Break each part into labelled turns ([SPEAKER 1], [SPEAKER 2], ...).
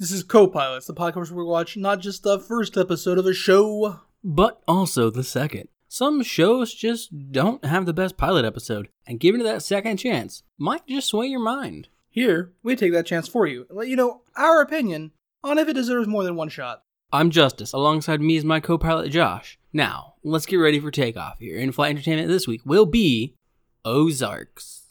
[SPEAKER 1] This is Co-Pilots, the podcast where we watch not just the first episode of a show.
[SPEAKER 2] but also the second. Some shows just don't have the best pilot episode, and giving it that second chance might just sway your mind.
[SPEAKER 1] Here, we take that chance for you and let you know our opinion on if it deserves more than one shot.
[SPEAKER 2] I'm Justice. Alongside me is my co pilot Josh. Now, let's get ready for takeoff here. In flight entertainment this week will be Ozarks.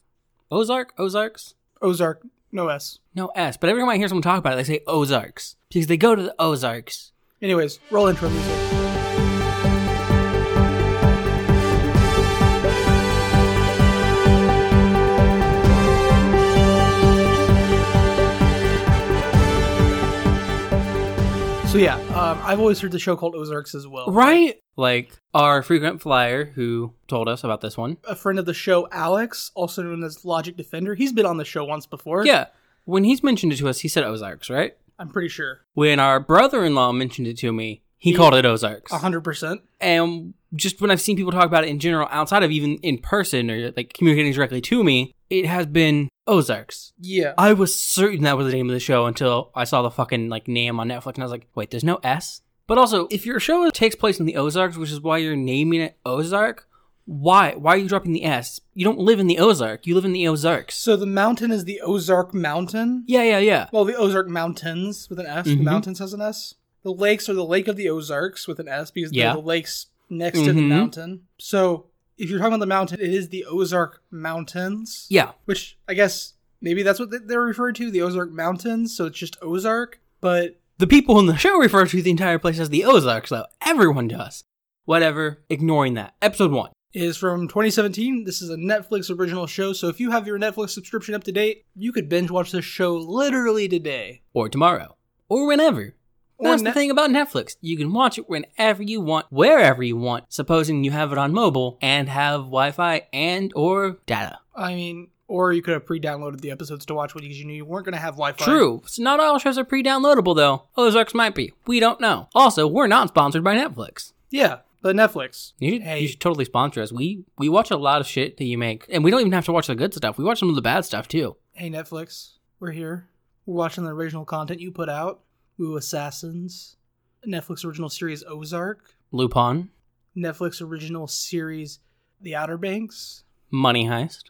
[SPEAKER 2] Ozark? Ozarks?
[SPEAKER 1] Ozark, no S.
[SPEAKER 2] No S, but every time I hear someone talk about it, they say Ozarks because they go to the Ozarks.
[SPEAKER 1] Anyways, roll intro music. So yeah, um, I've always heard the show called Ozarks as well.
[SPEAKER 2] Right? Like our frequent flyer who told us about this one.
[SPEAKER 1] A friend of the show, Alex, also known as Logic Defender, he's been on the show once before.
[SPEAKER 2] Yeah, when he's mentioned it to us, he said Ozarks, right?
[SPEAKER 1] I'm pretty sure,
[SPEAKER 2] When our brother in law mentioned it to me, he called it Ozarks.
[SPEAKER 1] hundred percent.
[SPEAKER 2] And just when I've seen people talk about it in general, outside of even in person or like communicating directly to me, it has been Ozarks.
[SPEAKER 1] Yeah,
[SPEAKER 2] I was certain that was the name of the show until I saw the fucking like name on Netflix and I was like, wait, there's no S? But also, if your show takes place in the Ozarks, which is why you're naming it Ozark, why? Why are you dropping the S? You don't live in the Ozark, you live in the Ozarks.
[SPEAKER 1] So the mountain is the Ozark Mountain.
[SPEAKER 2] Yeah, yeah, yeah.
[SPEAKER 1] Well, the Ozark Mountains with an S. The
[SPEAKER 2] Mhm.
[SPEAKER 1] mountains has an S. The lakes are the Lake of the Ozarks with an S because
[SPEAKER 2] Yeah.
[SPEAKER 1] they're the lakes next to the
[SPEAKER 2] Mhm.
[SPEAKER 1] mountain. So if you're talking about the mountain, it is the Ozark Mountains.
[SPEAKER 2] Yeah.
[SPEAKER 1] Which I guess maybe that's what they- they're referred to, the Ozark Mountains. So it's just Ozark. But
[SPEAKER 2] The people in the show refer to the entire place as the Ozarks, though. Everyone does. Whatever, ignoring that. Episode 1.
[SPEAKER 1] it is from 2017. This is a Netflix original show. So if you have your Netflix subscription up to date, you could binge watch this show literally today.
[SPEAKER 2] Or tomorrow. Or whenever.
[SPEAKER 1] Or
[SPEAKER 2] That's
[SPEAKER 1] ne-
[SPEAKER 2] the thing about Netflix. You can watch it whenever you want, wherever you want, supposing you have it on mobile and have Wi-Fi and or data.
[SPEAKER 1] I mean, or you could have pre-downloaded the episodes to watch because you knew you weren't going to have Wi-Fi.
[SPEAKER 2] True. So not all shows are pre-downloadable though. Ozarks might be. We don't know. Also, we're not sponsored by Netflix.
[SPEAKER 1] Yeah, but Netflix.
[SPEAKER 2] You should,
[SPEAKER 1] Hey.
[SPEAKER 2] you should totally sponsor us. We we watch a lot of shit that you make, and we don't even have to watch the good stuff. We watch some of the bad stuff too.
[SPEAKER 1] Hey Netflix, we're here. We're watching the original content you put out. Woo Assassins, Netflix original series Ozark,
[SPEAKER 2] Lupin,
[SPEAKER 1] Netflix original series The Outer Banks.
[SPEAKER 2] Money Heist.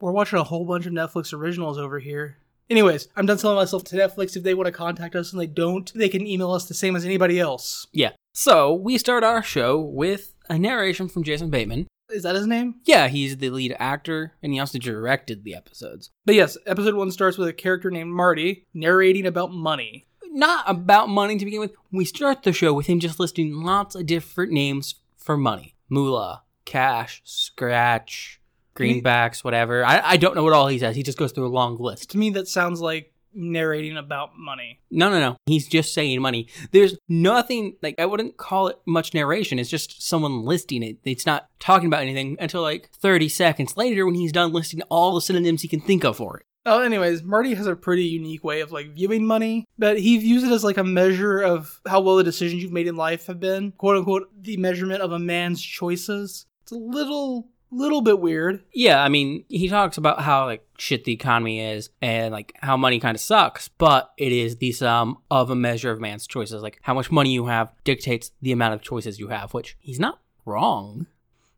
[SPEAKER 1] We're watching a whole bunch of Netflix originals over here. Anyways, I'm done selling myself to Netflix. If they want to contact us and they don't, they can email us the same as anybody else.
[SPEAKER 2] Yeah. So we start our show with a narration from Jason Bateman.
[SPEAKER 1] Is that his name?
[SPEAKER 2] Yeah, he's the lead actor, and he also directed the episodes.
[SPEAKER 1] But yes, episode one starts with a character named Marty narrating about money.
[SPEAKER 2] Not about money to begin with. We start the show with him just listing lots of different names for money moolah, cash, scratch, greenbacks, whatever. I, I don't know what all he says. He just goes through a long list.
[SPEAKER 1] To me, that sounds like narrating about money.
[SPEAKER 2] No, no, no. He's just saying money. There's nothing, like, I wouldn't call it much narration. It's just someone listing it. It's not talking about anything until like 30 seconds later when he's done listing all the synonyms he can think of for it.
[SPEAKER 1] Oh, anyways, Marty has a pretty unique way of like viewing money, but he views it as like a measure of how well the decisions you've made in life have been, quote unquote, the measurement of a man's choices. It's a little, little bit weird.
[SPEAKER 2] Yeah, I mean, he talks about how like shit the economy is and like how money kind of sucks, but it is the sum of a measure of man's choices. Like how much money you have dictates the amount of choices you have, which he's not wrong.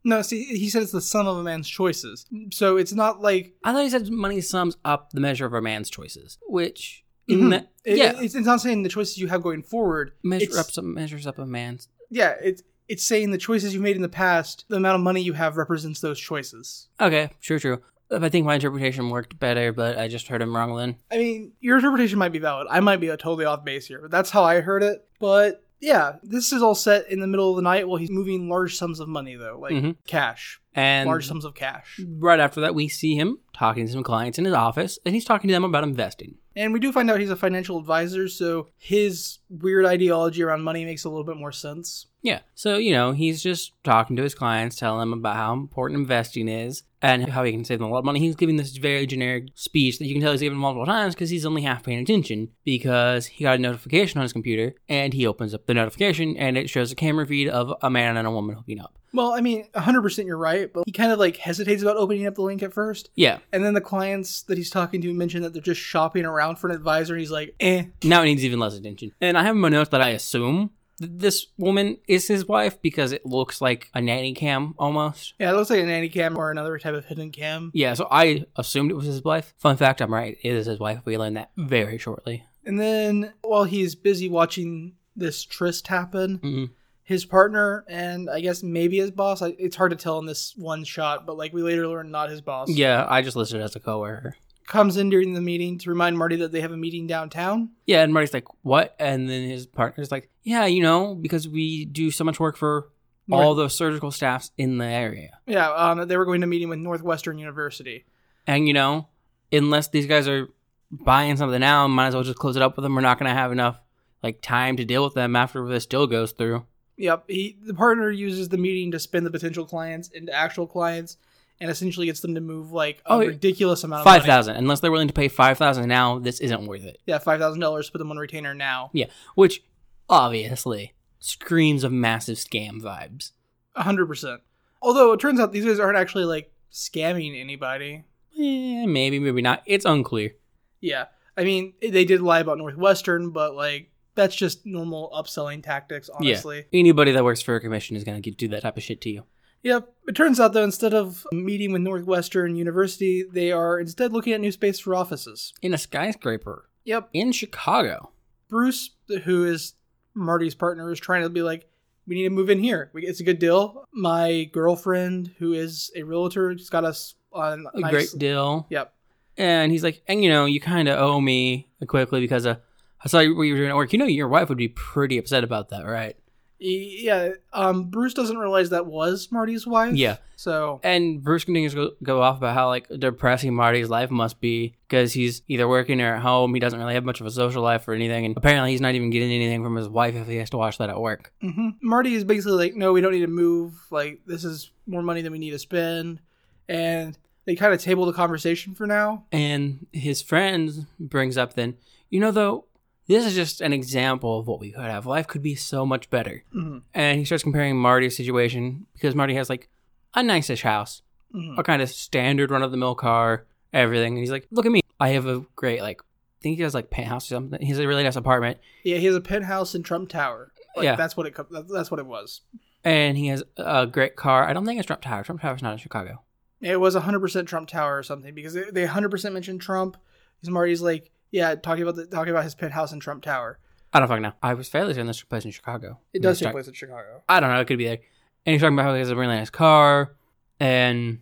[SPEAKER 1] No, see, he said it's the sum of a man's choices, so it's not like
[SPEAKER 2] I thought he said money sums up the measure of a man's choices, which
[SPEAKER 1] Mhm.
[SPEAKER 2] in that,
[SPEAKER 1] it-
[SPEAKER 2] yeah,
[SPEAKER 1] it's, it's not saying the choices you have going forward.
[SPEAKER 2] measure
[SPEAKER 1] it's-
[SPEAKER 2] up some measures up a man's.
[SPEAKER 1] Yeah, it's it's saying the choices you've made in the past, the amount of money you have represents those choices.
[SPEAKER 2] Okay, sure, true. I think my interpretation worked better, but I just heard him wrong then.
[SPEAKER 1] I mean, your interpretation might be valid. I might be totally off base here, but that's how I heard it. But yeah, this is all set in the middle of the night while he's moving large sums of money, though, like
[SPEAKER 2] Mhm.
[SPEAKER 1] cash,
[SPEAKER 2] And
[SPEAKER 1] large sums of cash.
[SPEAKER 2] right after that, we see him talking to some clients in his office, and he's talking to them about investing.
[SPEAKER 1] And we do find out he's a financial advisor, so his weird ideology around money makes a little bit more sense.
[SPEAKER 2] Yeah. So, you know, he's just talking to his clients, telling them about how important investing is and how he can save them a lot of money. He's giving this very generic speech that you can tell he's given multiple times because he's only half paying attention because he got a notification on his computer and he opens up the notification and it shows a camera feed of a man and a woman hooking up.
[SPEAKER 1] Well, I mean, 100% you're right, but he kind of like hesitates about opening up the link at first.
[SPEAKER 2] Yeah.
[SPEAKER 1] And then the clients that he's talking to mention that they're just shopping around for an advisor, and he's like, eh.
[SPEAKER 2] Now it needs even less attention. And I have in my notes that I assume that this woman is his wife because it looks like a nanny cam almost.
[SPEAKER 1] Yeah, it looks like a nanny cam or another type of hidden cam.
[SPEAKER 2] Yeah, so I assumed it was his wife. Fun fact, I'm right. It is his wife. We learned that very shortly.
[SPEAKER 1] And then while he's busy watching this tryst happen,
[SPEAKER 2] Mhm.
[SPEAKER 1] his partner and I guess maybe his boss, I, it's hard to tell in this one shot, but like we later learn not his boss,
[SPEAKER 2] Yeah, I just listed it as a coworker.
[SPEAKER 1] comes in during the meeting to remind Marty that they have a meeting downtown.
[SPEAKER 2] Yeah, and Marty's like, "What?" And then his partner's like, "Yeah, you know, because we do so much work for all the surgical staffs in the area,
[SPEAKER 1] Yeah, um, they were going to a meeting with Northwestern University.
[SPEAKER 2] and you know, unless these guys are buying something now, might as well just close it up with them. We're not gonna have enough like time to deal with them after this deal goes through."
[SPEAKER 1] Yep, he the partner uses the meeting to spin the potential clients into actual clients, and essentially gets them to move like a
[SPEAKER 2] Oh, yeah.
[SPEAKER 1] ridiculous amount of
[SPEAKER 2] Five
[SPEAKER 1] money.
[SPEAKER 2] thousand, unless they're willing to pay five thousand now, this isn't worth it.
[SPEAKER 1] Yeah, five thousand dollars. Put them on retainer now.
[SPEAKER 2] Which obviously screams of massive scam vibes.
[SPEAKER 1] A hundred percent. Although it turns out these guys aren't actually like scamming anybody.
[SPEAKER 2] Eh, maybe, maybe not. It's unclear.
[SPEAKER 1] Yeah, I mean they did lie about Northwestern, but like that's just normal upselling tactics. Honestly.
[SPEAKER 2] Anybody that works for a commission is gonna get- do that type of shit to you.
[SPEAKER 1] Yep. It turns out though, instead of meeting with Northwestern University, they are instead looking at new space for offices.
[SPEAKER 2] In a skyscraper.
[SPEAKER 1] Yep.
[SPEAKER 2] in Chicago.
[SPEAKER 1] Bruce, who is Marty's partner, is trying to be like, we need to move in here. We, it's a good deal. My girlfriend, who is a realtor, just got us on
[SPEAKER 2] A
[SPEAKER 1] nice-
[SPEAKER 2] great deal.
[SPEAKER 1] Yep.
[SPEAKER 2] And he's like, and you know, you kind of owe me quickly because uh, I saw what you were doing at work. You know, your wife would be pretty upset about that, right?
[SPEAKER 1] Y- Yeah. Um, Bruce doesn't realize that was Marty's wife.
[SPEAKER 2] Yeah.
[SPEAKER 1] So
[SPEAKER 2] And Bruce continues to go- go off about how like depressing Marty's life must be because he's either working or at home. He doesn't really have much of a social life or anything. And apparently, he's not even getting anything from his wife if he has to watch that at work.
[SPEAKER 1] hmm Marty is basically like, no, we don't need to move. Like, this is more money than we need to spend. And they kind of table the conversation for now.
[SPEAKER 2] And his friend brings up then, you know, though, this is just an example of what we could have. Life could be so much better.
[SPEAKER 1] hmm
[SPEAKER 2] and he starts comparing Marty's situation because Marty has like a niceish house,
[SPEAKER 1] hmm
[SPEAKER 2] a kind of standard run of the mill car, everything. And he's like, "Look at me! I have a great like, I think he has like penthouse or something. He has a really nice apartment,
[SPEAKER 1] Yeah, he has a penthouse in Trump Tower. Like,
[SPEAKER 2] Yeah.
[SPEAKER 1] that's what it. co- that- That's what it was.
[SPEAKER 2] and he has a great car. I don't think it's Trump Tower. Trump Tower's not in Chicago.
[SPEAKER 1] It was 100% Trump Tower or something because they, they 100% mentioned Trump. Because Marty's like, yeah, talking about the, talking about his penthouse in Trump Tower.
[SPEAKER 2] I don't fucking know. I was fairly certain this took place in Chicago.
[SPEAKER 1] It
[SPEAKER 2] And
[SPEAKER 1] does
[SPEAKER 2] he's
[SPEAKER 1] take
[SPEAKER 2] talk-
[SPEAKER 1] place in Chicago.
[SPEAKER 2] I don't know. It could be there. And he's talking about how he has a really nice car, and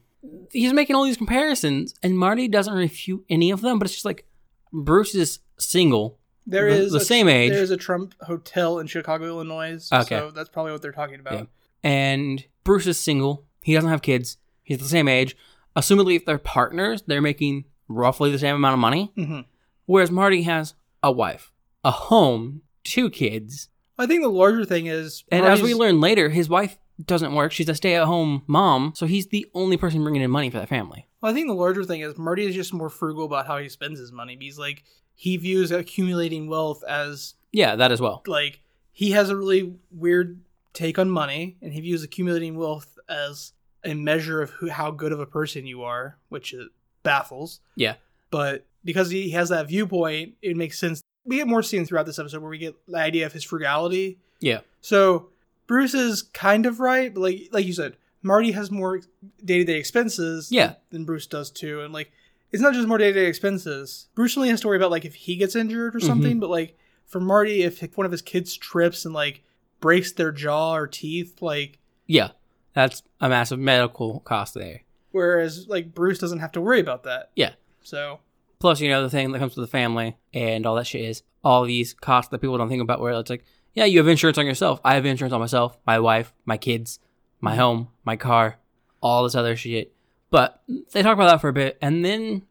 [SPEAKER 2] he's making all these comparisons, and Marty doesn't refute any of them. But it's just like Bruce is single.
[SPEAKER 1] There
[SPEAKER 2] The-
[SPEAKER 1] is
[SPEAKER 2] the
[SPEAKER 1] a-
[SPEAKER 2] same age.
[SPEAKER 1] There is a Trump hotel in Chicago, Illinois.
[SPEAKER 2] Okay.
[SPEAKER 1] So that's probably what they're talking about.
[SPEAKER 2] Yeah. and Bruce is single. He doesn't have kids. He's the same age. Assumedly, if they're partners, they're making roughly the same amount of money.
[SPEAKER 1] hmm
[SPEAKER 2] Whereas Marty has a wife, a home, two kids.
[SPEAKER 1] I think the larger thing is,
[SPEAKER 2] And as we
[SPEAKER 1] Marty's-
[SPEAKER 2] learn later, his wife doesn't work. She's a stay at home mom. So he's the only person bringing in money for that family.
[SPEAKER 1] Well, I think the larger thing is Marty is just more frugal about how he spends his money. He's like he views accumulating wealth as
[SPEAKER 2] Yeah, that as well.
[SPEAKER 1] like he has a really weird take on money and he views accumulating wealth as a measure of who, how good of a person you are which it baffles
[SPEAKER 2] Yeah.
[SPEAKER 1] but because he has that viewpoint it makes sense we get more scenes throughout this episode where we get the idea of his frugality
[SPEAKER 2] Yeah.
[SPEAKER 1] so bruce is kind of right but like like you said marty has more day-to-day expenses
[SPEAKER 2] Yeah.
[SPEAKER 1] than bruce does too and like it's not just more day-to-day expenses bruce only has to worry about like if he gets injured or something but like for Marty, if one of his kids trips and like breaks their jaw or teeth, like
[SPEAKER 2] Yeah. That's a massive medical cost there.
[SPEAKER 1] whereas like Bruce doesn't have to worry about that.
[SPEAKER 2] Yeah.
[SPEAKER 1] So
[SPEAKER 2] Plus, you know, the thing that comes with the family and all that shit is all these costs that people don't think about where it's like, yeah, you have insurance on yourself. I have insurance on myself, my wife, my kids, my home, my car, all this other shit. But they talk about that for a bit. And then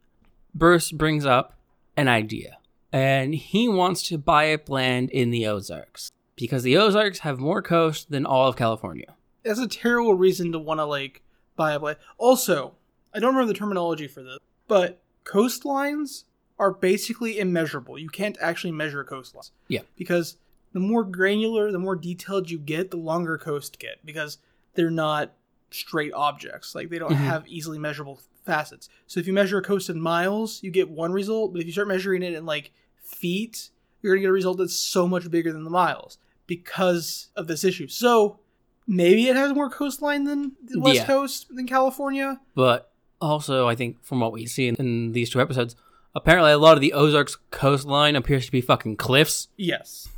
[SPEAKER 2] Bruce brings up an idea. And he wants to buy up land in the Ozarks. because the Ozarks have more coast than all of California.
[SPEAKER 1] That's a terrible reason to want to like buy a place. Also, I don't remember the terminology for this, but coastlines are basically immeasurable. You can't actually measure coastlines.
[SPEAKER 2] Yeah.
[SPEAKER 1] Because the more granular, the more detailed you get, the longer coasts get because they're not straight objects. Like they don't
[SPEAKER 2] Mhm.
[SPEAKER 1] have easily measurable facets. So if you measure a coast in miles, you get one result, but if you start measuring it in like feet, you're going to get a result that's so much bigger than the miles because of this issue. So maybe it has more coastline than the West
[SPEAKER 2] Yeah.
[SPEAKER 1] Coast than California.
[SPEAKER 2] But also, I think from what we see in, in these two episodes, apparently a lot of the Ozarks coastline appears to be fucking cliffs,
[SPEAKER 1] Yes.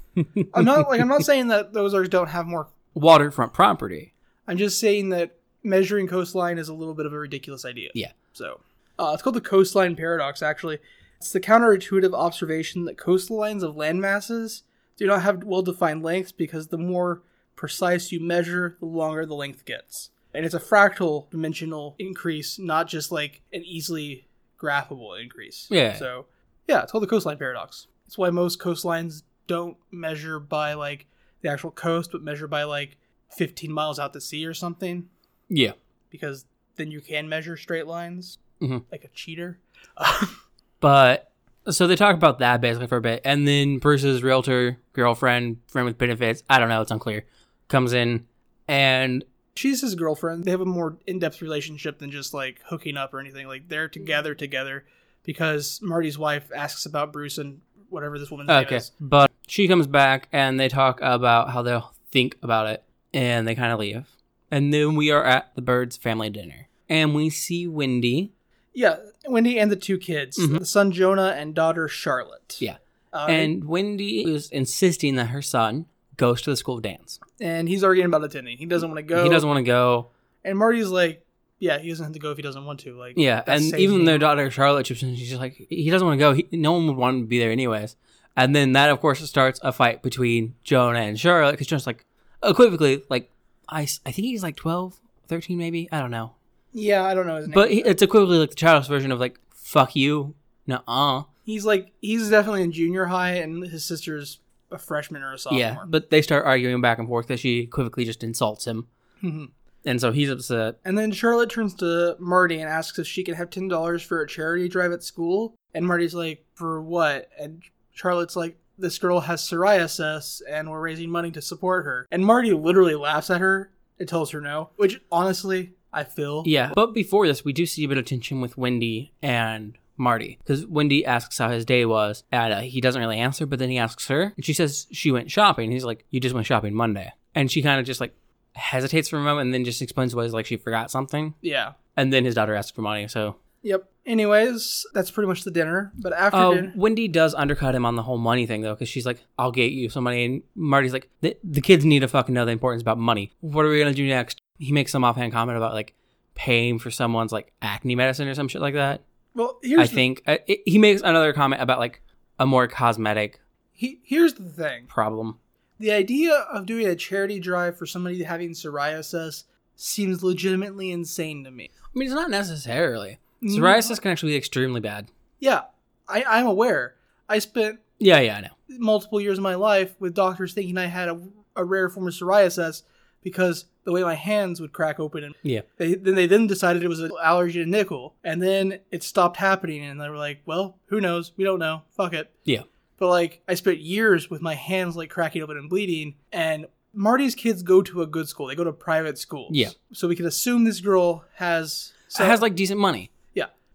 [SPEAKER 1] I'm not like I'm not saying that those are don't have more.
[SPEAKER 2] waterfront property.
[SPEAKER 1] I'm just saying that measuring coastline is a little bit of a ridiculous idea.
[SPEAKER 2] Yeah.
[SPEAKER 1] So uh, it's called the coastline paradox. Actually, it's the counterintuitive observation that coastlines of landmasses do not have well-defined lengths because the more precise you measure, the longer the length gets. And it's a fractal dimensional increase, not just like an easily graphable increase.
[SPEAKER 2] Yeah.
[SPEAKER 1] So yeah, it's called the coastline paradox. It's why most coastlines don't measure by like the actual coast, but measure by like 15 miles out to sea or something,
[SPEAKER 2] Yeah.
[SPEAKER 1] because then you can measure straight lines
[SPEAKER 2] Mhm.
[SPEAKER 1] like a cheater. Um,
[SPEAKER 2] But so they talk about that basically for a bit, and then Bruce's realtor girlfriend, friend with benefits, I don't know, it's unclear, comes in, and
[SPEAKER 1] She's his girlfriend. They have a more in depth relationship than just like hooking up or anything. Like they're together together because Marty's wife asks about Bruce and whatever this woman's name
[SPEAKER 2] okay,
[SPEAKER 1] is.
[SPEAKER 2] but she comes back, and they talk about how they'll think about it, and they kind of leave, and then we are at the birds' family dinner, and we see Wendy.
[SPEAKER 1] Yeah, Wendy and the two kids,
[SPEAKER 2] Mhm.
[SPEAKER 1] the son Jonah and daughter Charlotte.
[SPEAKER 2] Yeah.
[SPEAKER 1] Uh,
[SPEAKER 2] And Wendy is insisting that her son goes to the school of dance.
[SPEAKER 1] and he's arguing about attending. He doesn't want to go.
[SPEAKER 2] He doesn't want to go.
[SPEAKER 1] And Marty's like, yeah, he doesn't have to go if he doesn't want to. Like,
[SPEAKER 2] Yeah,
[SPEAKER 1] that
[SPEAKER 2] and
[SPEAKER 1] saves
[SPEAKER 2] even
[SPEAKER 1] me.
[SPEAKER 2] their daughter Charlotte chips in. She's just like, he doesn't want to go. He, no one would want him to be there anyways. And then that, of course, starts a fight between Jonah and Charlotte because Jonah's like, equivocally, like, I, s- I think he's like 12, 13 maybe. I don't know.
[SPEAKER 1] yeah, I don't know his name,
[SPEAKER 2] But he, it's equivocally like the childish version of like, fuck you. Nuh-uh.
[SPEAKER 1] he's like, he's definitely in junior high, and his sister's a freshman or a sophomore.
[SPEAKER 2] Yeah, but they start arguing back and forth because she equivocally just insults him.
[SPEAKER 1] Mhm.
[SPEAKER 2] And so he's upset.
[SPEAKER 1] and then Charlotte turns to Marty and asks if she can have ten dollars for a charity drive at school, and Marty's like, for what? And Charlotte's like. This girl has psoriasis, and we're raising money to support her. And Marty literally laughs at her and tells her no, which honestly, I feel.
[SPEAKER 2] Yeah, but before this, we do see a bit of tension with Wendy and Marty because Wendy asks how his day was, and uh, he doesn't really answer. But then he asks her, and she says she went shopping. He's like, "You just went shopping Monday," and she kind of just like hesitates for a moment, and then just explains why it's like she forgot something.
[SPEAKER 1] Yeah.
[SPEAKER 2] And then his daughter asks for money. So
[SPEAKER 1] Yep. Anyways, that's pretty much the dinner. But after
[SPEAKER 2] uh,
[SPEAKER 1] dinner,
[SPEAKER 2] Wendy does undercut him on the whole money thing though, because she's like, "I'll get you some money," and Marty's like, the, "The kids need to fucking know the importance about money. What are we gonna do next?" He makes some offhand comment about like paying for someone's like acne medicine or some shit like that.
[SPEAKER 1] well, here's
[SPEAKER 2] I think uh, it, he makes another comment about like a more cosmetic
[SPEAKER 1] the, he, here's the thing:
[SPEAKER 2] problem.
[SPEAKER 1] the idea of doing a charity drive for somebody having psoriasis seems legitimately insane to me.
[SPEAKER 2] I mean, it's not necessarily psoriasis can actually be extremely bad.
[SPEAKER 1] Yeah, I, I'm aware. I spent
[SPEAKER 2] Yeah, yeah, I know.
[SPEAKER 1] multiple years of my life with doctors thinking I had a, a rare form of psoriasis because the way my hands would crack open and
[SPEAKER 2] Yeah.
[SPEAKER 1] they, then they then decided it was an allergy to nickel and then it stopped happening and they were like well who knows we don't know fuck it
[SPEAKER 2] Yeah.
[SPEAKER 1] but like i spent years with my hands like cracking open and bleeding and marty's kids go to a good school they go to private schools
[SPEAKER 2] Yeah.
[SPEAKER 1] so we can assume this girl has
[SPEAKER 2] So, it has like decent
[SPEAKER 1] yeah.
[SPEAKER 2] money.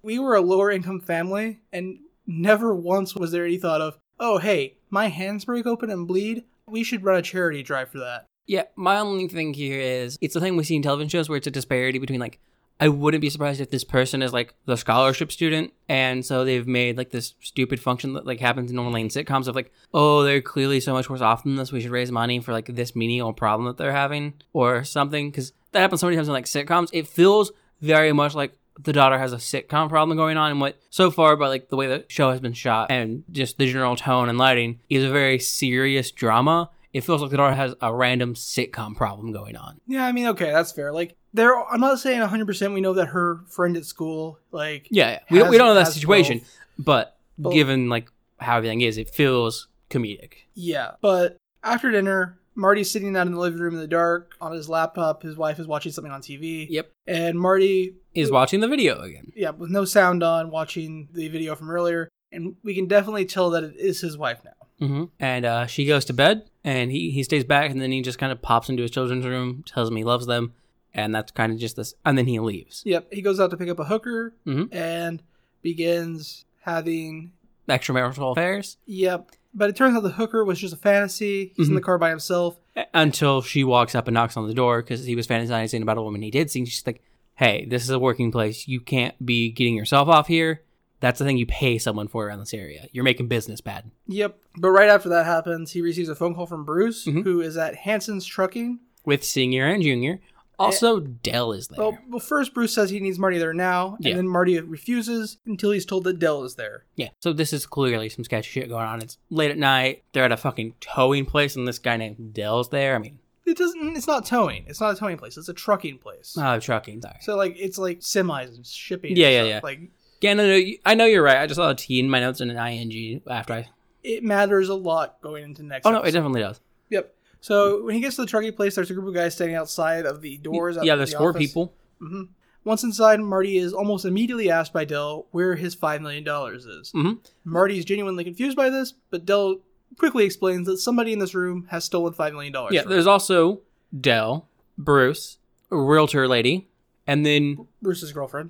[SPEAKER 1] We were a lower income family, and never once was there any thought of, oh, hey, my hands break open and bleed. We should run a charity drive for that.
[SPEAKER 2] Yeah, my only thing here is it's the thing we see in television shows where it's a disparity between like I wouldn't be surprised if this person is like the scholarship student and so they've made like this stupid function that like happens normally in sitcoms of like, oh, they're clearly so much worse off than this, we should raise money for like this menial problem that they're having or something. Cause that happens so many times in like sitcoms. It feels very much like the daughter has a sitcom problem going on and what so far by like the way the show has been shot and just the general tone and lighting is a very serious drama it feels like the daughter has a random sitcom problem going on
[SPEAKER 1] Yeah, I mean, okay, that's fair. Like, there, I'm not saying 100% we know that her friend at school, like,
[SPEAKER 2] yeah, yeah. We, don't, we
[SPEAKER 1] Has-
[SPEAKER 2] don't know that
[SPEAKER 1] has
[SPEAKER 2] situation but
[SPEAKER 1] Both.
[SPEAKER 2] given like how everything is it feels comedic
[SPEAKER 1] yeah. But After dinner, Marty's sitting out in the living room in the dark on his laptop. His wife is watching something on TV.
[SPEAKER 2] Yep.
[SPEAKER 1] And Marty,
[SPEAKER 2] Is watching the video again.
[SPEAKER 1] yeah, with no sound on, watching the video from earlier. And we can definitely tell that it is his wife now.
[SPEAKER 2] hmm And uh, she goes to bed, and he, he stays back, and then he just kind of pops into his children's room, tells them he loves them, and that's kind of just this. And then he leaves.
[SPEAKER 1] Yep. He goes out to pick up a hooker
[SPEAKER 2] Mhm.
[SPEAKER 1] and begins having.
[SPEAKER 2] Extramarital affairs
[SPEAKER 1] Yep. But it turns out the hooker was just a fantasy. He's in
[SPEAKER 2] Mm-hmm.
[SPEAKER 1] the car by himself.
[SPEAKER 2] until she walks up and knocks on the door because he was fantasizing about a woman he did see. and She's like, "Hey, this is a working place. You can't be getting yourself off here. That's the thing you pay someone for around this area. You're making business bad."
[SPEAKER 1] Yep. But right after that happens, he receives a phone call from Bruce,
[SPEAKER 2] Mhm.
[SPEAKER 1] who is at Hanson's Trucking.
[SPEAKER 2] With Senior and Junior, also Dell is there.
[SPEAKER 1] Well, well, first Bruce says he needs Marty there now, and
[SPEAKER 2] Yeah.
[SPEAKER 1] then Marty refuses until he's told that Dell is there.
[SPEAKER 2] Yeah. So this is clearly some sketchy shit going on. It's late at night. They're at a fucking towing place, and this guy named Dell's there. I mean,
[SPEAKER 1] It doesn't. It's not towing. It's not a towing place. It's a trucking place.
[SPEAKER 2] oh, trucking. Sorry.
[SPEAKER 1] So like it's like semis and shipping. and
[SPEAKER 2] Yeah, yeah,
[SPEAKER 1] stuff.
[SPEAKER 2] yeah.
[SPEAKER 1] Like
[SPEAKER 2] Yeah, no, no. you- I know you're right. I just saw a T in my notes and an ing after I.
[SPEAKER 1] it matters a lot going into next.
[SPEAKER 2] Oh no, it
[SPEAKER 1] episode.
[SPEAKER 2] definitely does.
[SPEAKER 1] Yep. So when he gets to the trucking place, there's a group of guys standing outside of the doors. out
[SPEAKER 2] yeah,
[SPEAKER 1] of
[SPEAKER 2] there's
[SPEAKER 1] the
[SPEAKER 2] four
[SPEAKER 1] office.
[SPEAKER 2] people.
[SPEAKER 1] Mhm. Once inside, Marty is almost immediately asked by Dell where his five million dollars is.
[SPEAKER 2] Mhm.
[SPEAKER 1] Marty is genuinely confused by this, but Dell quickly explains that somebody in this room has stolen five million dollars.
[SPEAKER 2] Yeah, there's also Dell, Bruce, a realtor lady, and then
[SPEAKER 1] Bruce's girlfriend.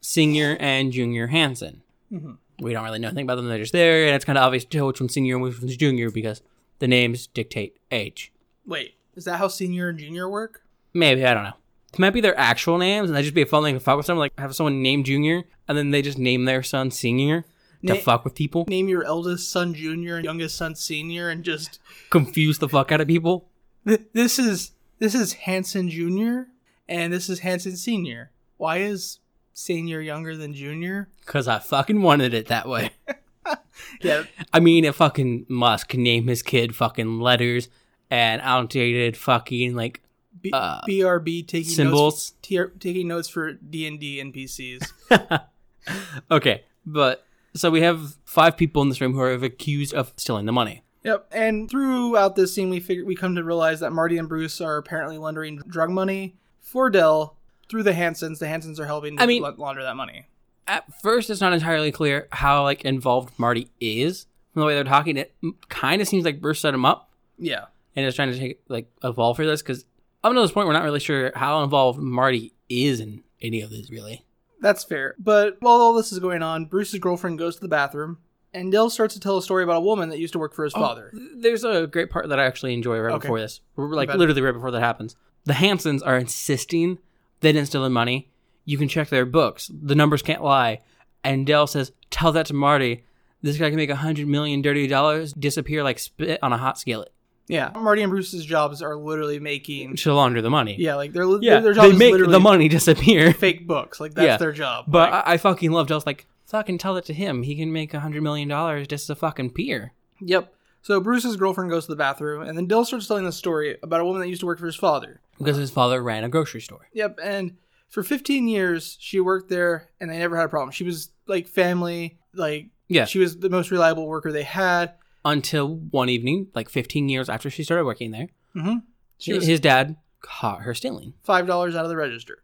[SPEAKER 2] Senior and Junior Hansen.
[SPEAKER 1] Mhm.
[SPEAKER 2] We don't really know anything about them. They're just there, and it's kind of obvious to tell which one's Senior and which one's Junior because the names dictate age.
[SPEAKER 1] Wait, is that how senior and junior work?
[SPEAKER 2] Maybe I don't know. It might be their actual names, and that'd just be a fun thing to fuck with someone. Like have someone named Junior, and then they just name their son Senior
[SPEAKER 1] Na-
[SPEAKER 2] to fuck with people,
[SPEAKER 1] Name your eldest son junior and youngest son senior, and just
[SPEAKER 2] confuse the fuck out of people.
[SPEAKER 1] Th- this is this is Hanson Junior and this is Hanson Senior. Why is senior younger than junior?
[SPEAKER 2] Cause I fucking wanted it that way.
[SPEAKER 1] Yeah,
[SPEAKER 2] I mean, if fucking Musk can name his kid fucking letters and outdated fucking like
[SPEAKER 1] B-
[SPEAKER 2] Uh,
[SPEAKER 1] BRB taking notes,
[SPEAKER 2] symbols.
[SPEAKER 1] TR, taking notes for D and D NPCs.
[SPEAKER 2] Okay, but so we have five people in this room who are accused of stealing the money.
[SPEAKER 1] yep. And throughout this scene, we figure we come to realize that Marty and Bruce are apparently laundering drug money for Dell through the Hansons. The Hansons are helping.
[SPEAKER 2] I mean-
[SPEAKER 1] la- launder that money.
[SPEAKER 2] At first, it's not entirely clear how like involved Marty is from the way they're talking. It kind of seems like Bruce set him up
[SPEAKER 1] Yeah.
[SPEAKER 2] and is trying to take like evolve for this because up until this point, we're not really sure how involved Marty is in any of this really.
[SPEAKER 1] That's fair. But while all this is going on, Bruce's girlfriend goes to the bathroom, and Dell starts to tell a story about a woman that used to work for his
[SPEAKER 2] Oh,
[SPEAKER 1] father.
[SPEAKER 2] There's a great part that I actually enjoy right
[SPEAKER 1] Okay.
[SPEAKER 2] before this. Like
[SPEAKER 1] bet.
[SPEAKER 2] literally right before that happens. The Hansons are insisting they didn't steal the money. You can check their books. The numbers can't lie. And Dell says, Tell that to Marty. This guy can make a hundred million dirty dollars disappear like spit on a hot skillet.
[SPEAKER 1] Yeah, Marty and Bruce's jobs are literally making.
[SPEAKER 2] She'll launder the money.
[SPEAKER 1] Yeah, like their yeah, their job
[SPEAKER 2] they
[SPEAKER 1] is
[SPEAKER 2] make
[SPEAKER 1] literally
[SPEAKER 2] the money disappear.
[SPEAKER 1] fake books. Like that's
[SPEAKER 2] Yeah.
[SPEAKER 1] their job.
[SPEAKER 2] But
[SPEAKER 1] Like,
[SPEAKER 2] I, I fucking love Dell's like, fucking tell it to him. He can make a hundred million dollars just as a fucking peer.
[SPEAKER 1] yep. So Bruce's girlfriend goes to the bathroom, and then Dill starts telling the story about a woman that used to work for his father.
[SPEAKER 2] Because his father ran a grocery store.
[SPEAKER 1] Yep, and for 15 years she worked there, and they never had a problem. She was like family, like
[SPEAKER 2] Yeah.
[SPEAKER 1] she was the most reliable worker they had.
[SPEAKER 2] until one evening, like 15 years after she started working there,
[SPEAKER 1] hmm She was
[SPEAKER 2] his dad caught her stealing.
[SPEAKER 1] five dollars out of the register.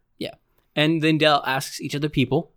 [SPEAKER 2] And then Dell asks each of the people,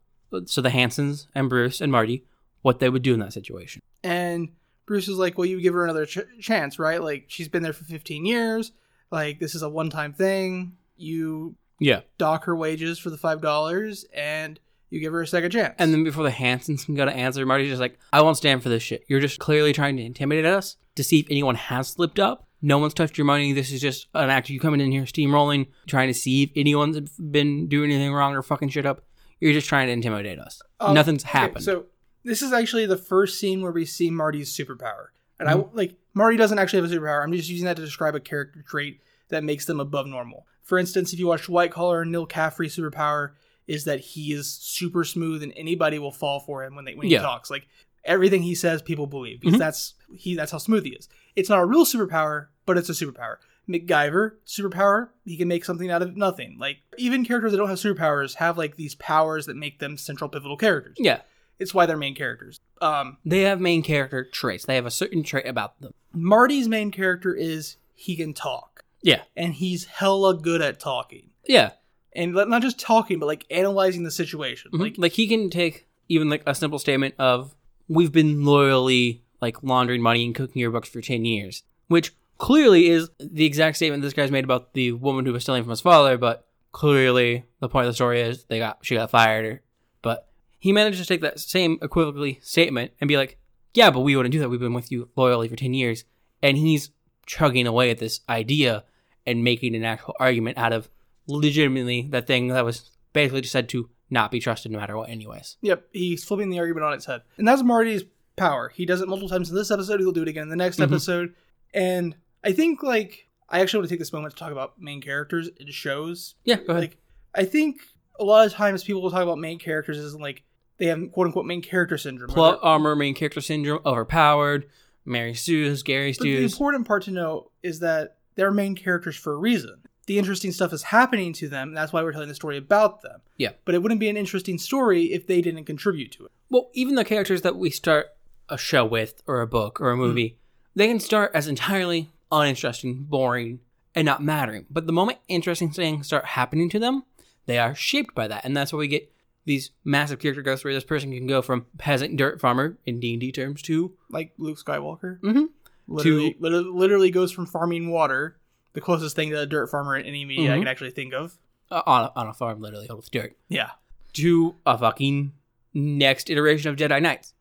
[SPEAKER 2] so the Hansons and Bruce and Marty, what they would do in that situation.
[SPEAKER 1] and Bruce is like, "Well, you give her another ch- chance, right? Like she's been there for 15 years. Like this is a one-time thing. You
[SPEAKER 2] Yeah.
[SPEAKER 1] dock her wages for the five dollars, and you give her a second chance."
[SPEAKER 2] And then before the Hansons can go to answer, Marty's just like, I won't stand for this shit. You're just clearly trying to intimidate us to see if anyone has slipped up. No one's touched your money. This is just an act of you coming in here steamrolling, trying to see if anyone's been doing anything wrong or fucking shit up. You're just trying to intimidate us.
[SPEAKER 1] Um,
[SPEAKER 2] Nothing's
[SPEAKER 1] Okay,
[SPEAKER 2] happened.
[SPEAKER 1] so this is actually the first scene where we see Marty's superpower, and I like Marty doesn't actually have a superpower. I'm just using that to describe a character trait that makes them above normal. For instance, if you watch White Collar, Neil Caffrey's superpower is that he is super smooth, and anybody will fall for him when they when
[SPEAKER 2] Yeah.
[SPEAKER 1] he talks. Like everything he says, people believe because
[SPEAKER 2] Mhm.
[SPEAKER 1] that's he that's how smooth he is. It's not a real superpower, but it's a superpower. MacGyver superpower. He can make something out of nothing. Like even characters that don't have superpowers have like these powers that make them central pivotal characters.
[SPEAKER 2] yeah.
[SPEAKER 1] It's why they're main characters. Um,
[SPEAKER 2] They have main character traits. They have a certain trait about them.
[SPEAKER 1] Marty's main character is he can talk,
[SPEAKER 2] Yeah.
[SPEAKER 1] and he's hella good at talking,
[SPEAKER 2] Yeah.
[SPEAKER 1] and like, not just talking, but like analyzing the situation.
[SPEAKER 2] Mhm.
[SPEAKER 1] Like
[SPEAKER 2] Like, he can take even like a simple statement of we've been loyally like laundering money and cooking your books for 10 years, which clearly is the exact statement this guy's made about the woman who was stealing from his father, but clearly the point of the story is they got she got fired or, but he managed to take that same equivocally statement and be like, "Yeah, but we wouldn't do that. We've been with you loyally for 10 years." And he's chugging away at this idea and making an actual argument out of legitimately that thing that was basically just said to not be trusted no matter what, anyways.
[SPEAKER 1] Yep, he's flipping the argument on its head. And that's Marty's power. He does it multiple times in this episode, he'll do it again in the next
[SPEAKER 2] Mhm.
[SPEAKER 1] episode. And I think, like, I actually want to take this moment to talk about main characters in shows.
[SPEAKER 2] Yeah, go ahead.
[SPEAKER 1] Like, I think a lot of times people will talk about main characters as, like, they have quote unquote main character syndrome.
[SPEAKER 2] Plot
[SPEAKER 1] But
[SPEAKER 2] armor, main character syndrome, overpowered, Mary Sue's, Gary
[SPEAKER 1] the
[SPEAKER 2] Sue's.
[SPEAKER 1] important part to know is that they're main characters for a reason. The interesting stuff is happening to them, and that's why we're telling the story about them.
[SPEAKER 2] Yeah.
[SPEAKER 1] But it wouldn't be an interesting story if they didn't contribute to it.
[SPEAKER 2] Well, even the characters that we start a show with, or a book, or a movie, they can start as entirely uninteresting, boring, and not mattering. But the moment interesting things start happening to them, they are shaped by that, and that's why we get these massive character growths where this person can go from peasant dirt farmer in D and D terms to
[SPEAKER 1] Like Luke Skywalker.
[SPEAKER 2] mm-hmm.
[SPEAKER 1] literally, lit- literally goes from farming water, the closest thing to a dirt farmer in any media I
[SPEAKER 2] Mhm.
[SPEAKER 1] can actually think of.
[SPEAKER 2] Uh, on a, on a farm, literally with dirt,
[SPEAKER 1] Yeah,
[SPEAKER 2] to a fucking next iteration of Jedi Knights.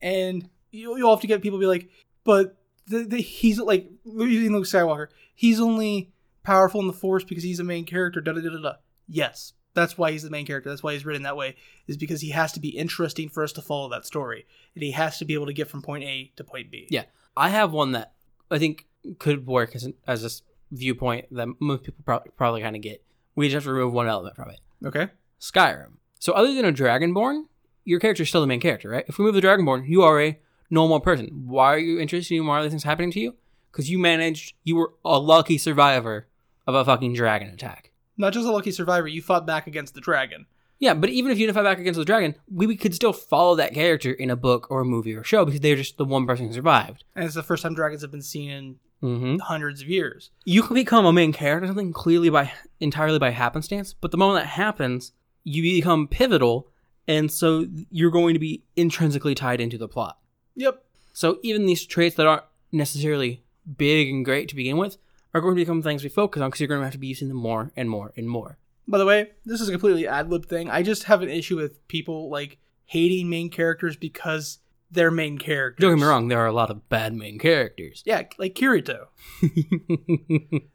[SPEAKER 1] and you you'll have to get people to be like, but the, the, he's like using Luke Skywalker. He's only powerful in the Force because he's the main character. Da da da da. da. Yes, that's why he's the main character. That's why he's written that way. Is because he has to be interesting for us to follow that story, and he has to be able to get from point A to point B.
[SPEAKER 2] Yeah. I have one that I think could work as an, as a s- viewpoint that most people prob- probably kind of get. We just have to remove one element from it.
[SPEAKER 1] Okay.
[SPEAKER 2] Skyrim. So other than a Dragonborn, your character is still the main character, right? If we move the Dragonborn, you are a normal person. Why are you interested in why are these things happening to you? Because you managed, you were a lucky survivor of a fucking dragon attack.
[SPEAKER 1] Not just a lucky survivor. You fought back against the dragon.
[SPEAKER 2] Yeah, but even if you didn't fight back against the dragon, we, we could still follow that character in a book or a movie or a show because they're just the one person who survived.
[SPEAKER 1] And it's the first time dragons have been seen in
[SPEAKER 2] Mm-hmm.
[SPEAKER 1] hundreds of years.
[SPEAKER 2] You can become a main character or something clearly by entirely by happenstance, but the moment that happens, you become pivotal, and so you're going to be intrinsically tied into the plot.
[SPEAKER 1] Yep.
[SPEAKER 2] So even these traits that aren't necessarily big and great to begin with are going to become things we focus on because you're going to have to be using them more and more and more.
[SPEAKER 1] By the way, this is a completely ad lib thing. I just have an issue with people like hating main characters because they're main characters.
[SPEAKER 2] Don't get me wrong, there are a lot of bad main characters.
[SPEAKER 1] Yeah, like Kirito.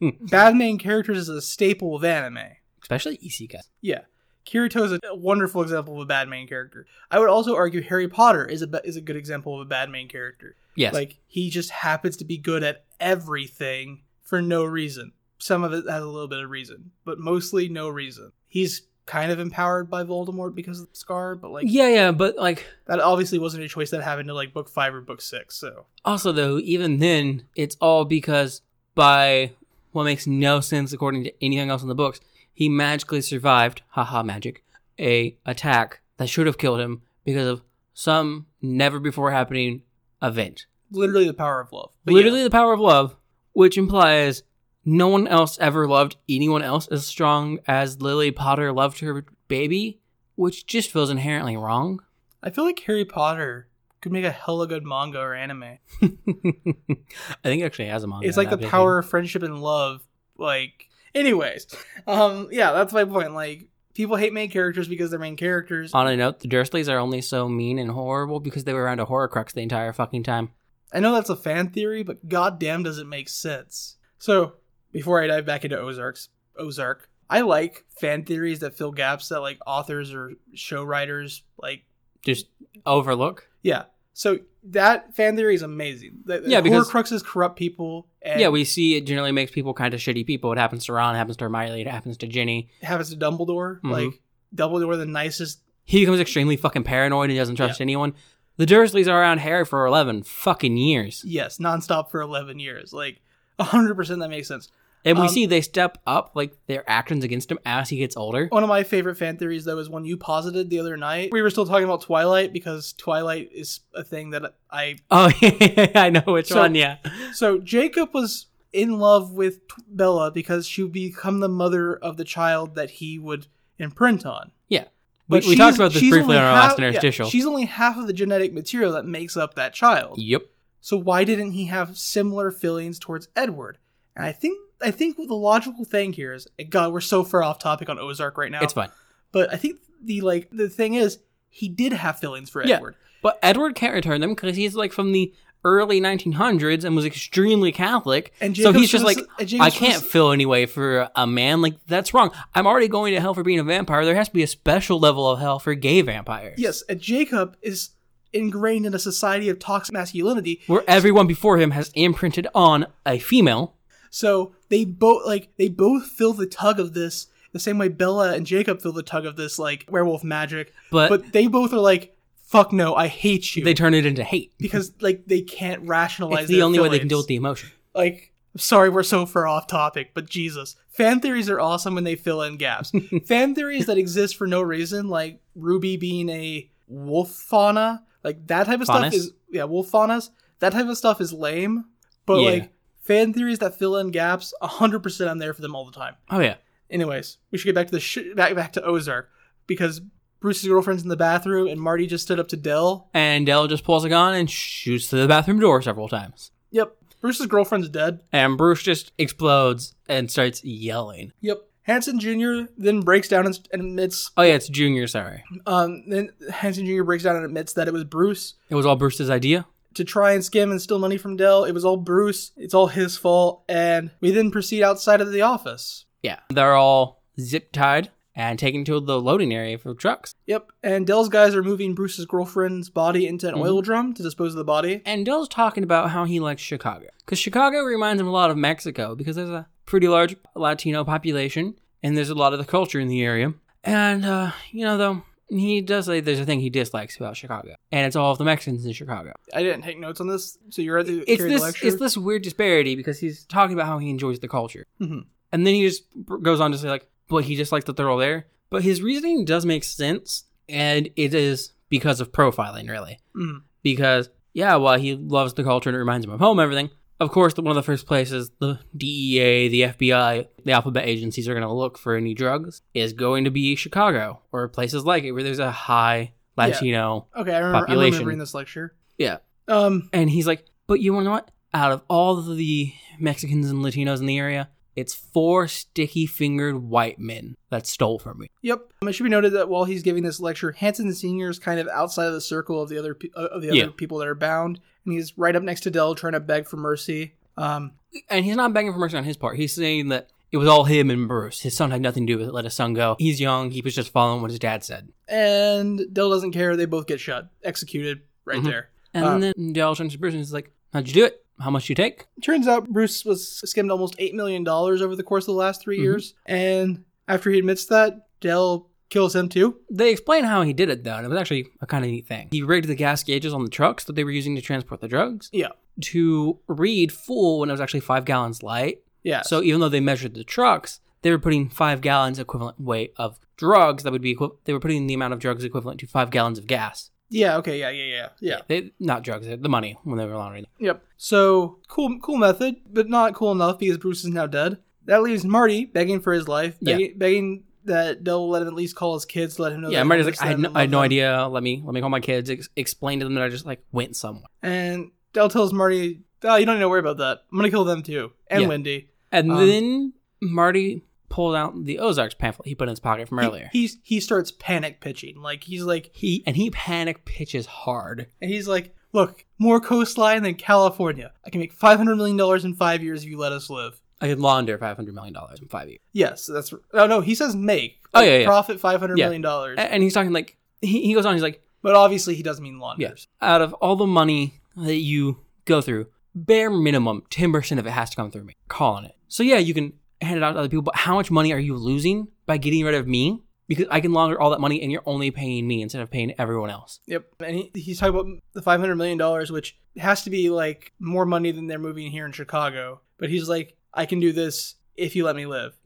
[SPEAKER 1] Bad main characters is a staple of anime.
[SPEAKER 2] Especially Isekai.
[SPEAKER 1] Yeah. Kirito is a wonderful example of a bad main character. I would also argue Harry Potter is a ba- is a good example of a bad main character.
[SPEAKER 2] Yes.
[SPEAKER 1] Like he just happens to be good at everything for no reason. Some of it has a little bit of reason, but mostly no reason. He's kind of empowered by Voldemort because of the scar, but like
[SPEAKER 2] yeah, yeah, but like
[SPEAKER 1] that obviously wasn't a choice that happened to like book five or book six. So
[SPEAKER 2] also though, even then, it's all because by what makes no sense according to anything else in the books, he magically survived, haha magic, a attack that should have killed him because of some never before happening event.
[SPEAKER 1] literally the power of love. But
[SPEAKER 2] literally the power of love, which implies no one else ever loved anyone else as strong as Lily Potter loved her baby, which just feels inherently wrong.
[SPEAKER 1] yeah. I feel like Harry Potter could make a hella good manga or anime.
[SPEAKER 2] I think it actually has a manga.
[SPEAKER 1] it's like the
[SPEAKER 2] adaptation.
[SPEAKER 1] power of friendship and love. Like, anyways, um, yeah, that's my point. Like, people hate main characters because they're main characters.
[SPEAKER 2] On a note, the Dursleys are only so mean and horrible because they were around a Horcrux the entire fucking time.
[SPEAKER 1] I know that's a fan theory, but goddamn, does it make sense? So, before I dive back into Ozarks, Ozark, I like fan theories that fill gaps that like authors or show writers like
[SPEAKER 2] Just overlook.
[SPEAKER 1] Yeah. So that fan theory is amazing. The, the
[SPEAKER 2] Yeah, because-
[SPEAKER 1] Horcruxes corrupt people. And
[SPEAKER 2] yeah, we see it generally makes people kind of shitty people. It happens to Ron, it happens to Hermione, it happens to Ginny.
[SPEAKER 1] happens to Dumbledore.
[SPEAKER 2] Mhm.
[SPEAKER 1] Like Dumbledore, the nicest.
[SPEAKER 2] He becomes extremely fucking paranoid and doesn't trust anyone. The Dursleys are around Harry for 11 fucking years.
[SPEAKER 1] Yes, nonstop for eleven years. Like hundred percent, that makes sense.
[SPEAKER 2] And we
[SPEAKER 1] Um,
[SPEAKER 2] see they step up like their actions against him as he gets older.
[SPEAKER 1] One of my favorite fan theories, though, is one you posited the other night. We were still talking about Twilight because Twilight is a thing that I.
[SPEAKER 2] Oh, yeah, I know which
[SPEAKER 1] So-
[SPEAKER 2] one. Yeah,
[SPEAKER 1] So Jacob was in love with T- Bella because she would become the mother of the child that he would imprint on.
[SPEAKER 2] we,
[SPEAKER 1] But
[SPEAKER 2] we talked
[SPEAKER 1] she's-
[SPEAKER 2] about this
[SPEAKER 1] she's
[SPEAKER 2] briefly
[SPEAKER 1] only
[SPEAKER 2] on our
[SPEAKER 1] half-
[SPEAKER 2] last
[SPEAKER 1] yeah,
[SPEAKER 2] interstitial.
[SPEAKER 1] She's only half of the genetic material that makes up that child.
[SPEAKER 2] yep.
[SPEAKER 1] So why didn't he have similar feelings towards Edward? And I think I think the logical thing here is God, we're so far off topic on Ozark right now.
[SPEAKER 2] It's fine.
[SPEAKER 1] but I think the like the thing is he did have feelings for
[SPEAKER 2] Yeah.
[SPEAKER 1] Edward.
[SPEAKER 2] But Edward can't return them because he's like from the early 1900s and was extremely Catholic.
[SPEAKER 1] And
[SPEAKER 2] so he's
[SPEAKER 1] Jacob's
[SPEAKER 2] just like,
[SPEAKER 1] was- and Jacob's
[SPEAKER 2] I can't
[SPEAKER 1] was-
[SPEAKER 2] feel any way for a man. Like that's wrong. I'm already going to hell for being a vampire. There has to be a special level of hell for gay vampires.
[SPEAKER 1] yes, and Jacob is ingrained in a society of toxic masculinity.
[SPEAKER 2] where everyone before him has imprinted on a female.
[SPEAKER 1] So they both like they both feel the tug of this the same way Bella and Jacob feel the tug of this like werewolf magic.
[SPEAKER 2] But-
[SPEAKER 1] but they both are like, fuck no, I hate you.
[SPEAKER 2] Uh, They turn it into hate.
[SPEAKER 1] because like they can't rationalize
[SPEAKER 2] It's the
[SPEAKER 1] their
[SPEAKER 2] only way they
[SPEAKER 1] feelings.
[SPEAKER 2] can deal with the emotion.
[SPEAKER 1] like I'm sorry we're so far off topic but jesus fan theories are awesome when they fill in gaps fan theories that exist for no reason like ruby being a wolf fauna like that type of
[SPEAKER 2] Faunus?
[SPEAKER 1] stuff is yeah wolf faunas that type of stuff is lame but
[SPEAKER 2] Yeah.
[SPEAKER 1] like fan theories that fill in gaps 100% i'm there for them all the time
[SPEAKER 2] Oh yeah.
[SPEAKER 1] anyways we should get back to the sh- back, back to ozark because bruce's girlfriend's in the bathroom and marty just stood up to dell
[SPEAKER 2] And Dell just pulls a gun and shoots through the bathroom door several times.
[SPEAKER 1] yep bruce's girlfriend's dead
[SPEAKER 2] And Bruce just explodes and starts yelling.
[SPEAKER 1] Yep. Hanson Jr. then breaks down and and admits,
[SPEAKER 2] Oh yeah, it's Junior. Sorry,
[SPEAKER 1] um, then Hanson Jr. breaks down and admits that it was Bruce
[SPEAKER 2] it was all Bruce's idea.
[SPEAKER 1] to try and skim and steal money from Dell. It was all Bruce. It's all his fault. And we then proceed outside of the office.
[SPEAKER 2] Yeah, they're all zip tied and taken to the loading area for trucks.
[SPEAKER 1] Yep. And Dell's guys are moving Bruce's girlfriend's body into
[SPEAKER 2] Mm-hmm.
[SPEAKER 1] an oil drum to dispose of the body.
[SPEAKER 2] And Dell's talking about how he likes Chicago because Chicago reminds him a lot of Mexico because there's a pretty large Latino population and there's a lot of the culture in the area. And uh, you know, though he does say there's a thing he dislikes about Chicago, and it's all of the Mexicans in Chicago.
[SPEAKER 1] I didn't take notes on this, so you're at the,
[SPEAKER 2] It's
[SPEAKER 1] carry the
[SPEAKER 2] this
[SPEAKER 1] lecture.
[SPEAKER 2] it's this weird disparity because he's talking about how he enjoys the culture,
[SPEAKER 1] Mhm.
[SPEAKER 2] and then he just b- goes on to say like, but he just likes that they're all there. But his reasoning does make sense, and it is because of profiling, really
[SPEAKER 1] Mm.
[SPEAKER 2] because yeah, while he loves the culture and it reminds him of home, and everything. Of course, the, one of the first places the DEA, the FBI, the alphabet agencies are going to look for any drugs is going to be Chicago or places like it where there's a high
[SPEAKER 1] Yeah.
[SPEAKER 2] Latino.
[SPEAKER 1] Okay, I remember, I'm
[SPEAKER 2] Population.
[SPEAKER 1] remembering this lecture.
[SPEAKER 2] Yeah.
[SPEAKER 1] Um,
[SPEAKER 2] And he's like, but you wanna know what? Out of all of the Mexicans and Latinos in the area, it's four sticky fingered white men that stole from me.
[SPEAKER 1] Yep. Um, it should be noted that while he's giving this lecture, Hanson Senior is kind of outside of the circle of the other pe- uh, of the other
[SPEAKER 2] Yeah.
[SPEAKER 1] people that are bound, and he's right up next to Dell, trying to beg for mercy. Um,
[SPEAKER 2] And he's not begging for mercy on his part. He's saying that it was all him and Bruce. His son had nothing to do with it. Let his son go. He's young. He was just following what his dad said.
[SPEAKER 1] and Dell doesn't care. They both get shot, executed right
[SPEAKER 2] Mhm.
[SPEAKER 1] there.
[SPEAKER 2] And
[SPEAKER 1] Uh,
[SPEAKER 2] then Dell turns to Bruce and is like, How'd you do it? How much you take?
[SPEAKER 1] Turns out Bruce was skimmed almost eight million dollars over the course of the last 3
[SPEAKER 2] Mhm.
[SPEAKER 1] years, and after he admits that, Dell kills him too.
[SPEAKER 2] They explain how he did it, though, and it was actually a kind of neat thing. He rigged the gas gauges on the trucks that they were using to transport the drugs
[SPEAKER 1] Yeah.
[SPEAKER 2] to read full when it was actually five gallons light.
[SPEAKER 1] Yeah.
[SPEAKER 2] So even though they measured the trucks, they were putting five gallons equivalent weight of drugs that would be equi- they were putting the amount of drugs equivalent to five gallons of gas.
[SPEAKER 1] yeah. Okay. Yeah. Yeah. Yeah. Yeah.
[SPEAKER 2] They, not drugs, the money when they were laundering.
[SPEAKER 1] Yep. So cool, cool method, but not cool enough because Bruce is now dead. That leaves Marty begging for his life,
[SPEAKER 2] Yeah.
[SPEAKER 1] begging, begging that Dell will let him at least call his kids, let him know.
[SPEAKER 2] Yeah,
[SPEAKER 1] that
[SPEAKER 2] Marty's
[SPEAKER 1] he
[SPEAKER 2] like,
[SPEAKER 1] misses
[SPEAKER 2] I had
[SPEAKER 1] them
[SPEAKER 2] no,
[SPEAKER 1] and
[SPEAKER 2] I had no
[SPEAKER 1] loves them."
[SPEAKER 2] idea. Let me let me call my kids. Ex- explain to them that I just like went somewhere.
[SPEAKER 1] And Dell tells Marty, "Oh, you don't need to worry about that. I'm gonna kill them too, and
[SPEAKER 2] Yeah.
[SPEAKER 1] Wendy."
[SPEAKER 2] And
[SPEAKER 1] Um,
[SPEAKER 2] then Marty pulled out the Ozarks pamphlet he put in his pocket from earlier.
[SPEAKER 1] He, he's he starts panic pitching, like he's like
[SPEAKER 2] He and he panic pitches hard.
[SPEAKER 1] and he's like, "Look, more coastline than California. I can make five hundred million dollars in five years if you let us live."
[SPEAKER 2] I could launder five hundred million dollars in five years.
[SPEAKER 1] Yes, that's oh no, he says make.
[SPEAKER 2] Oh, yeah, yeah.
[SPEAKER 1] profit five hundred
[SPEAKER 2] Yeah. Eh.
[SPEAKER 1] million dollars,
[SPEAKER 2] A- And he's talking like he, he goes on. He's like,
[SPEAKER 1] but obviously he doesn't mean launders.
[SPEAKER 2] yes, out of all the money that you go through, bare minimum ten percent of it has to come through me. Calling it. So yeah, you can hand it out to other people, but how much money are you losing by getting rid of me? Because I can launder all that money, and you're only paying me instead of paying everyone else.
[SPEAKER 1] Yep. And he, he's talking about the five hundred million dollars, which has to be like more money than they're moving here in Chicago. But he's like, I can do this If You Let Me Live.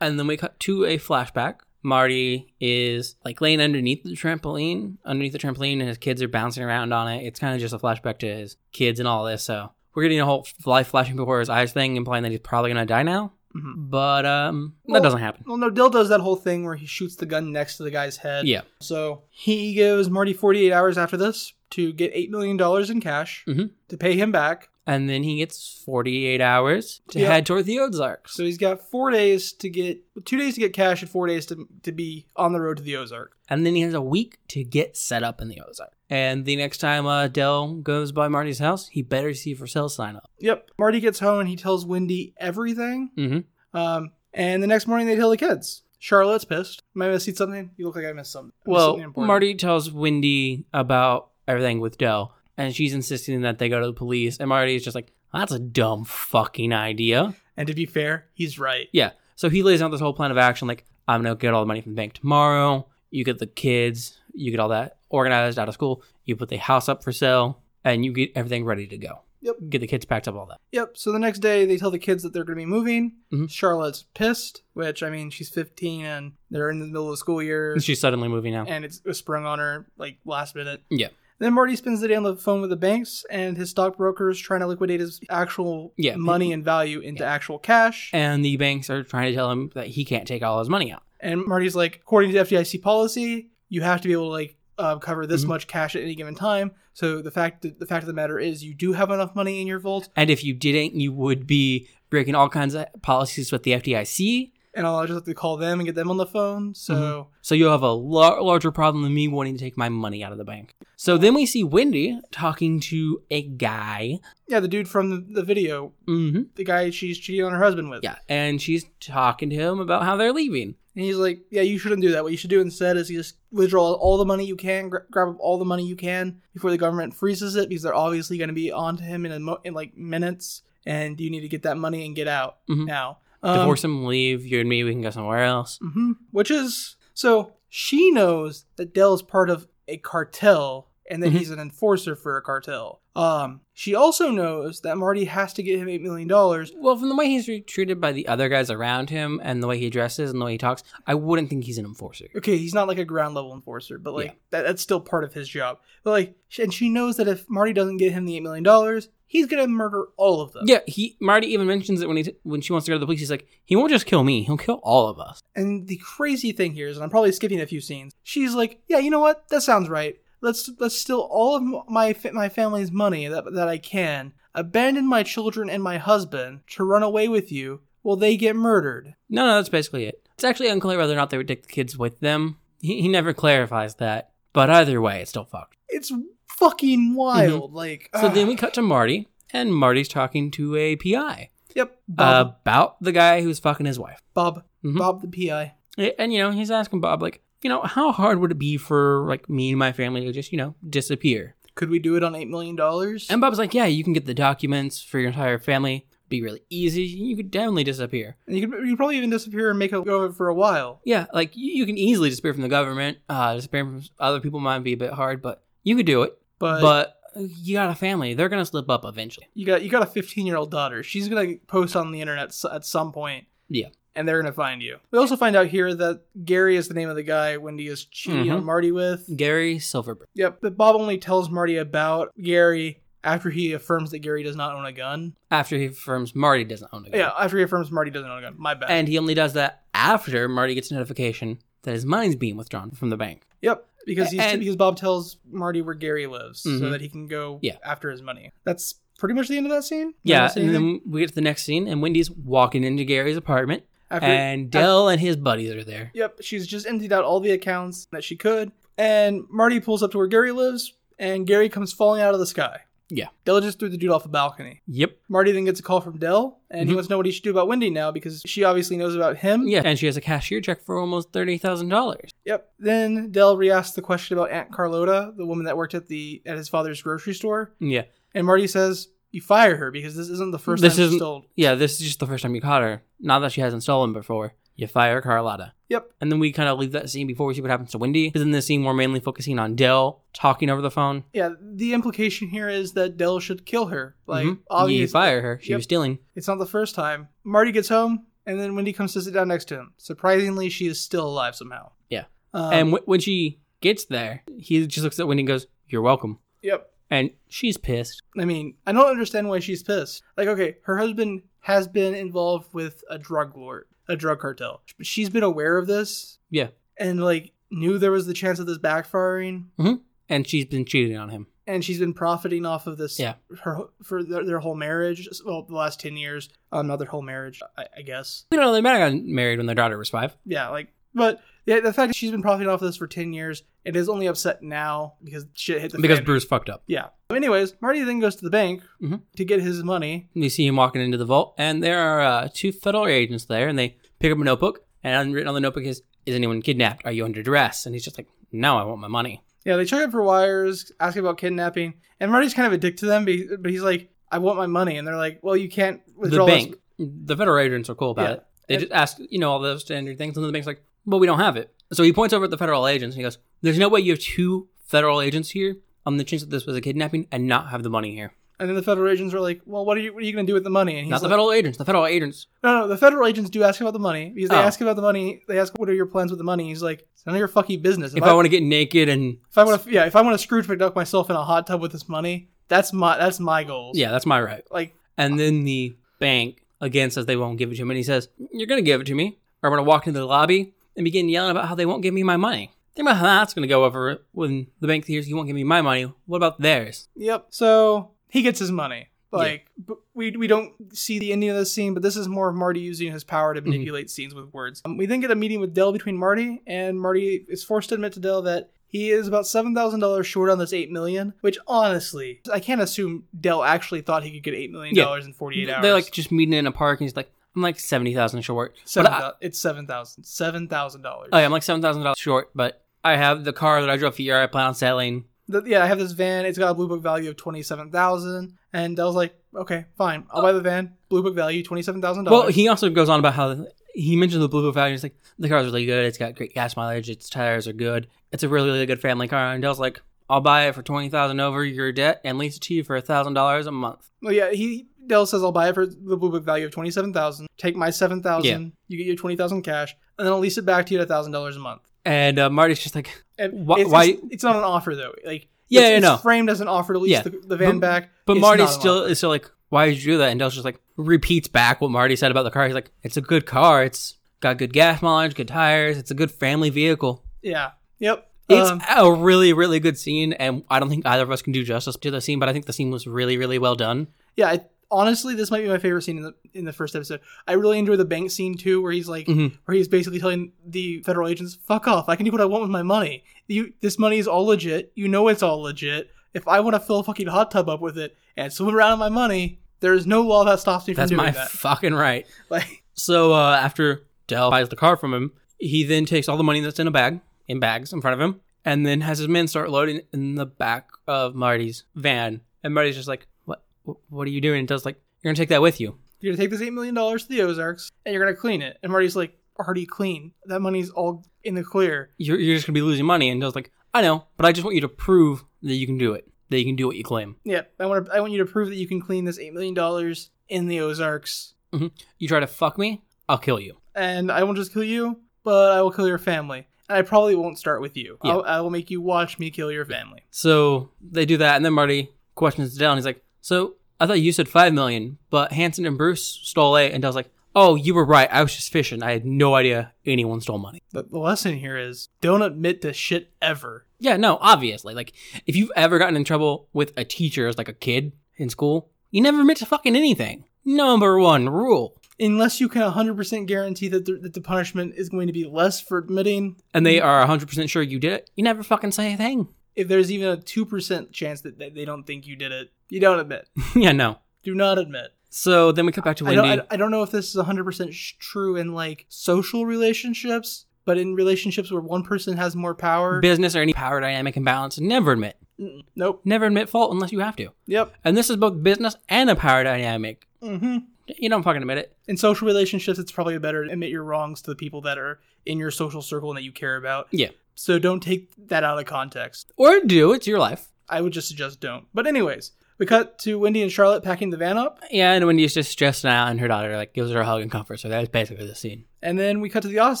[SPEAKER 2] And then we cut to a flashback. Marty is like laying underneath the trampoline, underneath the trampoline, and his kids are bouncing around on it. It's kind of just a flashback to his kids and all this. So we're getting a whole life flashing before his eyes thing, implying that he's probably gonna die now.
[SPEAKER 1] Mhm.
[SPEAKER 2] But um,
[SPEAKER 1] Well-
[SPEAKER 2] that doesn't happen.
[SPEAKER 1] Well, no, Dill does that whole thing where he shoots the gun next to the guy's head.
[SPEAKER 2] Yeah.
[SPEAKER 1] So he gives Marty 48 hours after this to get $8 million in cash
[SPEAKER 2] Mhm.
[SPEAKER 1] to pay him back.
[SPEAKER 2] And then he gets 48 hours to
[SPEAKER 1] Yeah.
[SPEAKER 2] head toward the Ozarks.
[SPEAKER 1] So he's got four days to get, two days to get cash and four days to, to be on the road to the Ozark.
[SPEAKER 2] and then he has a week to get set up in the Ozark. And the next time uh, Dell goes by Marty's house, he better see for sale sign up.
[SPEAKER 1] Yep. Marty gets home and he tells Wendy everything.
[SPEAKER 2] Mhm.
[SPEAKER 1] Um, and the next morning they tell the kids. Charlotte's pissed. Am I missing something? You look like I missed something. I missed
[SPEAKER 2] Well,
[SPEAKER 1] something important.
[SPEAKER 2] Marty tells Wendy about everything with Dell, and she's insisting that they go to the police. And Marty is just like, "That's a dumb fucking idea."
[SPEAKER 1] And to be fair, he's right.
[SPEAKER 2] Yeah. So he lays out this whole plan of action, like, "I'm gonna get all the money from the bank tomorrow. You get the kids. You get all that organized out of school. You put the house up for sale, and you get everything ready to go.
[SPEAKER 1] Yep.
[SPEAKER 2] Get the kids packed up, all that."
[SPEAKER 1] Yep. So the next day, they tell the kids that they're going to be moving.
[SPEAKER 2] Mhm.
[SPEAKER 1] Charlotte's pissed, which I mean, she's 15 and they're in the middle of the school year,
[SPEAKER 2] She's suddenly moving now.
[SPEAKER 1] and it's it was sprung on her like last minute.
[SPEAKER 2] Yeah.
[SPEAKER 1] Then Marty spends the day on the phone with the banks, and his stockbroker is trying to liquidate his actual
[SPEAKER 2] Yeah.
[SPEAKER 1] money and value into actual cash. And,
[SPEAKER 2] and the banks are trying to tell him that he can't take all his money out.
[SPEAKER 1] Marty's like, according to FDIC policy, you have to be able to like uh, cover this
[SPEAKER 2] Mhm.
[SPEAKER 1] much cash at any given time. So the fact that, the fact of the matter is, you do have enough money in your vault,
[SPEAKER 2] And if you didn't, you would be breaking all kinds of policies with the FDIC.
[SPEAKER 1] and I'll just have to call them and get them on the phone. So.
[SPEAKER 2] So you'll have a lar- larger problem than me wanting to take my money out of the bank. So then we see Wendy talking to a guy.
[SPEAKER 1] Yeah, the dude from the, the video,
[SPEAKER 2] Mm-hmm.
[SPEAKER 1] the guy she's cheating on her husband with.
[SPEAKER 2] Yeah. And she's talking to him about how they're leaving.
[SPEAKER 1] And he's like, yeah, you shouldn't do that. What you should do instead is you just withdraw all the money you can, gra- grab up all the money you can before the government freezes it because they're obviously going to be on to him in, a mo- in like minutes and you need to get that money and get out
[SPEAKER 2] Mhm.
[SPEAKER 1] now.
[SPEAKER 2] Divorce him, leave. You and me, we can go somewhere else.
[SPEAKER 1] hmm Which is, so she knows that Dell is part of a cartel and that
[SPEAKER 2] Mhm.
[SPEAKER 1] he's an enforcer for a cartel. Um, she also knows that Marty has to get him $8 million
[SPEAKER 2] Well, from the way he's treated by the other guys around him and the way he dresses and the way he talks, I wouldn't think he's an enforcer.
[SPEAKER 1] okay, he's not like a ground level enforcer, but like
[SPEAKER 2] Yeah.
[SPEAKER 1] that, that's still part of his job. But like, sh- and she knows that if Marty doesn't get him the eight million dollars, he's gonna murder all of them.
[SPEAKER 2] Yeah, he Marty even mentions it when he when she wants to go to the police. He's like, he won't just kill me; he'll kill all of us.
[SPEAKER 1] And the crazy thing here is, and I'm probably skipping a few scenes. She's like, yeah, you know what? That sounds right. Let's let's steal all of m- my fa- my family's money that that I can, abandon my children and my husband to run away with you. while they get murdered.
[SPEAKER 2] No, no, that's basically it. It's actually unclear whether or not they would take the kids with them. He, he never clarifies that. But either way, it's still fucked.
[SPEAKER 1] It's fucking wild. Like,
[SPEAKER 2] Mm-hmm. So
[SPEAKER 1] ugh.
[SPEAKER 2] then we cut to Marty, and Marty's talking to a PI
[SPEAKER 1] yep,
[SPEAKER 2] Uh,
[SPEAKER 1] Bob,
[SPEAKER 2] about the guy who's fucking his wife.
[SPEAKER 1] Bob,
[SPEAKER 2] Mhm.
[SPEAKER 1] Bob the PI.
[SPEAKER 2] A- And you know, he's asking Bob like, you know, how hard would it be for like me and my family to just you know disappear?
[SPEAKER 1] Could we do it on eight million dollars?
[SPEAKER 2] And Bob's like, yeah, you can get the documents for your entire family. Be really easy. You could definitely disappear.
[SPEAKER 1] And you could, you could probably even disappear and make a go of it for a while.
[SPEAKER 2] Yeah, like you, you can easily disappear from the government. Uh, disappearing from other people might be a bit hard, but you could do it.
[SPEAKER 1] But,
[SPEAKER 2] But you got a family; they're gonna slip up eventually.
[SPEAKER 1] you got you got a 15 year old daughter. She's gonna post on the internet s- at some point.
[SPEAKER 2] Yeah.
[SPEAKER 1] And they're gonna find you. We also find out here that Gary is the name of the guy Wendy is cheating
[SPEAKER 2] Mhm.
[SPEAKER 1] on Marty with.
[SPEAKER 2] Gary Silverberg.
[SPEAKER 1] Yep. But Bob only tells Marty about Gary after he affirms that Gary does not own a gun.
[SPEAKER 2] After he affirms Marty doesn't own a gun,
[SPEAKER 1] Yeah. After he affirms Marty doesn't own a gun. My bad.
[SPEAKER 2] and he only does that after Marty gets a notification that his money's being withdrawn from the bank.
[SPEAKER 1] yep. Because he's,
[SPEAKER 2] and-
[SPEAKER 1] because Bob tells Marty where Gary lives so
[SPEAKER 2] Mhm.
[SPEAKER 1] that he can go
[SPEAKER 2] Yeah.
[SPEAKER 1] after his money. That's pretty much the end of that scene.
[SPEAKER 2] Yeah,
[SPEAKER 1] Unless
[SPEAKER 2] and
[SPEAKER 1] anything-
[SPEAKER 2] then we get to the next scene, and Wendy's walking into Gary's apartment,
[SPEAKER 1] after,
[SPEAKER 2] and Dell and his buddies are there.
[SPEAKER 1] Yep, she's just emptied out all the accounts that she could. And Marty pulls up to where Gary lives, and Gary comes falling out of the sky.
[SPEAKER 2] Yeah.
[SPEAKER 1] Dell just threw the dude off a balcony.
[SPEAKER 2] Yep.
[SPEAKER 1] Marty then gets a call from Dell, and he
[SPEAKER 2] Mhm.
[SPEAKER 1] wants to know what he should do about Wendy now because she obviously knows about him.
[SPEAKER 2] Yeah, and she has a cashier check for almost thirty thousand dollars.
[SPEAKER 1] Yep. Then Dell re asks the question about Aunt Carlota, the woman that worked at the at his father's grocery store,
[SPEAKER 2] Yeah,
[SPEAKER 1] and Marty says, "You fire her because this isn't the first
[SPEAKER 2] This
[SPEAKER 1] time she
[SPEAKER 2] isn't-
[SPEAKER 1] stole."
[SPEAKER 2] yeah. This is just the first time you caught her. Not that she hasn't stolen before. You fire Carlotta.
[SPEAKER 1] Yep.
[SPEAKER 2] And then we kind of leave that scene before we see what happens to Wendy. Because in this scene, we're mainly focusing on Dell talking over the phone.
[SPEAKER 1] Yeah. The implication here is that Dell should kill her. Like
[SPEAKER 2] Mhm. you
[SPEAKER 1] obviously,
[SPEAKER 2] fire her. She
[SPEAKER 1] Yep.
[SPEAKER 2] was stealing.
[SPEAKER 1] It's not the first time. Marty gets home. And then Wendy comes to sit down next to him. Surprisingly, she is still alive somehow.
[SPEAKER 2] Yeah.
[SPEAKER 1] Um,
[SPEAKER 2] and w- when she gets there, he just looks at Wendy and goes, "You're welcome."
[SPEAKER 1] yep.
[SPEAKER 2] And she's pissed.
[SPEAKER 1] I mean, I don't understand why she's pissed. Like, okay, her husband has been involved with a drug lord, a drug cartel. But she's been aware of this.
[SPEAKER 2] Yeah.
[SPEAKER 1] And, like, knew there was the chance of this backfiring.
[SPEAKER 2] And she's been cheating on him.
[SPEAKER 1] And she's been profiting off of this
[SPEAKER 2] Yeah.
[SPEAKER 1] her, for their, their whole marriage. Well, the last 10 years. Um, not their whole marriage, I, I guess.
[SPEAKER 2] You know, they might have gotten married when their daughter was five.
[SPEAKER 1] Yeah, like, but yeah, the fact that she's been profiting off of this for 10 years and is only upset now because shit hit the
[SPEAKER 2] Because
[SPEAKER 1] fan.
[SPEAKER 2] Bruce fucked up.
[SPEAKER 1] Yeah. Anyways, Marty then goes to the bank
[SPEAKER 2] Mhm.
[SPEAKER 1] to get his money.
[SPEAKER 2] You see him walking into the vault, and there are uh, two federal agents there, and they pick up a notebook, and written on the notebook is, "Is anyone kidnapped? Are you under duress?" And he's just like, "No, I want my money."
[SPEAKER 1] Yeah, they check him for wires, ask about kidnapping, and Marty's kind of a dick to them, be- but he's like, "I want my money," and they're like, "Well, you can't
[SPEAKER 2] The
[SPEAKER 1] withdraw." this-
[SPEAKER 2] bank, the federal agents are cool about
[SPEAKER 1] Yeah.
[SPEAKER 2] it. They
[SPEAKER 1] And-
[SPEAKER 2] just ask, you know, all those standard things, and then the bank's like, "Well, we don't have it." So he points over at the federal agents, and he goes, "There's no way you have two federal agents here on the chance that this was a kidnapping and not have the money here."
[SPEAKER 1] And then the federal agents are like, "Well, what are you what are you going to do with the money?" And he's
[SPEAKER 2] Not the
[SPEAKER 1] like,
[SPEAKER 2] federal agents. The federal agents.
[SPEAKER 1] "No, no, the federal agents do ask about the money because they
[SPEAKER 2] Oh.
[SPEAKER 1] ask about the money. They ask, "What are your plans with the money?" He's like, "It's none of your fucking business."
[SPEAKER 2] If I want to get naked and
[SPEAKER 1] if I want to, yeah, if I want to Scrooge McDuck myself in a hot tub with this money, that's my that's my goals.
[SPEAKER 2] yeah, that's my right.
[SPEAKER 1] like
[SPEAKER 2] And then the bank again says they won't give it to him. And he says, You're going to give it to me. Or I'm going to walk into the lobby and begin yelling about how they won't give me my money. Think about how that's going to go over when the bank hears you won't give me my money. What about theirs?
[SPEAKER 1] Yep. So he gets his money.
[SPEAKER 2] Yeah.
[SPEAKER 1] Like but we we don't see the ending of this scene, but this is more of Marty using his power to
[SPEAKER 2] Mhm.
[SPEAKER 1] manipulate scenes with words. Um, we then get a meeting with Dell between Marty and Marty is forced to admit to Dell that he is about seven thousand dollars short on this eight million. Which honestly, I can't assume Dell actually thought he could get eight million dollars in forty eight hours.
[SPEAKER 2] They're like just meeting in a park and he's like, I'm like 70000 short. But
[SPEAKER 1] seven,
[SPEAKER 2] I,
[SPEAKER 1] thou- it's seven thousand. Seven thousand dollars.
[SPEAKER 2] oh, yeah, I'm like $7,000 short, but I have the car that I drove for a year I plan on selling.
[SPEAKER 1] The- yeah, I have this van. It's got a blue book value of twenty seven thousand. And Dell's like, okay, fine, I'll buy the van. Blue book value twenty seven thousand dollars.
[SPEAKER 2] Well, he also goes on about how he mentioned the Blue Book value. He's like, the car's really good. It's got great gas mileage. Its tires are good. It's a really, really good family car. And Dell's like, I'll buy it for twenty thousand over your debt and lease it to you for thousand dollars a month.
[SPEAKER 1] Well, yeah, he Dell says I'll buy it for the blue book value of twenty seven thousand. Take my seven thousand. You get your twenty thousand cash, and then I'll lease it back to you at thousand dollars a month.
[SPEAKER 2] And uh, Marty's just like,
[SPEAKER 1] And
[SPEAKER 2] Why-
[SPEAKER 1] it's,
[SPEAKER 2] why-
[SPEAKER 1] It's, it's not an offer though. Like
[SPEAKER 2] Yeah,
[SPEAKER 1] it's,
[SPEAKER 2] yeah,
[SPEAKER 1] it's
[SPEAKER 2] no.
[SPEAKER 1] framed as an offer to lease
[SPEAKER 2] Yeah.
[SPEAKER 1] the, the van
[SPEAKER 2] But-
[SPEAKER 1] back.
[SPEAKER 2] but
[SPEAKER 1] It's
[SPEAKER 2] Marty
[SPEAKER 1] not an
[SPEAKER 2] still
[SPEAKER 1] offer.
[SPEAKER 2] is still like, why did you do that? And Dell's just like repeats back what Marty said about the car. He's like, it's a good car. It's got good gas mileage, good tires. It's a good family vehicle.
[SPEAKER 1] yeah, yep.
[SPEAKER 2] It's
[SPEAKER 1] Um,
[SPEAKER 2] a really, really good scene, and I don't think either of us can do justice to the scene, but I think the scene was really, really well done.
[SPEAKER 1] yeah. I, honestly, this might be my favorite scene in the in the first episode. I really enjoy the bank scene too, where he's like,
[SPEAKER 2] Mhm.
[SPEAKER 1] where he's basically telling the federal agents, "Fuck off! I can do what I want with my money. You, this money is all legit. You know it's all legit. If I want to fill a fucking hot tub up with it and swim around in my money, there is no law that stops me from
[SPEAKER 2] That's
[SPEAKER 1] doing
[SPEAKER 2] my
[SPEAKER 1] that."
[SPEAKER 2] fucking right.
[SPEAKER 1] like,
[SPEAKER 2] So uh, after Dell buys the car from him, he then takes all the money that's in a bag, in bags in front of him, and then has his men start loading in the back of Marty's van. And Marty's just like, "What? wh- What are you doing?" And Dell's like, "You're gonna take that with you."
[SPEAKER 1] you're gonna take this eight million dollars to the Ozarks and you're gonna clean it. And Marty's like, "Already clean. That money's all in the clear."
[SPEAKER 2] You're, you're just gonna be losing money. And Dell's like, "I know, but I just want you to prove that you can do it. That you can do what you claim.
[SPEAKER 1] Yeah, I want to. I want you to prove that you can clean this eight million dollars in the Ozarks,
[SPEAKER 2] You try to fuck me, I'll kill you."
[SPEAKER 1] and I won't just kill you, but I will kill your family. And I probably won't start with you.
[SPEAKER 2] Yeah.
[SPEAKER 1] I'll, I will make you watch me kill your family.
[SPEAKER 2] So they do that, and then Marty questions Dell, and he's like, "So I thought you said five million, but Hanson and Bruce stole eight. And Dell's like, "Oh, you were right. I was just fishing. I had no idea anyone stole money."
[SPEAKER 1] The, the lesson here is don't admit to shit ever.
[SPEAKER 2] Yeah, no, obviously. Like, if you've ever gotten in trouble with a teacher as like a kid in school, you never admit to fucking anything. Number one rule.
[SPEAKER 1] Unless you can 100% guarantee that the, that the punishment is going to be less for admitting,
[SPEAKER 2] And they are 100% sure you did it. You never fucking say a thing.
[SPEAKER 1] if there's even a 2% chance that, that they don't think you did it, you don't admit.
[SPEAKER 2] yeah, no.
[SPEAKER 1] Do not admit.
[SPEAKER 2] So then we cut back to
[SPEAKER 1] I
[SPEAKER 2] Wendy.
[SPEAKER 1] don't, I, I don't know if this is 100% sh- true in like social relationships, but in relationships where one person has more power,
[SPEAKER 2] Business or any power dynamic imbalance, never admit.
[SPEAKER 1] Mm, nope.
[SPEAKER 2] Never admit fault unless you have to.
[SPEAKER 1] Yep.
[SPEAKER 2] And this is both business and a power dynamic.
[SPEAKER 1] hmm
[SPEAKER 2] You don't fucking admit it.
[SPEAKER 1] in social relationships, it's probably better to admit your wrongs to the people that are in your social circle and that you care about.
[SPEAKER 2] Yeah.
[SPEAKER 1] So don't take that out of context.
[SPEAKER 2] Or do, it's your life.
[SPEAKER 1] I would just suggest don't. But anyways, We cut to Wendy and Charlotte packing the van up,
[SPEAKER 2] Yeah, and Wendy's just stressed out, and her daughter like gives her a hug and comfort. So that's basically the scene.
[SPEAKER 1] and then we cut to the office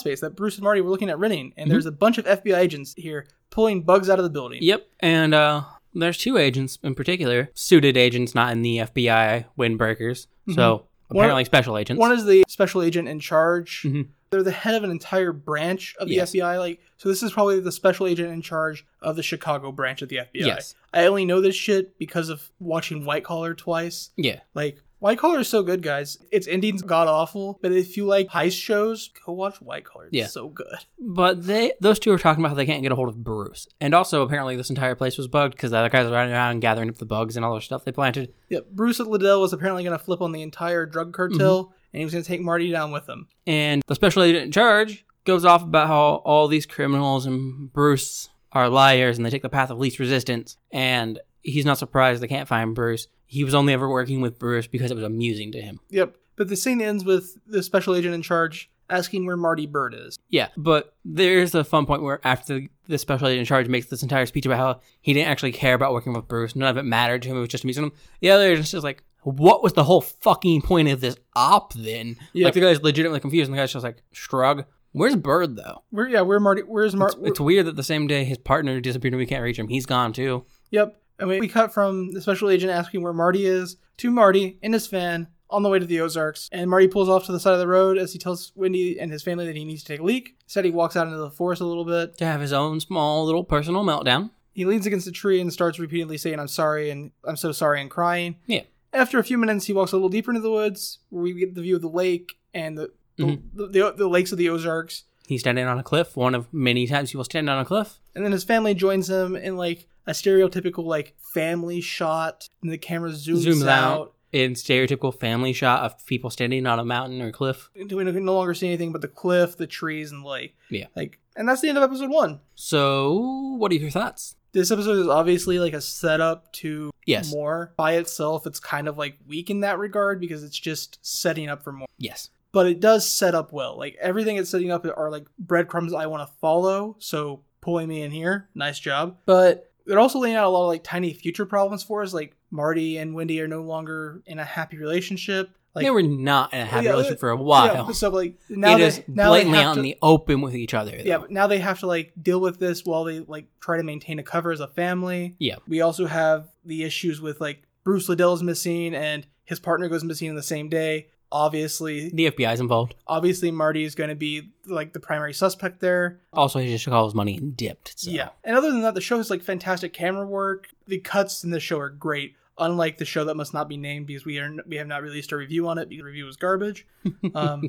[SPEAKER 1] space that Bruce and Marty were looking at renting,
[SPEAKER 2] Mm-hmm.
[SPEAKER 1] and there's a bunch of FBI agents here pulling bugs out of the building.
[SPEAKER 2] Yep, and uh, there's two agents in particular, suited agents, not in the FBI windbreakers. So
[SPEAKER 1] One-
[SPEAKER 2] apparently special agents.
[SPEAKER 1] One is the special agent in charge.
[SPEAKER 2] Mhm.
[SPEAKER 1] They're the head of an entire branch of the
[SPEAKER 2] Yes.
[SPEAKER 1] FBI. Like, so this is probably the special agent in charge of the Chicago branch of the FBI.
[SPEAKER 2] Yes.
[SPEAKER 1] I only know this shit because of watching White Collar twice.
[SPEAKER 2] Yeah.
[SPEAKER 1] Like, White Collar is so good, guys. Its ending's god awful, but if you like heist shows, go watch White Collar. It's
[SPEAKER 2] Yeah.
[SPEAKER 1] so good.
[SPEAKER 2] But they those two are talking about how they can't get a hold of Bruce. And also apparently this entire place was bugged because the other guys are running around and gathering up the bugs and all their stuff they planted.
[SPEAKER 1] Yep. Bruce Liddell was apparently going to flip on the entire drug cartel, and he was going to take Marty down with him.
[SPEAKER 2] And the special agent in charge goes off about how all these criminals and Bruce are liars and they take the path of least resistance. And he's not surprised they can't find Bruce. He was only ever working with Bruce because it was amusing to him.
[SPEAKER 1] Yep. But the scene ends with the special agent in charge asking where Marty Bird is.
[SPEAKER 2] Yeah, but there's a fun point where after the, the special agent in charge makes this entire speech about how he didn't actually care about working with Bruce, none of it mattered to him, it was just amusing him. The other agent's just like, what was the whole fucking point of this op then?
[SPEAKER 1] Yeah.
[SPEAKER 2] Like the guy's legitimately confused, and the guy's just like, shrug. Where's Bird though?
[SPEAKER 1] Where? Yeah. Where Marty? Where's Marty?
[SPEAKER 2] It's, it's weird that the same day his partner disappeared and we can't reach him. He's gone too.
[SPEAKER 1] Yep. And we, we cut from the special agent asking where Marty is to Marty in his van on the way to the Ozarks. And Marty pulls off to the side of the road as he tells Wendy and his family that he needs to take a leak. Instead, he walks out into the forest a little bit.
[SPEAKER 2] To have his own small little personal meltdown.
[SPEAKER 1] He leans against a tree and starts repeatedly saying, I'm sorry and I'm so sorry and crying.
[SPEAKER 2] Yeah.
[SPEAKER 1] After a few minutes, he walks a little deeper into the woods where we get the view of the lake and the, the,
[SPEAKER 2] Mm-hmm.
[SPEAKER 1] the, the, the lakes of the Ozarks.
[SPEAKER 2] He's standing on a cliff, one of many times he will stand on a cliff.
[SPEAKER 1] And then his family joins him in like a stereotypical like family shot and the camera zooms,
[SPEAKER 2] Zooms
[SPEAKER 1] out.
[SPEAKER 2] out. In stereotypical family shot of people standing on a mountain or cliff.
[SPEAKER 1] we no longer see anything but the cliff, the trees, and the lake.
[SPEAKER 2] Yeah.
[SPEAKER 1] Like, and that's the end of episode one.
[SPEAKER 2] So, what are your thoughts?
[SPEAKER 1] This episode is obviously like a setup to
[SPEAKER 2] Yes.
[SPEAKER 1] more. By itself, it's kind of like weak in that regard because it's just setting up for more.
[SPEAKER 2] Yes.
[SPEAKER 1] But it does set up well. Like everything it's setting up are like breadcrumbs I want to follow. So pulling me in here, nice job. But they're also laying out a lot of like tiny future problems for us. Like Marty and Wendy are no longer in a happy relationship. Like
[SPEAKER 2] they were not in a happy
[SPEAKER 1] Yeah, uh,
[SPEAKER 2] relationship for a
[SPEAKER 1] yeah,
[SPEAKER 2] while.
[SPEAKER 1] so like now
[SPEAKER 2] it
[SPEAKER 1] they,
[SPEAKER 2] is
[SPEAKER 1] now they
[SPEAKER 2] blatantly
[SPEAKER 1] have
[SPEAKER 2] out
[SPEAKER 1] to,
[SPEAKER 2] in the open with each other.
[SPEAKER 1] Yeah,
[SPEAKER 2] though.
[SPEAKER 1] but now they have to like deal with this while they like try to maintain a cover as a family.
[SPEAKER 2] Yeah.
[SPEAKER 1] We also have the issues with like Bruce Liddell's missing and his partner goes missing in the same day. Obviously,
[SPEAKER 2] The FBI's involved.
[SPEAKER 1] obviously Marty is going to be like the primary suspect there.
[SPEAKER 2] Also, he just took all his money and dipped. So.
[SPEAKER 1] Yeah. And other than that, the show has like fantastic camera work. The cuts in the show are great. Unlike the show that must not be named because we are we have not released a review on it because the review was garbage. Um,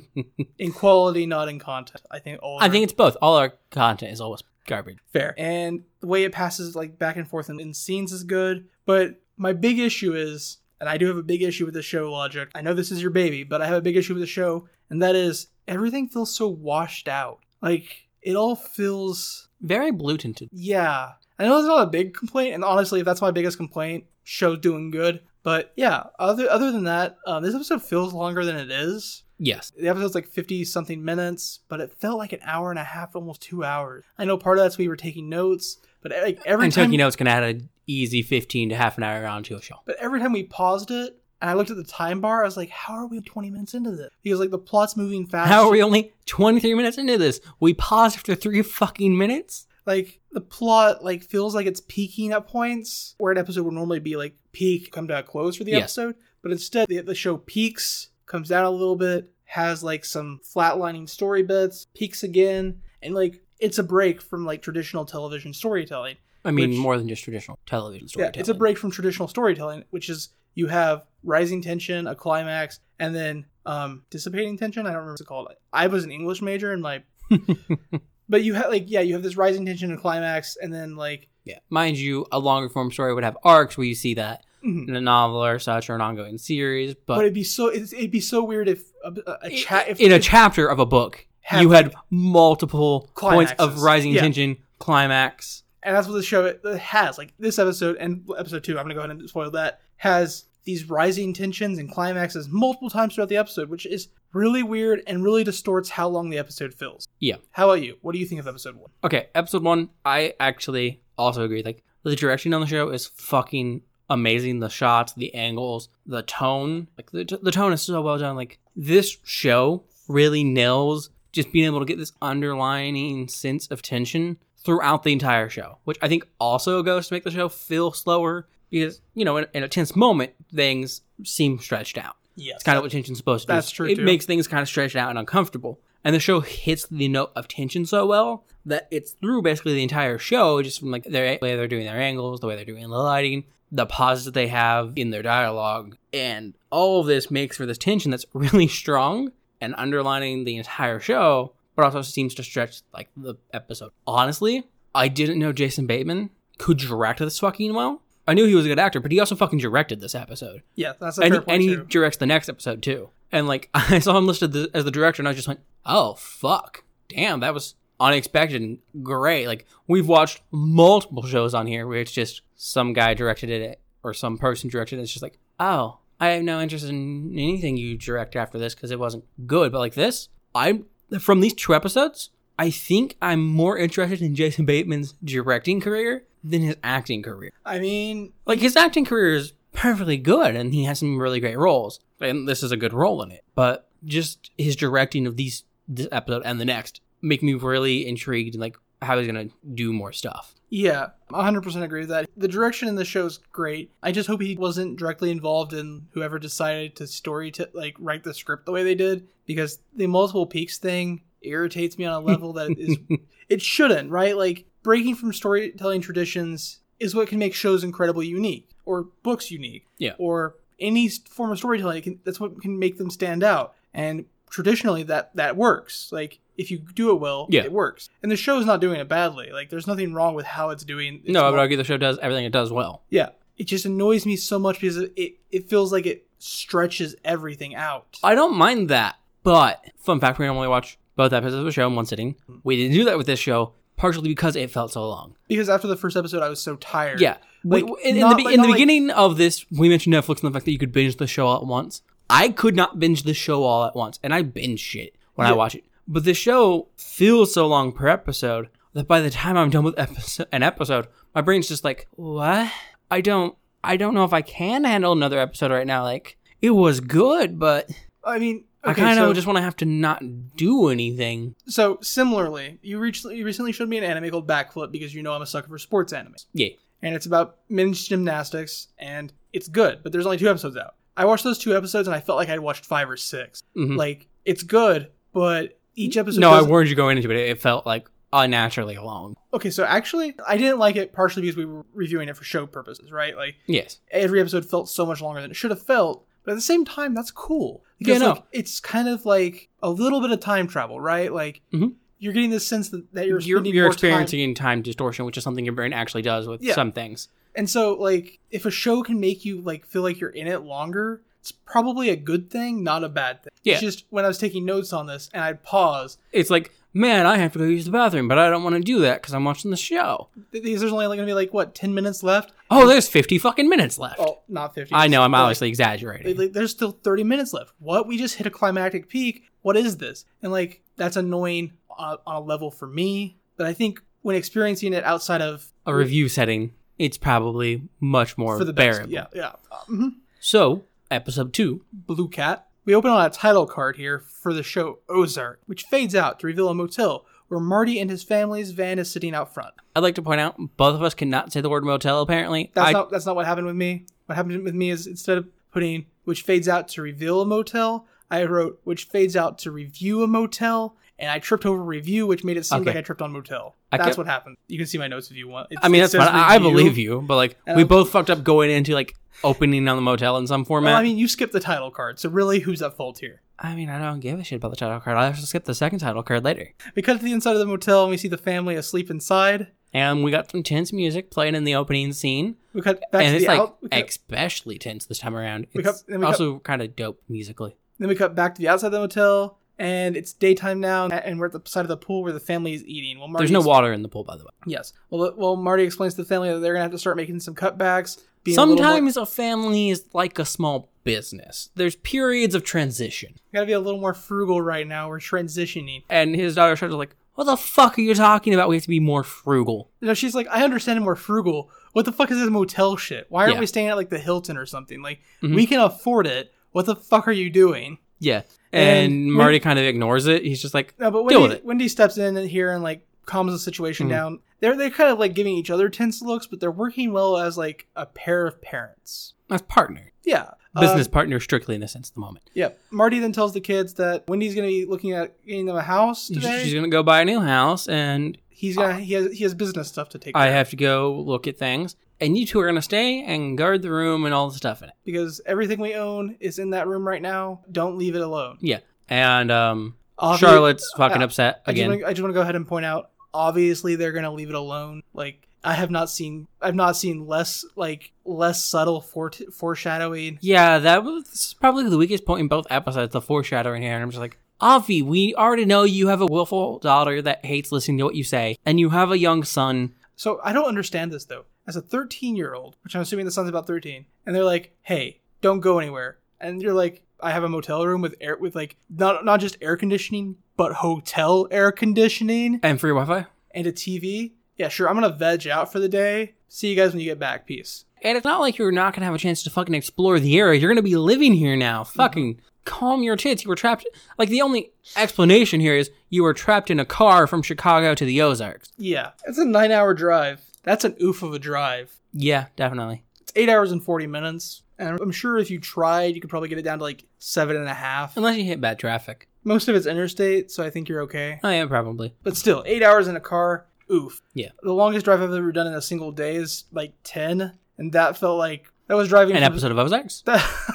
[SPEAKER 1] in quality, not in content. I think all.
[SPEAKER 2] I
[SPEAKER 1] are-
[SPEAKER 2] think it's both. All our content is always garbage.
[SPEAKER 1] Fair. And the way it passes like back and forth in, in scenes is good. But my big issue is, and I do have a big issue with the show logic. I know this is your baby, but I have a big issue with the show, and that is everything feels so washed out. Like it all feels
[SPEAKER 2] Very blue tinted.
[SPEAKER 1] yeah. I know that's not a big complaint, and honestly, if that's my biggest complaint, show's doing good. But yeah, other other than that, um, this episode feels longer than it is.
[SPEAKER 2] Yes.
[SPEAKER 1] The episode's like 50 something minutes, but it felt like an hour and a half, almost two hours. I know part of that's we were taking notes, but eh, like every
[SPEAKER 2] and
[SPEAKER 1] time,
[SPEAKER 2] Tokyo Note's going to add an easy 15 to half an hour onto a show.
[SPEAKER 1] but every time we paused it and I looked at the time bar, I was like, how are we 20 minutes into this? Because like the plot's moving fast.
[SPEAKER 2] How are we only 23 minutes into this? We paused after three fucking minutes?
[SPEAKER 1] Like the plot like feels like it's peaking at points where an episode would normally be like peak, come to a close for the
[SPEAKER 2] Yes.
[SPEAKER 1] episode, but instead the, the show peaks, comes down a little bit, has like some flatlining story bits, peaks again, and like it's a break from like traditional television storytelling.
[SPEAKER 2] I mean,
[SPEAKER 1] Which-
[SPEAKER 2] more than just traditional television storytelling.
[SPEAKER 1] Yeah, it's a break from traditional storytelling, which is you have rising tension, a climax, and then um, dissipating tension. I don't remember what it's called. I was an English major and like, but you have like yeah, you have this rising tension and climax, and then like
[SPEAKER 2] Yeah. Mind you, a longer form story would have arcs where you see that
[SPEAKER 1] mhm.
[SPEAKER 2] in a novel or such or an ongoing series,
[SPEAKER 1] but,
[SPEAKER 2] but,
[SPEAKER 1] it'd be so it's, it'd be so weird if a, a- a chat if
[SPEAKER 2] in a chapter of a book,
[SPEAKER 1] Have-
[SPEAKER 2] you had multiple points of
[SPEAKER 1] Climaxes.
[SPEAKER 2] rising
[SPEAKER 1] Yeah.
[SPEAKER 2] tension, climax.
[SPEAKER 1] and that's what the show has. Like this episode and episode two, I'm gonna go ahead and spoil that has these rising tensions and climaxes multiple times throughout the episode, which is really weird and really distorts how long the episode feels.
[SPEAKER 2] Yeah.
[SPEAKER 1] How about you? What do you think of episode one?
[SPEAKER 2] Okay, episode one, I actually also agree. Like, the direction on the show is fucking amazing. The shots, the angles, the tone. Like the, t- the tone is so well done. Like this show really nails just being able to get this underlining sense of tension throughout the entire show, which I think also goes to make the show feel slower because, you know, in, in a tense moment, things seem stretched out.
[SPEAKER 1] Yes.
[SPEAKER 2] It's kind of what tension's supposed to do.
[SPEAKER 1] That's true,
[SPEAKER 2] It
[SPEAKER 1] too.
[SPEAKER 2] makes things kind of stretched out and uncomfortable. And the show hits the note of tension so well that it's through basically the entire show, just from like their way they're doing their angles, the way they're doing the lighting, the pauses that they have in their dialogue, and all of this makes for this tension that's really strong and underlining the entire show, but also seems to stretch like the episode. Honestly, I didn't know Jason Bateman could direct this fucking well. I knew he was a good actor, but he also fucking directed this episode
[SPEAKER 1] yeah, that's a
[SPEAKER 2] and,
[SPEAKER 1] fair
[SPEAKER 2] he-
[SPEAKER 1] point
[SPEAKER 2] and he
[SPEAKER 1] too.
[SPEAKER 2] directs the next episode too. And like I saw him listed th- as the director, and I just went, "Oh fuck, damn, that was unexpected and great." Like we've watched multiple shows on here where it's just some guy directed it or some person directed it. It's just like, "Oh, I have no interest in anything you direct after this because it wasn't good." But like this, I'm from these two episodes, I think I'm more interested in Jason Bateman's directing career than his acting career.
[SPEAKER 1] I mean,
[SPEAKER 2] Like his acting career is perfectly good, and he has some really great roles, and this is a good role in it. But just his directing of these this episode and the next make me really intrigued, like how he's gonna do more stuff.
[SPEAKER 1] yeah, 100% agree with that. The direction in the show is great. I just hope he wasn't directly involved in whoever decided to story to like write the script the way they did because the multiple peaks thing irritates me on a level that is it shouldn't, right? Like breaking from storytelling traditions is what can make shows incredibly unique or books unique.
[SPEAKER 2] Yeah.
[SPEAKER 1] Or any s- form of storytelling it can, that's what can make them stand out. And traditionally that that works. Like if you do it well,
[SPEAKER 2] Yeah.
[SPEAKER 1] it works. And the show's not doing it badly. Like there's nothing wrong with how it's doing. It's
[SPEAKER 2] no, I would
[SPEAKER 1] not-
[SPEAKER 2] argue the show does everything it does well.
[SPEAKER 1] yeah. It just annoys me so much because it it feels like it stretches everything out.
[SPEAKER 2] I don't mind that, but fun fact: we normally watch both episodes of a show in one sitting. We didn't do that with this show, partially because it felt so long.
[SPEAKER 1] because after the first episode I was so tired.
[SPEAKER 2] Yeah. We-
[SPEAKER 1] Like,
[SPEAKER 2] in, in
[SPEAKER 1] not-
[SPEAKER 2] the, be-
[SPEAKER 1] like,
[SPEAKER 2] in
[SPEAKER 1] not
[SPEAKER 2] the
[SPEAKER 1] like-
[SPEAKER 2] beginning of this, we mentioned Netflix and the fact that you could binge the show all at once. I could not binge the show all at once, and I binge shit when I
[SPEAKER 1] Yeah.
[SPEAKER 2] watch it. But the show feels so long per episode that by the time I'm done with episode, an episode, my brain's just like, what? I don't, I don't know if I can handle another episode right now. Like, it was good, but
[SPEAKER 1] I mean
[SPEAKER 2] I
[SPEAKER 1] okay,
[SPEAKER 2] kind of
[SPEAKER 1] so-
[SPEAKER 2] just want to have to not do anything.
[SPEAKER 1] So similarly, you, reach, you recently showed me an anime called Backflip because you know I'm a sucker for sports animes.
[SPEAKER 2] Yeah.
[SPEAKER 1] And it's about men's gymnastics, and it's good, but there's only two episodes out. I watched those two episodes, and I felt like I'd watched five or 6
[SPEAKER 2] Mhm.
[SPEAKER 1] Like it's good, but each episode.
[SPEAKER 2] no, I
[SPEAKER 1] doesn't-
[SPEAKER 2] warned you going into it. It felt like unnaturally long.
[SPEAKER 1] Okay, so actually, I didn't like it partially because we were reviewing it for show purposes, right? Like
[SPEAKER 2] Yes.
[SPEAKER 1] every episode felt so much longer than it should have felt. But at the same time, that's cool.
[SPEAKER 2] Yeah,
[SPEAKER 1] Because
[SPEAKER 2] no.
[SPEAKER 1] like, it's kind of like a little bit of time travel, right? Like
[SPEAKER 2] Mhm.
[SPEAKER 1] you're getting this sense that, that you're
[SPEAKER 2] you're, you're,
[SPEAKER 1] spending more time-
[SPEAKER 2] experiencing time. distortion, which is something your brain actually does with
[SPEAKER 1] Yeah.
[SPEAKER 2] some things.
[SPEAKER 1] And so like if a show can make you like feel like you're in it longer, it's probably a good thing, not a bad thing.
[SPEAKER 2] Yeah.
[SPEAKER 1] It's just when I was taking notes on this and I'd pause
[SPEAKER 2] It's like, man, I have to go use the bathroom, but I don't want to do that because I'm watching the show.
[SPEAKER 1] th- these there's only like gonna be like what, ten minutes left?
[SPEAKER 2] Oh, there's 50 fucking minutes left.
[SPEAKER 1] Well, not fifty.
[SPEAKER 2] I know, I'm
[SPEAKER 1] But, like,
[SPEAKER 2] obviously exaggerating.
[SPEAKER 1] like, there's still thirty minutes left. What? We just hit a climactic peak. What is this? And like that's annoying on, on a level for me. But I think when experiencing it outside of
[SPEAKER 2] A review setting, it's probably much more
[SPEAKER 1] for the
[SPEAKER 2] bearable.
[SPEAKER 1] best, yeah, yeah. hmm
[SPEAKER 2] So, episode two.
[SPEAKER 1] Blue Cat. We open on a title card here for the show Ozark, which fades out to reveal a motel where Marty and his family's van is sitting out front.
[SPEAKER 2] I'd like to point out both of us cannot say the word motel, apparently.
[SPEAKER 1] That's
[SPEAKER 2] I,
[SPEAKER 1] not that's not what happened with me. What happened with me is instead of putting which fades out to reveal a motel, I wrote which fades out to review a motel, and I tripped over review, which made it seem
[SPEAKER 2] Okay.
[SPEAKER 1] like I tripped on motel.
[SPEAKER 2] I
[SPEAKER 1] that's
[SPEAKER 2] kept-
[SPEAKER 1] what happened. You can see my notes if you want. It's-
[SPEAKER 2] I mean,
[SPEAKER 1] it
[SPEAKER 2] that's
[SPEAKER 1] says
[SPEAKER 2] fine. I I
[SPEAKER 1] review.
[SPEAKER 2] believe you, but like, we
[SPEAKER 1] Um,
[SPEAKER 2] both fucked up going into like opening on the motel in some format.
[SPEAKER 1] Well, I mean, you skipped the title card, so really, who's at fault here?
[SPEAKER 2] I mean, I don't give a shit about the title card. I'll have to skip the second title card later.
[SPEAKER 1] We cut to the inside of the motel, and we see the family asleep inside.
[SPEAKER 2] and we got some tense music playing in the opening scene,
[SPEAKER 1] We cut back
[SPEAKER 2] and
[SPEAKER 1] to
[SPEAKER 2] it's
[SPEAKER 1] the
[SPEAKER 2] like
[SPEAKER 1] out. we cut-
[SPEAKER 2] especially tense this time around.
[SPEAKER 1] We
[SPEAKER 2] It's
[SPEAKER 1] cut- then we cut-
[SPEAKER 2] also kind of dope musically.
[SPEAKER 1] Then we cut back to the outside of the motel, and it's daytime now, and we're at the side of the pool where the family is eating. Well, Marty
[SPEAKER 2] There's no water in the pool, by the way.
[SPEAKER 1] Yes. Well, well, Marty explains to the family that they're gonna have to start making some cutbacks. being a little more-
[SPEAKER 2] Sometimes a family is like a small business. There's periods of transition,
[SPEAKER 1] gotta be a little more frugal right now. We're transitioning.
[SPEAKER 2] and his daughter starts like, "What the fuck are you talking about? We have to be more frugal."
[SPEAKER 1] You know, she's like, I understand we're frugal, what the fuck is this motel shit? Why aren't
[SPEAKER 2] Yeah.
[SPEAKER 1] we staying at like the Hilton or something? Like
[SPEAKER 2] Mhm.
[SPEAKER 1] we can afford it. What the fuck are you doing?
[SPEAKER 2] Yeah. And,
[SPEAKER 1] And when-
[SPEAKER 2] Marty kind of ignores it. He's just like,
[SPEAKER 1] No, but Wendy,
[SPEAKER 2] Deal with it.
[SPEAKER 1] Wendy steps in and here and like calms the situation
[SPEAKER 2] Mhm.
[SPEAKER 1] down. They're they're kind of like giving each other tense looks, but they're working well as like a pair of parents.
[SPEAKER 2] that's partner.
[SPEAKER 1] Yeah, Uh,
[SPEAKER 2] Business partner, strictly in a sense, at the moment.
[SPEAKER 1] yeah. Marty then tells the kids that Wendy's gonna be looking at getting them a house
[SPEAKER 2] She's
[SPEAKER 1] today.
[SPEAKER 2] going to go buy a new house, and
[SPEAKER 1] He's gonna he has he has business stuff to take
[SPEAKER 2] I
[SPEAKER 1] care of
[SPEAKER 2] have to go look at things. And you two are going to stay and guard the room and all the stuff in it.
[SPEAKER 1] because everything we own is in that room right now. Don't leave it alone.
[SPEAKER 2] And um,
[SPEAKER 1] Obvi-
[SPEAKER 2] Charlotte's fucking
[SPEAKER 1] uh,
[SPEAKER 2] upset
[SPEAKER 1] I just,
[SPEAKER 2] again.
[SPEAKER 1] wanna, I just want to go ahead and point out. Obviously, they're gonna leave it alone. Like I have not seen, I've not seen less like less subtle fort foreshadowing.
[SPEAKER 2] Yeah, that was this is probably the weakest point in both episodes, the foreshadowing here. And I'm just like, Avi, we already know you have a willful daughter that hates listening to what you say, and you have a young son.
[SPEAKER 1] So I don't understand this though. As a 13 year old, which I'm assuming the son's about 13, and they're like, "Hey, don't go anywhere," and you're like, "I have a motel room with air with like not not just air conditioning, but hotel air conditioning
[SPEAKER 2] And free Wi Fi?
[SPEAKER 1] and a TV." Yeah, sure. I'm gonna veg out for the day. See you guys when you get back. Peace.
[SPEAKER 2] And it's not like you're not gonna have a chance to fucking explore the area. You're gonna be living here now.
[SPEAKER 1] Mm-hmm.
[SPEAKER 2] Fucking calm your tits. You were trapped. Like the only explanation here is you were trapped in a car from Chicago to the Ozarks.
[SPEAKER 1] Yeah, it's a nine hour drive. That's an oof of a drive.
[SPEAKER 2] Yeah, definitely.
[SPEAKER 1] It's eight hours and 40 minutes. And I'm sure if you tried, you could probably get it down to like seven and a half.
[SPEAKER 2] Unless you hit bad traffic.
[SPEAKER 1] Most of it's interstate, so I think you're okay.
[SPEAKER 2] Oh yeah, probably.
[SPEAKER 1] But still, eight hours in a car, oof.
[SPEAKER 2] Yeah.
[SPEAKER 1] The longest drive I've ever done in a single day is like 10. And that felt like that was driving.
[SPEAKER 2] An
[SPEAKER 1] from-
[SPEAKER 2] episode of Ozarks.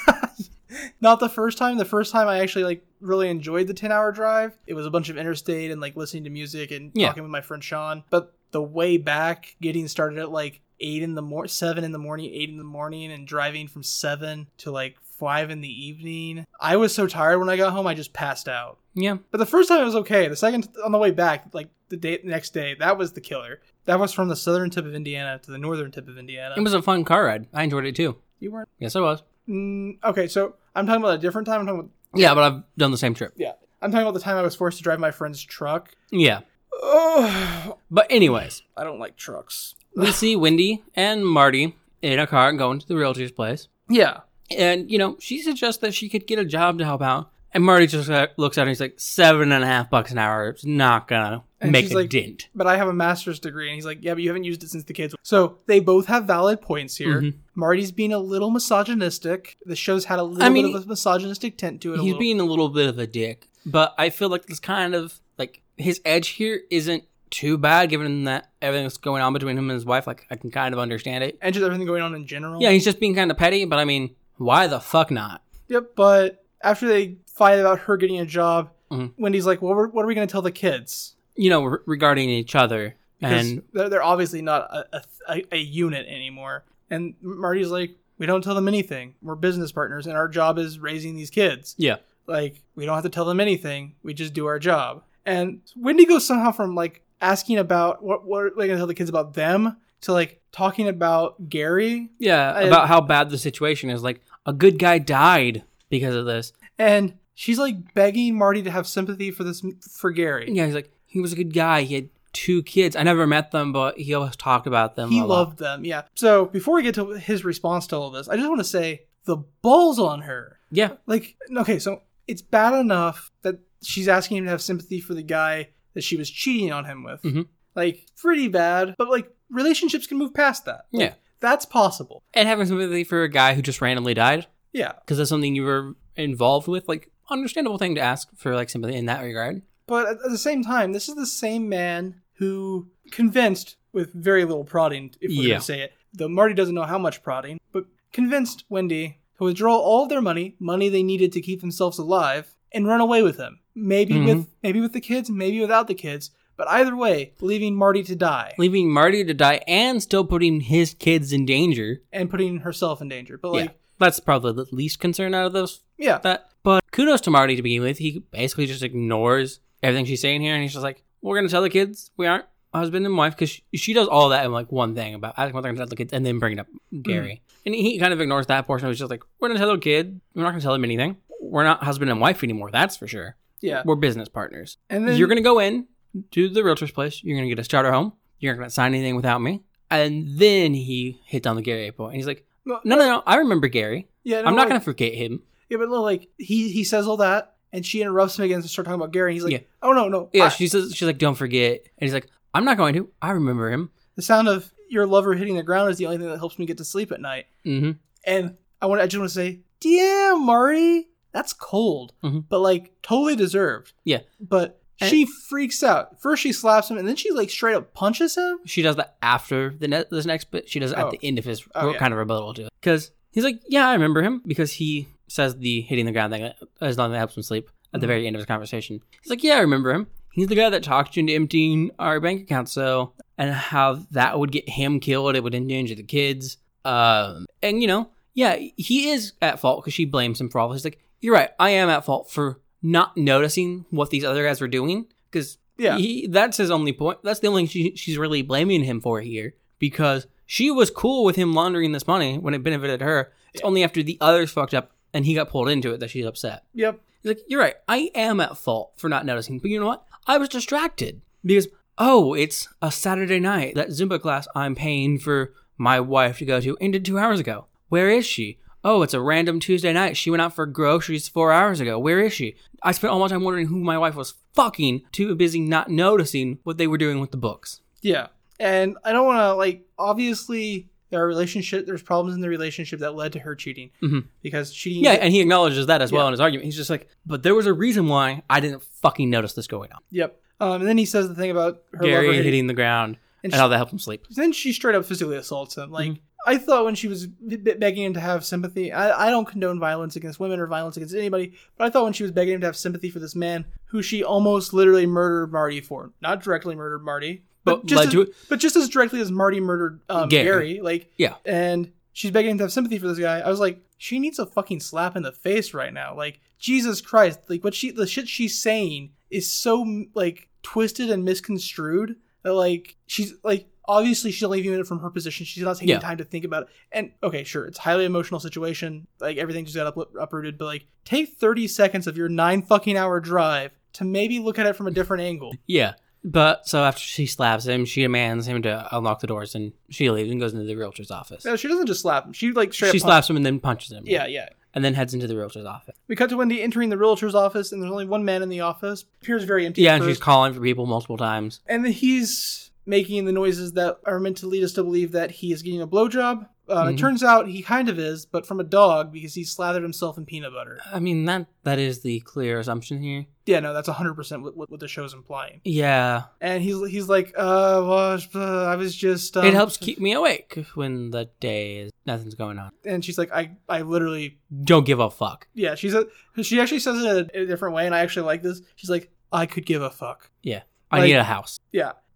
[SPEAKER 1] Not the first time. The first time I actually like really enjoyed the 10 hour drive. It was a bunch of interstate and like listening to music and
[SPEAKER 2] Yeah.
[SPEAKER 1] talking with my friend Sean. But the way back, getting started at like eight in the mor seven in the morning, eight in the morning, and driving from seven to like five in the evening. I was so tired when I got home, I just passed out.
[SPEAKER 2] Yeah.
[SPEAKER 1] But the first time it was okay. The second on the way back, like the day next day, that was the killer. That was from the southern tip of Indiana to the northern tip of Indiana.
[SPEAKER 2] It was a fun car ride. I enjoyed it too.
[SPEAKER 1] you weren't.
[SPEAKER 2] Yes, I was.
[SPEAKER 1] Mm, okay, so I'm talking about a different time. I'm talking about,
[SPEAKER 2] Yeah, but I've done the same trip.
[SPEAKER 1] I'm talking about the time I was forced to drive my friend's truck.
[SPEAKER 2] Yeah.
[SPEAKER 1] Oh,
[SPEAKER 2] But anyways,
[SPEAKER 1] I don't like trucks.
[SPEAKER 2] we see Wendy and Marty in a car going to the realtor's place.
[SPEAKER 1] Yeah,
[SPEAKER 2] And, you know, she suggests that she could get a job to help out. And Marty just uh, looks at her and he's like, seven and a half bucks an hour. It's not going to
[SPEAKER 1] And
[SPEAKER 2] make
[SPEAKER 1] she's
[SPEAKER 2] a
[SPEAKER 1] like-
[SPEAKER 2] dent.
[SPEAKER 1] but I have a master's degree, and he's like, yeah, but you haven't used it since the kids. So they both have valid points here.
[SPEAKER 2] Mhm.
[SPEAKER 1] Marty's being a little misogynistic. The show's had a little
[SPEAKER 2] I mean,
[SPEAKER 1] bit of a misogynistic tint to it. a
[SPEAKER 2] He's
[SPEAKER 1] little.
[SPEAKER 2] being a little bit of a dick, but I feel like this kind of like his edge here isn't too bad given that everything that's going on between him and his wife. Like, I can kind of understand it.
[SPEAKER 1] and just everything going on in general.
[SPEAKER 2] Yeah, he's just being kind of petty, but I mean, why the fuck not?
[SPEAKER 1] Yep, but after they fight about her getting a job,
[SPEAKER 2] Mhm.
[SPEAKER 1] Wendy's like, well, we're- what are we going to tell the kids?
[SPEAKER 2] You know, re- regarding each other.
[SPEAKER 1] Because
[SPEAKER 2] And
[SPEAKER 1] they're, they're obviously not a, a, a unit anymore. And Marty's like, we don't tell them anything. We're business partners, and our job is raising these kids.
[SPEAKER 2] Yeah.
[SPEAKER 1] Like, we don't have to tell them anything. We just do our job. And Wendy goes somehow from like asking about what, what are we going to tell the kids about them to like talking about Gary
[SPEAKER 2] yeah,
[SPEAKER 1] I-
[SPEAKER 2] about how bad the situation is. Like, a good guy died because of this.
[SPEAKER 1] and. She's like begging Marty to have sympathy for this for Gary.
[SPEAKER 2] Yeah, he's like he was a good guy. He had two kids. I never met them, but he always talked about them.
[SPEAKER 1] He
[SPEAKER 2] a lot.
[SPEAKER 1] loved them, yeah. So before we get to his response to all this, I just want to say the balls on her.
[SPEAKER 2] Yeah,
[SPEAKER 1] Like, okay, so it's bad enough that she's asking him to have sympathy for the guy that she was cheating on him with.
[SPEAKER 2] Mhm.
[SPEAKER 1] Like, pretty bad, but like relationships can move past that. Like,
[SPEAKER 2] Yeah.
[SPEAKER 1] that's possible.
[SPEAKER 2] and having sympathy for a guy who just randomly died
[SPEAKER 1] Yeah,
[SPEAKER 2] because that's something you were involved with, like understandable thing to ask for like sympathy in that regard.
[SPEAKER 1] but at at the same time, this is the same man who convinced with very little prodding, if we're
[SPEAKER 2] Yeah.
[SPEAKER 1] going to say it. Though Marty doesn't know how much prodding, but convinced Wendy to withdraw all of their money, money they needed to keep themselves alive, and run away with him. Maybe
[SPEAKER 2] Mhm.
[SPEAKER 1] with maybe with the kids, maybe without the kids, but either way, leaving Marty to die
[SPEAKER 2] Leaving Marty to die and still putting his kids in danger.
[SPEAKER 1] and putting herself in danger. But like,
[SPEAKER 2] yeah, that's probably the least concern out of those.
[SPEAKER 1] yeah,
[SPEAKER 2] That, but kudos to Marty to begin with. He basically just ignores everything she's saying here, and he's just like, "We're gonna tell the kids we aren't." Husband and wife, because she, she does all that in like one thing about asking what they're gonna tell the kids and then bringing up Gary. And he kind of ignores that portion. He's just like, we're gonna tell the kid, we're not gonna tell him anything. We're not husband and wife anymore, that's for sure.
[SPEAKER 1] yeah.
[SPEAKER 2] We're business partners.
[SPEAKER 1] And then
[SPEAKER 2] you're gonna go in to the realtor's place, you're gonna get a starter home, you're not gonna sign anything without me. And then he hits on the Gary April, and he's like, "No, no, no! I remember Gary.
[SPEAKER 1] Yeah, no,
[SPEAKER 2] I'm not
[SPEAKER 1] like-
[SPEAKER 2] gonna forget him.
[SPEAKER 1] Yeah, but look, like he he says all that, and she interrupts him again to start talking about Gary. And he's like,
[SPEAKER 2] Yeah.
[SPEAKER 1] "Oh no, no,
[SPEAKER 2] Yeah,
[SPEAKER 1] I-
[SPEAKER 2] she says she's like, don't forget, and he's like, I'm not going to. I remember him.
[SPEAKER 1] the sound of your lover hitting the ground is the only thing that helps me get to sleep at night."
[SPEAKER 2] hmm
[SPEAKER 1] And I want I just want to say, "Damn, Marty, that's cold,"
[SPEAKER 2] Mhm.
[SPEAKER 1] but like totally deserved.
[SPEAKER 2] Yeah.
[SPEAKER 1] but
[SPEAKER 2] And-
[SPEAKER 1] she freaks out. First, she slaps him, and then she like straight up punches him.
[SPEAKER 2] She does that after the ne- this next bit. She does it
[SPEAKER 1] Oh.
[SPEAKER 2] at the end of his
[SPEAKER 1] Oh, yeah.
[SPEAKER 2] kind of rebuttal to it because he's like, yeah, I remember him because he says the hitting the ground thing uh, as long as it helps him sleep at the
[SPEAKER 1] Mhm.
[SPEAKER 2] very end of his conversation. He's like, yeah, I remember him. He's the guy that talked you into emptying our bank account, so and how that would get him killed. It would endanger the kids. Um, and you know, yeah, he is at fault because she blames him for all. this. He's like, you're right, I am at fault for not noticing what these other guys were doing because
[SPEAKER 1] Yeah,
[SPEAKER 2] he, that's his only point. That's the only thing she, she's really blaming him for here because she was cool with him laundering this money when it benefited her. It's only after the others fucked up and he got pulled into it that she's upset.
[SPEAKER 1] yep,
[SPEAKER 2] He's like, You're right. I am at fault for not noticing. But you know what? I was distracted because, oh, it's a Saturday night. That Zumba class I'm paying for my wife to go to ended two hours ago. Where is she? Oh, it's a random Tuesday night. She went out for groceries four hours ago. Where is she? I spent all my time wondering who my wife was fucking, too busy not noticing what they were doing with the books.
[SPEAKER 1] yeah. And I don't want to like obviously their relationship. There's problems in the relationship that led to her cheating
[SPEAKER 2] Mhm.
[SPEAKER 1] because cheating.
[SPEAKER 2] Yeah, and he acknowledges that as well
[SPEAKER 1] Yeah.
[SPEAKER 2] in his argument. He's just like, but there was a reason why I didn't fucking notice this going on.
[SPEAKER 1] Yep. Um, and then he says the thing about her
[SPEAKER 2] Gary
[SPEAKER 1] lover hitting,
[SPEAKER 2] hitting the ground
[SPEAKER 1] and
[SPEAKER 2] and,
[SPEAKER 1] she-
[SPEAKER 2] how that helped him sleep.
[SPEAKER 1] then she straight up physically assaults him. Like I thought when she was b- b- begging him to have sympathy. I, I don't condone violence against women or violence against anybody, but I thought when she was begging him to have sympathy for this man who she almost literally murdered Marty for, not directly murdered Marty, but,
[SPEAKER 2] But
[SPEAKER 1] just
[SPEAKER 2] led
[SPEAKER 1] as,
[SPEAKER 2] to it.
[SPEAKER 1] but just as directly as Marty murdered um, Gary.
[SPEAKER 2] Gary.
[SPEAKER 1] Like
[SPEAKER 2] Yeah.
[SPEAKER 1] and she's begging him to have sympathy for this guy. I was like, she needs a fucking slap in the face right now. Like Jesus Christ, like what she the shit she's saying is so like twisted and misconstrued that like she's like obviously she's only viewing it from her position. She's not taking
[SPEAKER 2] Yeah.
[SPEAKER 1] time to think about it. And okay, sure, it's a highly emotional situation. Like everything just got up, uprooted, but like take thirty seconds of your nine fucking hour drive to maybe look at it from a different angle.
[SPEAKER 2] Yeah. But so after she slaps him, she demands him to unlock the doors and she leaves and goes into the realtor's office.
[SPEAKER 1] No, she doesn't just slap him. She like straight
[SPEAKER 2] She
[SPEAKER 1] up punch-
[SPEAKER 2] slaps him and then punches him.
[SPEAKER 1] Yeah, yeah.
[SPEAKER 2] And then heads into the realtor's office.
[SPEAKER 1] We cut to Wendy entering the realtor's office, and there's only one man in the office. Appears very empty.
[SPEAKER 2] Yeah,
[SPEAKER 1] at
[SPEAKER 2] and she's
[SPEAKER 1] first.
[SPEAKER 2] calling for people multiple times.
[SPEAKER 1] and then he's making the noises that are meant to lead us to believe that he is getting a blowjob. Uh, It
[SPEAKER 2] Mhm.
[SPEAKER 1] turns out he kind of is, but from a dog because he slathered himself in peanut butter.
[SPEAKER 2] I mean that that is the clear assumption here.
[SPEAKER 1] Yeah, no, that's 100% what, what, what the show's implying.
[SPEAKER 2] Yeah.
[SPEAKER 1] And he's he's like, uh, well, uh, I was just. Um,
[SPEAKER 2] it helps keep me awake when the day is nothing's going on.
[SPEAKER 1] And she's like, I, I literally.
[SPEAKER 2] Don't give a fuck.
[SPEAKER 1] Yeah, she's a, she actually says it a, a different way, and I actually like this. She's like, I could give a fuck.
[SPEAKER 2] I
[SPEAKER 1] Like-
[SPEAKER 2] need a house.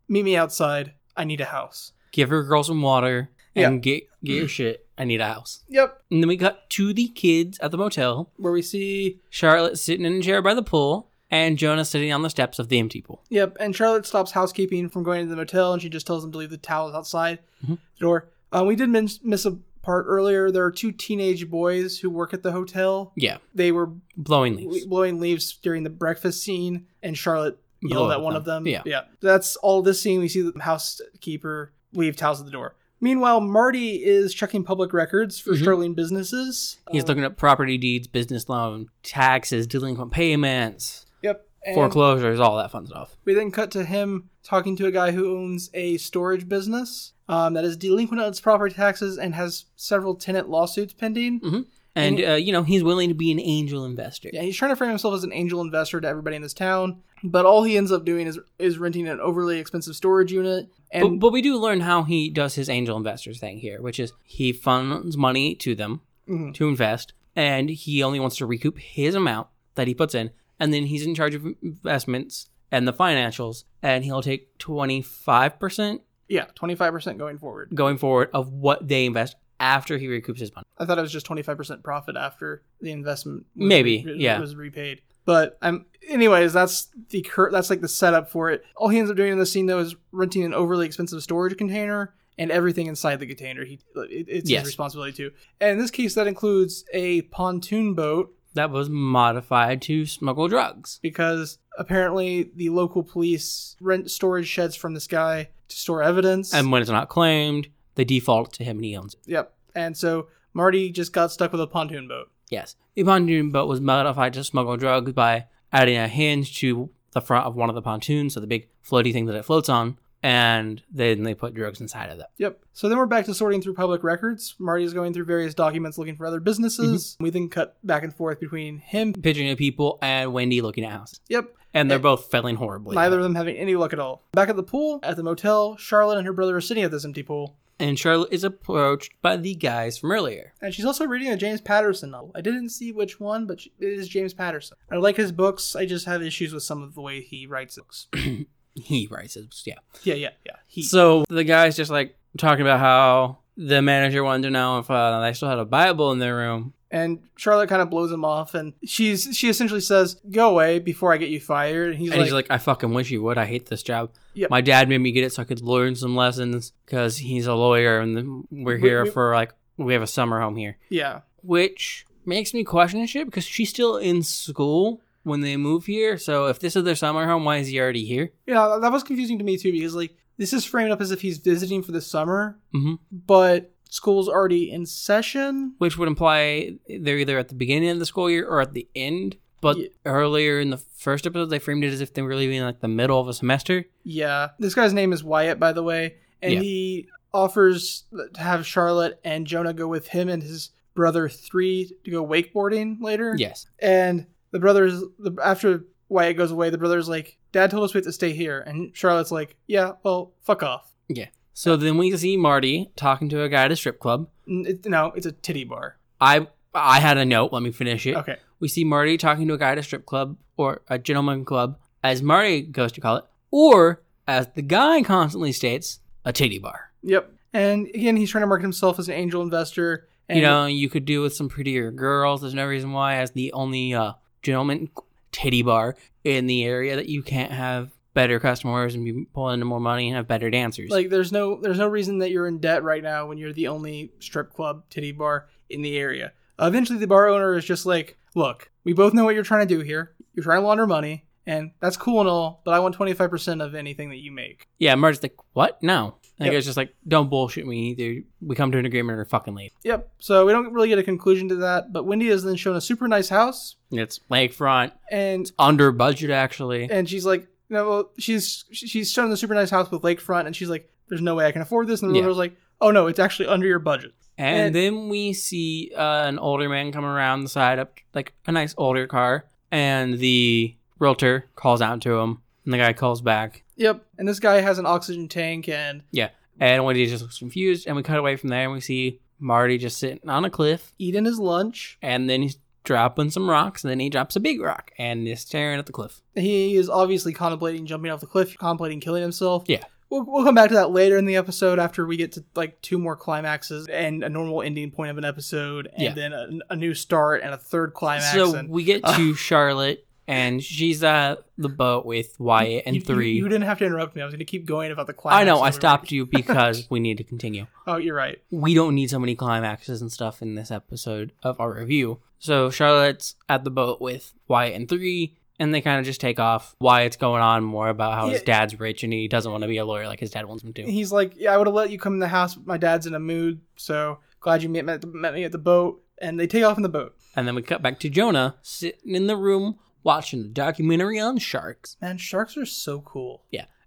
[SPEAKER 1] Meet me outside. I need a house.
[SPEAKER 2] Give her girl some water
[SPEAKER 1] Yeah.
[SPEAKER 2] and get get your shit. I need a house.
[SPEAKER 1] Yep.
[SPEAKER 2] And then we got to the kids at the motel.
[SPEAKER 1] Where we see
[SPEAKER 2] Charlotte sitting in a chair by the pool, and Jonah sitting on the steps of the empty pool.
[SPEAKER 1] Yep, and Charlotte stops housekeeping from going to the motel, and she just tells them to leave the towels outside
[SPEAKER 2] Mhm.
[SPEAKER 1] the door. Uh, we did min- miss a part earlier. There are two teenage boys who work at the hotel.
[SPEAKER 2] Yeah,
[SPEAKER 1] They were
[SPEAKER 2] blowing leaves.
[SPEAKER 1] w- blowing leaves during the breakfast scene, and Charlotte
[SPEAKER 2] Blow
[SPEAKER 1] yelled
[SPEAKER 2] at
[SPEAKER 1] at one of them.
[SPEAKER 2] Yeah.
[SPEAKER 1] That's all this scene. We see the housekeeper leave towels at the door. Meanwhile, Marty is checking public records for
[SPEAKER 2] Mhm.
[SPEAKER 1] struggling businesses.
[SPEAKER 2] He's
[SPEAKER 1] Um,
[SPEAKER 2] looking at property deeds, business loan, taxes, delinquent payments,
[SPEAKER 1] Yep. and-
[SPEAKER 2] foreclosures, all that fun stuff.
[SPEAKER 1] We then cut to him talking to a guy who owns a storage business um, that is delinquent on its property taxes and has several tenant lawsuits pending.
[SPEAKER 2] And, uh, you know, he's willing to be an angel investor.
[SPEAKER 1] Yeah, he's trying to frame himself as an angel investor to everybody in this town, but all he ends up doing is is renting an overly expensive storage unit.
[SPEAKER 2] But,
[SPEAKER 1] And
[SPEAKER 2] but we do learn how he does his angel investors thing here, which is he funds money to them
[SPEAKER 1] Mhm.
[SPEAKER 2] to invest, and he only wants to recoup his amount that he puts in, and then he's in charge of investments and the financials, and he'll take twenty five percent
[SPEAKER 1] yeah, twenty five percent going forward.
[SPEAKER 2] going forward of what they invest after he recoups his money.
[SPEAKER 1] I thought it was just twenty five percent profit after the investment. Was
[SPEAKER 2] Maybe,
[SPEAKER 1] re-
[SPEAKER 2] yeah.
[SPEAKER 1] was repaid. But I'm anyways. That's the cur- that's like the setup for it. All he ends up doing in this scene though is renting an overly expensive storage container and everything inside the container. He it, it's
[SPEAKER 2] Yes.
[SPEAKER 1] his responsibility too. And in this case, that includes a pontoon boat
[SPEAKER 2] That was modified to smuggle drugs.
[SPEAKER 1] because apparently the local police rent storage sheds from this guy to store evidence.
[SPEAKER 2] And when it's not claimed, they default to him and he owns it.
[SPEAKER 1] yep. And so Marty just got stuck with a pontoon boat.
[SPEAKER 2] Yes. The pontoon boat was modified to smuggle drugs by adding a hinge to the front of one of the pontoons, so the big floaty thing that it floats on, and then they put drugs inside of that.
[SPEAKER 1] Yep. So then we're back to sorting through public records. Marty is going through various documents looking for other businesses.
[SPEAKER 2] Mm-hmm.
[SPEAKER 1] We then cut back and forth between him.
[SPEAKER 2] Pigeon at people and Wendy looking at houses.
[SPEAKER 1] Yep.
[SPEAKER 2] And they're
[SPEAKER 1] Eh,
[SPEAKER 2] both failing horribly.
[SPEAKER 1] Neither of them having any luck at all. Back at the pool, at the motel, Charlotte and her brother are sitting at this empty pool.
[SPEAKER 2] And Charlotte is approached by the guys from earlier.
[SPEAKER 1] And she's also reading a James Patterson novel. I didn't see which one, but she- it is James Patterson. I like his books. I just have issues with some of the way he writes books.
[SPEAKER 2] He writes it. Yeah.
[SPEAKER 1] yeah, yeah, yeah. He.
[SPEAKER 2] So the guy's just like talking about how the manager wanted to know if uh, they still had a Bible in their room.
[SPEAKER 1] and Charlotte kind of blows him off, and she's she essentially says, "Go away before I get you fired." And he's,
[SPEAKER 2] and
[SPEAKER 1] like,
[SPEAKER 2] he's like, I fucking wish you would. I hate this job.
[SPEAKER 1] Yep.
[SPEAKER 2] My dad made me get it so I could learn some lessons because he's a lawyer and then we're
[SPEAKER 1] We-
[SPEAKER 2] here
[SPEAKER 1] we-
[SPEAKER 2] for like, we have a summer home here.
[SPEAKER 1] "Yeah,
[SPEAKER 2] Which makes me question shit because she's still in school when they move here. So if this is their summer home, why is he already here?
[SPEAKER 1] yeah." That was confusing to me too because like this is framed up as if he's visiting for the summer,
[SPEAKER 2] Mhm.
[SPEAKER 1] but school's already in session.
[SPEAKER 2] Which would imply they're either at the beginning of the school year or at the end. But
[SPEAKER 1] Ye-
[SPEAKER 2] earlier in the first episode, they framed it as if they were leaving like the middle of a semester.
[SPEAKER 1] Yeah, this guy's name is Wyatt, by the way, and
[SPEAKER 2] Yeah.
[SPEAKER 1] he offers to have Charlotte and Jonah go with him and his brother three to go wakeboarding later.
[SPEAKER 2] Yes.
[SPEAKER 1] and the brothers the, after Wyatt goes away, the brothers like, "Dad told us we have to stay here," and Charlotte's like, "Yeah, well, fuck off."
[SPEAKER 2] So then we see Marty talking to a guy at a strip club.
[SPEAKER 1] N- it- no, it's a titty bar.
[SPEAKER 2] I I had a note. Let me finish it.
[SPEAKER 1] Okay,
[SPEAKER 2] We see Marty talking to a guy at a strip club or a gentleman club, as Marty goes to call it, or as the guy constantly states, a titty bar.
[SPEAKER 1] yep. And again, he's trying to market himself as an angel investor. And
[SPEAKER 2] you know, you could do with some prettier girls. There's no reason why, as the only uh, gentleman titty bar in the area, that you can't have better customers and be pulling into more money and have better dancers.
[SPEAKER 1] like, there's no there's no reason that you're in debt right now when you're the only strip club titty bar in the area. Eventually, the bar owner is just like, "Look, we both know what you're trying to do here. You're trying to launder money." And that's cool and all, but I want 25% of anything that you make.
[SPEAKER 2] yeah, Marty's like, what? No. And
[SPEAKER 1] Yep.
[SPEAKER 2] the guy's just like, don't bullshit me. Either we come to an agreement or fucking leave.
[SPEAKER 1] Yep. So we don't really get a conclusion to that, but Wendy is then shown a super nice house,
[SPEAKER 2] It's lakefront,
[SPEAKER 1] and
[SPEAKER 2] under budget actually.
[SPEAKER 1] and she's like, you know, well, she's she's shown the super nice house with lakefront, and she's like, "There's no way I can afford this," and the
[SPEAKER 2] Yeah.
[SPEAKER 1] realtor's like, "Oh no, it's actually under your budget."
[SPEAKER 2] And,
[SPEAKER 1] And-
[SPEAKER 2] then we see uh, an older man come around the side up, like a nice older car, and the realtor calls out to him, and the guy calls back.
[SPEAKER 1] Yep. And this guy has an oxygen tank, and
[SPEAKER 2] And Wendy just looks confused, and we cut away from there, and we see Marty just sitting on a cliff,
[SPEAKER 1] eating his lunch.
[SPEAKER 2] and then he's dropping some rocks, and then he drops a big rock, and is staring at the cliff.
[SPEAKER 1] He is obviously contemplating jumping off the cliff, contemplating killing himself.
[SPEAKER 2] Yeah.
[SPEAKER 1] We'll, we'll come back to that later in the episode after we get to like two more climaxes and a normal ending point of an episode, and
[SPEAKER 2] Yeah.
[SPEAKER 1] then a, a new start and a third climax.
[SPEAKER 2] so
[SPEAKER 1] and-
[SPEAKER 2] we get to Charlotte, and she's at the boat with Wyatt and
[SPEAKER 1] You- you-
[SPEAKER 2] three.
[SPEAKER 1] You, didn't have to interrupt me. I was going to keep going about the climax.
[SPEAKER 2] I know, I
[SPEAKER 1] that we were-
[SPEAKER 2] stopped you because we need to continue.
[SPEAKER 1] Oh, you're right.
[SPEAKER 2] we don't need so many climaxes and stuff in this episode of our review. So Charlotte's at the boat with Wyatt and three, and they kind of just take off. Wyatt's going on more about how his
[SPEAKER 1] Yeah.
[SPEAKER 2] dad's rich and he doesn't want to be a lawyer like his dad wants him to.
[SPEAKER 1] He's like, yeah, I would have let you come in the house, but my dad's in a mood. So glad you met, met, met me at the boat. And they take off in the boat.
[SPEAKER 2] And then we cut back to Jonah sitting in the room watching the documentary on sharks.
[SPEAKER 1] Man, sharks are so cool.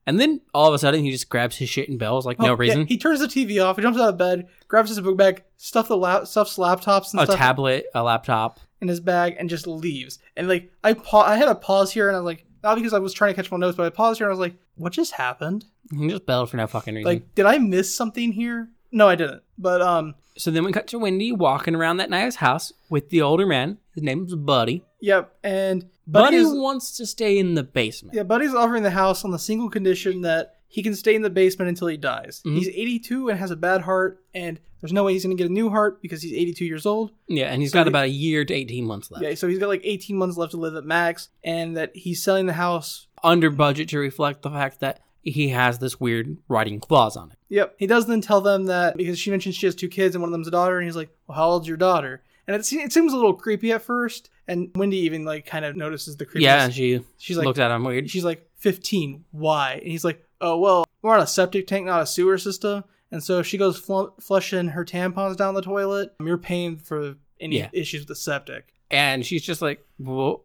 [SPEAKER 2] And then all of a sudden he just grabs his shit and bells like
[SPEAKER 1] Oh,
[SPEAKER 2] no
[SPEAKER 1] yeah,
[SPEAKER 2] reason.
[SPEAKER 1] he turns the TV off. He jumps out of bed, grabs his book bag, stuffs the la- stuffs laptops and
[SPEAKER 2] a
[SPEAKER 1] stuff
[SPEAKER 2] tablet, a laptop.
[SPEAKER 1] in his bag, and just leaves. And like, I pa- I had a pause here, and I was like, not because I was trying to catch my notes, but I paused here, and I was like, what just happened?
[SPEAKER 2] He just belled for no fucking reason.
[SPEAKER 1] Like, did I miss something here? No, I didn't. But um,
[SPEAKER 2] so then we cut to Wendy walking around that nice house with the older man. His name's Buddy.
[SPEAKER 1] Yep, and
[SPEAKER 2] Buddy
[SPEAKER 1] Buddy's
[SPEAKER 2] wants to stay in the basement.
[SPEAKER 1] yeah, Buddy's offering the house on the single condition that he can stay in the basement until he dies.
[SPEAKER 2] Mhm.
[SPEAKER 1] He's 82 and has a bad heart, and there's no way he's going to get a new heart because he's 82 years old.
[SPEAKER 2] Yeah, and he's
[SPEAKER 1] So
[SPEAKER 2] got
[SPEAKER 1] he-
[SPEAKER 2] about a year to 18 months left.
[SPEAKER 1] Yeah, so he's got like 18 months left to live at max, and that he's selling the house.
[SPEAKER 2] Under budget to reflect the fact that he has this weird writing clause on it.
[SPEAKER 1] Yep. He does then tell them that because she mentions she has two kids and one of them's a daughter, and he's like, "Well, how old's your daughter?" And it, se- it seems a little creepy at first, and Wendy even like kind of notices the creepiness.
[SPEAKER 2] Yeah, and she
[SPEAKER 1] she's like,
[SPEAKER 2] looks at him weird.
[SPEAKER 1] she's like 15. Why? And he's like, oh well, we're on a septic tank, not a sewer system, and so if she goes fl- flushing her tampons down the toilet, "Um, you're paying for any
[SPEAKER 2] Yeah.
[SPEAKER 1] issues with the septic.
[SPEAKER 2] And she's just like, "Wha-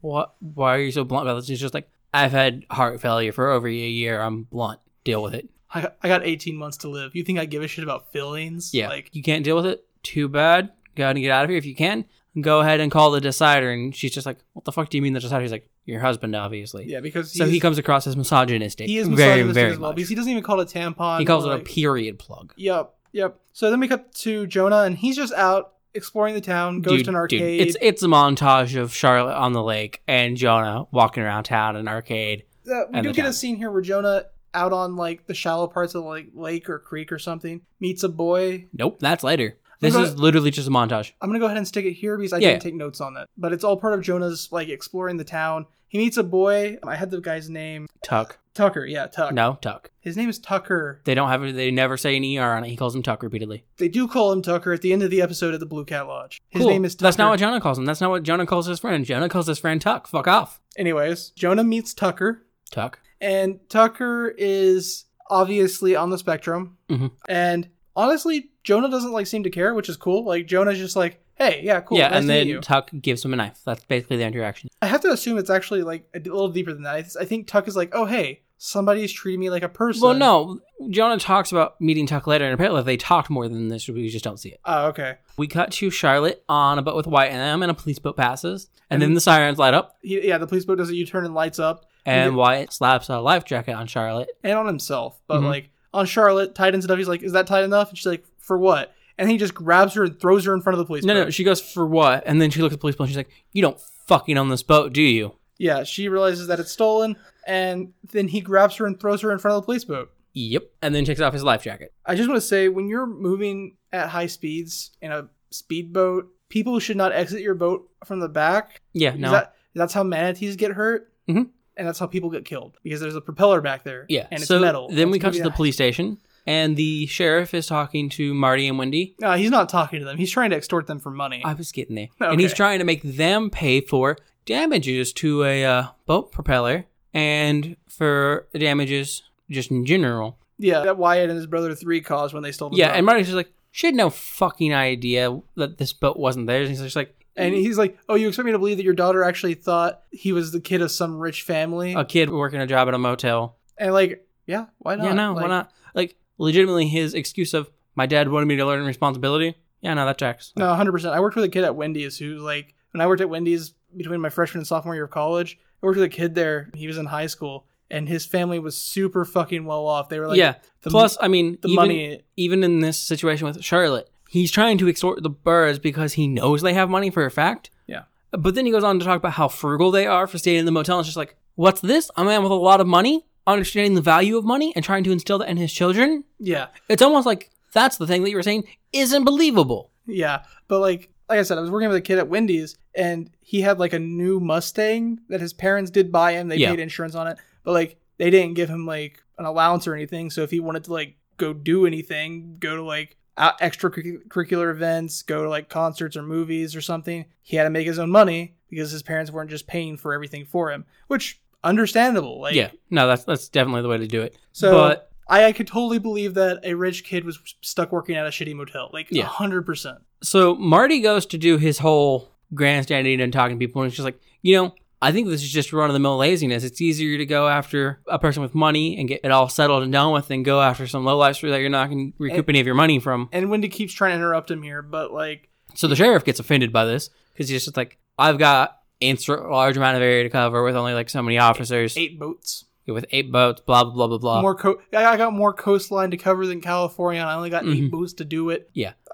[SPEAKER 2] what? Why are you so blunt about this? She's just like, I've had heart failure for over a year. I'm blunt. Deal with it.
[SPEAKER 1] I got, I got 18 months to live. You think I give a shit about fillings?
[SPEAKER 2] Yeah.
[SPEAKER 1] Like,
[SPEAKER 2] you can't deal with it. Too bad. Go ahead and get out of here if you can. Go ahead and call the decider. And she's just like, what the fuck do you mean the decider? He's like, your husband, obviously.
[SPEAKER 1] yeah, because
[SPEAKER 2] So he
[SPEAKER 1] he's-
[SPEAKER 2] comes across as misogynistic.
[SPEAKER 1] he is
[SPEAKER 2] very,
[SPEAKER 1] misogynistic
[SPEAKER 2] very
[SPEAKER 1] as well
[SPEAKER 2] much.
[SPEAKER 1] because he doesn't even call it a tampon.
[SPEAKER 2] He calls
[SPEAKER 1] or,
[SPEAKER 2] it a
[SPEAKER 1] like-
[SPEAKER 2] period plug.
[SPEAKER 1] Yep, yep. So then we cut to Jonah, and he's just out exploring the town, goes
[SPEAKER 2] Dude,
[SPEAKER 1] to an
[SPEAKER 2] dude,
[SPEAKER 1] arcade.
[SPEAKER 2] it's it's a montage of Charlotte on the lake and Jonah walking around town in an arcade.
[SPEAKER 1] Uh, we
[SPEAKER 2] and
[SPEAKER 1] do
[SPEAKER 2] the
[SPEAKER 1] get a
[SPEAKER 2] town.
[SPEAKER 1] scene here where Jonah, out on like the shallow parts of like lake or creek or something, meets a boy.
[SPEAKER 2] Nope, that's later. This
[SPEAKER 1] Remember-
[SPEAKER 2] is literally just a montage.
[SPEAKER 1] I'm gonna go ahead and stick it here because I
[SPEAKER 2] Yeah.
[SPEAKER 1] didn't take notes on that. But it's all part of Jonah's like exploring the town. He meets a boy. I had the guy's name
[SPEAKER 2] Tuck.
[SPEAKER 1] Tucker. Yeah, Tuck.
[SPEAKER 2] No, Tuck.
[SPEAKER 1] His name is Tucker.
[SPEAKER 2] They don't have they never say an ER on it. He calls him Tuck repeatedly.
[SPEAKER 1] They do call him Tucker at the end of the episode at the Blue Cat Lodge. His
[SPEAKER 2] Cool.
[SPEAKER 1] name is Tucker.
[SPEAKER 2] That's not what Jonah calls him. That's not what Jonah calls his friend. Jonah calls his friend Tuck. Fuck off.
[SPEAKER 1] Anyways, Jonah meets Tucker.
[SPEAKER 2] Tuck.
[SPEAKER 1] and Tucker is obviously on the spectrum.
[SPEAKER 2] Mhm.
[SPEAKER 1] And honestly, Jonah doesn't like seem to care, which is cool. Like Jonah's just like, "Hey, yeah, cool,
[SPEAKER 2] yeah,
[SPEAKER 1] nice
[SPEAKER 2] and
[SPEAKER 1] to meet
[SPEAKER 2] then
[SPEAKER 1] you."
[SPEAKER 2] Tuck gives him a knife. That's basically the interaction.
[SPEAKER 1] I have to assume it's actually like a d- little deeper than that. I, th- I think Tuck is like, "Oh, hey, somebody's treating me like a person."
[SPEAKER 2] Well, no. Jonah talks about meeting Tuck later, and apparently they talked more than this. We just don't see it.
[SPEAKER 1] Oh, okay.
[SPEAKER 2] We cut to Charlotte on a boat with YM, and a police boat passes,
[SPEAKER 1] And-
[SPEAKER 2] and then the sirens light up,
[SPEAKER 1] He, yeah, the police boat does a U-turn and lights up,
[SPEAKER 2] and
[SPEAKER 1] Yeah.
[SPEAKER 2] Wyatt slaps a life jacket on Charlotte.
[SPEAKER 1] and on himself, but
[SPEAKER 2] Mhm.
[SPEAKER 1] like on Charlotte, tightens it up. He's like, "Is that tight enough?" And she's like, "For what?" And he just grabs her and throws her in front of the police.
[SPEAKER 2] No,
[SPEAKER 1] boat.
[SPEAKER 2] no, she goes for what? And then she looks at the police boat, and she's like, "You don't fucking own this boat, do you?"
[SPEAKER 1] Yeah, she realizes that it's stolen, and then he grabs her and throws her in front of the police boat.
[SPEAKER 2] Yep. And then takes off his life jacket.
[SPEAKER 1] I just want to say when you're moving at high speeds in a speedboat, people should not exit your boat from the back.
[SPEAKER 2] Yeah.
[SPEAKER 1] Is
[SPEAKER 2] No.
[SPEAKER 1] that- that's how manatees get hurt.
[SPEAKER 2] Mhm.
[SPEAKER 1] And that's how people get killed because there's a propeller back there.
[SPEAKER 2] yeah.
[SPEAKER 1] And it's
[SPEAKER 2] so
[SPEAKER 1] metal.
[SPEAKER 2] then we
[SPEAKER 1] That's
[SPEAKER 2] come to
[SPEAKER 1] gonna
[SPEAKER 2] the
[SPEAKER 1] be
[SPEAKER 2] police station, and the sheriff is talking to Marty and Wendy.
[SPEAKER 1] a- No, he's not talking to them. He's trying to extort them for money.
[SPEAKER 2] I was getting there, and he's
[SPEAKER 1] Okay.
[SPEAKER 2] trying to make them pay for damages to a uh, boat propeller and for damages just in general.
[SPEAKER 1] yeah, that Wyatt and his brother three caused when they stole the
[SPEAKER 2] yeah.
[SPEAKER 1] boat.
[SPEAKER 2] And Marty's just like, she had no fucking idea that this boat wasn't theirs. And he's just like,
[SPEAKER 1] and he's like, "Oh, you expect me to believe that your daughter actually thought he was the kid of some rich family?"
[SPEAKER 2] a kid working a job at a motel.
[SPEAKER 1] And like, yeah, why not?
[SPEAKER 2] Yeah, no, why
[SPEAKER 1] Like,
[SPEAKER 2] not? Like, legitimately, his excuse of my dad wanted me to learn responsibility. Yeah, no, that tracks.
[SPEAKER 1] No, hundred percent. I worked with a kid at Wendy's who like when I worked at Wendy's between my freshman and sophomore year of college, I worked with a kid there. He was in high school and his family was super fucking well off. They were like
[SPEAKER 2] yeah.
[SPEAKER 1] the,
[SPEAKER 2] Plus, I mean,
[SPEAKER 1] the
[SPEAKER 2] even,
[SPEAKER 1] money
[SPEAKER 2] even in this situation with Charlotte, he's trying to extort the birds because he knows they have money for a fact.
[SPEAKER 1] Yeah.
[SPEAKER 2] But then he goes on to talk about how frugal they are for staying in the motel. It's just like, what's this? A man with a lot of money, understanding the value of money and trying to instill that in his children.
[SPEAKER 1] Yeah.
[SPEAKER 2] It's almost like that's the thing that you were saying isn't believable.
[SPEAKER 1] Yeah. But like like I said, I was working with a kid at Wendy's and he had like a new Mustang that his parents did buy him. They
[SPEAKER 2] Yeah.
[SPEAKER 1] paid insurance on it. But like they didn't give him like an allowance or anything. So if he wanted to like go do anything, go to like out- extracurricular events, go to like concerts or movies or something, he had to make his own money because his parents weren't just paying for everything for him, which understandable. Like
[SPEAKER 2] yeah. No, that's that's definitely the way to do it.
[SPEAKER 1] so
[SPEAKER 2] but
[SPEAKER 1] I, I could totally believe that a rich kid was stuck working at a shitty motel. Like
[SPEAKER 2] Yeah.
[SPEAKER 1] hundred percent.
[SPEAKER 2] so Marty goes to do his whole grandstanding and talking to people, and it's just like, you know, I think this is just run of the mill laziness. It's easier to go after a person with money and get it all settled and done with than go after some low life that you're not going to recoup any of your money from.
[SPEAKER 1] And Wendy keeps trying to interrupt him here, but like
[SPEAKER 2] So the sheriff gets offended by this because he's just like, I've got insert large amount of area to cover with only like so many officers
[SPEAKER 1] eight boats.
[SPEAKER 2] with eight boats, blah blah blah blah blah.
[SPEAKER 1] More co- I I got more coastline to cover than California, and I only got
[SPEAKER 2] Mhm.
[SPEAKER 1] eight boats to do it.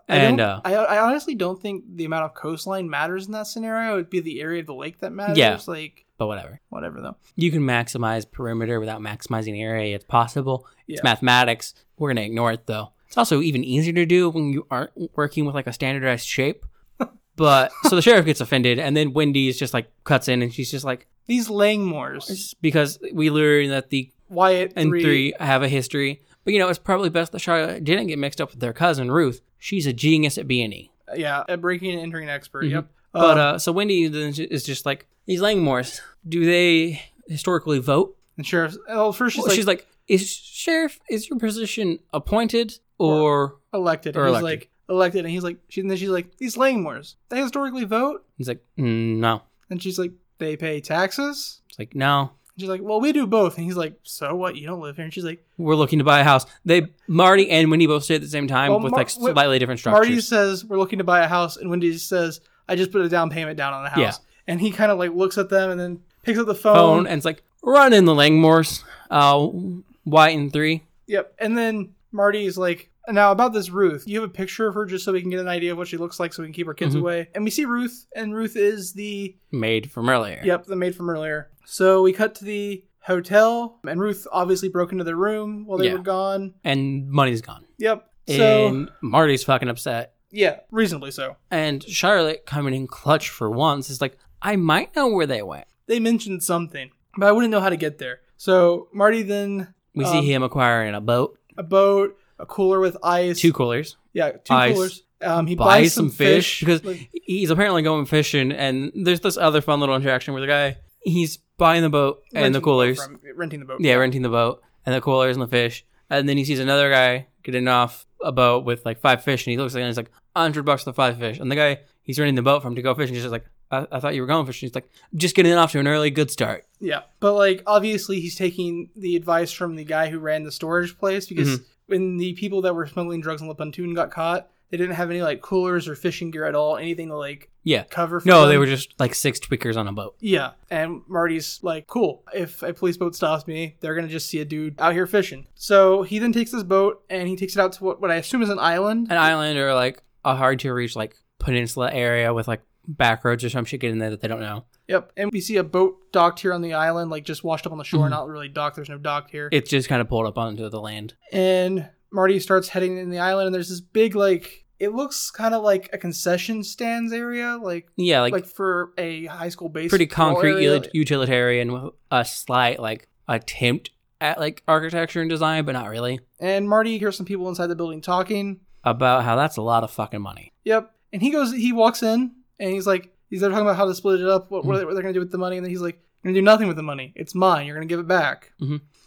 [SPEAKER 1] I
[SPEAKER 2] and
[SPEAKER 1] don't-
[SPEAKER 2] uh,
[SPEAKER 1] I, I honestly don't think the amount of coastline matters in that scenario. It'd be the area of the lake that matters.
[SPEAKER 2] Yeah.
[SPEAKER 1] Like
[SPEAKER 2] but whatever.
[SPEAKER 1] whatever though.
[SPEAKER 2] You can maximize perimeter without maximizing area. It's possible. It's
[SPEAKER 1] Yeah.
[SPEAKER 2] mathematics. We're gonna ignore it though. It's also even easier to do when you aren't working with like a standardized shape. But so the sheriff gets offended, and then Wendy's just like cuts in, and she's just like,
[SPEAKER 1] These Langmores,
[SPEAKER 2] "It's because we learned that the
[SPEAKER 1] Wyatt
[SPEAKER 2] and
[SPEAKER 1] three,
[SPEAKER 2] three. have a history. But you know, it's probably best that Charlotte didn't get mixed up with their cousin Ruth. She's a genius at B and E.
[SPEAKER 1] yeah, a breaking and entering expert.
[SPEAKER 2] Mhm.
[SPEAKER 1] Yep.
[SPEAKER 2] But
[SPEAKER 1] Um,
[SPEAKER 2] uh, so Wendy then is just like, these Langmores, do they historically vote?
[SPEAKER 1] and sheriff's. Oh, first she's
[SPEAKER 2] Well,
[SPEAKER 1] like,
[SPEAKER 2] she's like, Is sheriff is your position appointed or
[SPEAKER 1] elected.
[SPEAKER 2] Or
[SPEAKER 1] and he's
[SPEAKER 2] elected.
[SPEAKER 1] like elected, and he's like, she, and then she's like, these Langmores, they historically vote,
[SPEAKER 2] he's like "Mm, no.
[SPEAKER 1] and she's like, they pay taxes.
[SPEAKER 2] It's like no.
[SPEAKER 1] And she's like, well, we do both, and he's like, so what? You don't live here, and she's like,
[SPEAKER 2] We're looking to buy a house. They Marty and Winnie both stay at the same time
[SPEAKER 1] Well,
[SPEAKER 2] with
[SPEAKER 1] Mar-
[SPEAKER 2] like
[SPEAKER 1] wait,
[SPEAKER 2] slightly different structures.
[SPEAKER 1] Marty says we're looking to buy a house, and Wendy says I just put a down payment down on a house,
[SPEAKER 2] Yeah.
[SPEAKER 1] and he kind of like looks at them and then picks up the
[SPEAKER 2] phone
[SPEAKER 1] phone.
[SPEAKER 2] and it's like run in the Langmores. Uh, Y in three.
[SPEAKER 1] Yep, and then Marty's like. Now about this Ruth, you have a picture of her just so we can get an idea of what she looks like, so we can keep our kids
[SPEAKER 2] Mhm.
[SPEAKER 1] away. And we see Ruth, and Ruth is the
[SPEAKER 2] made from earlier.
[SPEAKER 1] Yep, the maid from earlier. So we cut to the hotel, and Ruth obviously broke into their room while they
[SPEAKER 2] Yeah.
[SPEAKER 1] were gone.
[SPEAKER 2] And money's gone.
[SPEAKER 1] Yep. So
[SPEAKER 2] and Marty's fucking upset.
[SPEAKER 1] yeah, reasonably so.
[SPEAKER 2] And Charlotte coming in clutch for once is like, I might know where they went.
[SPEAKER 1] They mentioned something, but I wouldn't know how to get there. So Marty then
[SPEAKER 2] We
[SPEAKER 1] Um,
[SPEAKER 2] see him acquiring a boat,
[SPEAKER 1] a boat, a cooler with ice,
[SPEAKER 2] two coolers,
[SPEAKER 1] yeah, two
[SPEAKER 2] ice.
[SPEAKER 1] coolers. Um, he
[SPEAKER 2] buys,
[SPEAKER 1] buys
[SPEAKER 2] some fish, because he's apparently going fishing. And there's this other fun little interaction where the guy he's buying the boat and the coolers,
[SPEAKER 1] from, renting the boat.
[SPEAKER 2] yeah, renting the boat and the coolers and the fish. And then he sees another guy getting off a boat with like five fish, and he looks like and he's like hundred bucks for the five fish. And the guy he's renting the boat from to go fishing, he's just like, I-, I thought you were going fishing. He's like, just getting off to an early good start.
[SPEAKER 1] Yeah, but like obviously he's taking the advice from the guy who ran the storage place because
[SPEAKER 2] Mm-hmm.
[SPEAKER 1] when the people that were smuggling drugs in Lepantoon got caught, they didn't have any like coolers or fishing gear at all, anything to like
[SPEAKER 2] Yeah.
[SPEAKER 1] cover. For
[SPEAKER 2] No,
[SPEAKER 1] them.
[SPEAKER 2] they were just like six tweakers on a boat.
[SPEAKER 1] yeah. And Marty's like, cool. If a police boat stops me, they're gonna just see a dude out here fishing. So he then takes this boat and he takes it out to what, what I assume is an island.
[SPEAKER 2] An island or like a hard to reach like peninsula area with like back roads or some shit getting there that they don't know.
[SPEAKER 1] yep. And we see a boat docked here on the island, like just washed up on the shore,
[SPEAKER 2] Mhm.
[SPEAKER 1] not really docked. There's no dock here.
[SPEAKER 2] It's just kind of pulled up onto the land.
[SPEAKER 1] and Marty starts heading in the island, and there's this big like it looks kind of like a concession stands area, like
[SPEAKER 2] Yeah,
[SPEAKER 1] like,
[SPEAKER 2] like,
[SPEAKER 1] for a high school base.
[SPEAKER 2] pretty concrete
[SPEAKER 1] area.
[SPEAKER 2] uti- utilitarian with a slight like attempt at like architecture and design, but not really.
[SPEAKER 1] And Marty hears some people inside the building talking.
[SPEAKER 2] about how that's a lot of fucking money.
[SPEAKER 1] Yep, and he goes, he walks in, and he's like, he's there talking about how to split it up, what,
[SPEAKER 2] Mm.
[SPEAKER 1] what they're going to do with the money, and then he's like, "You're going to do nothing with the money. It's mine. You're going to give it back."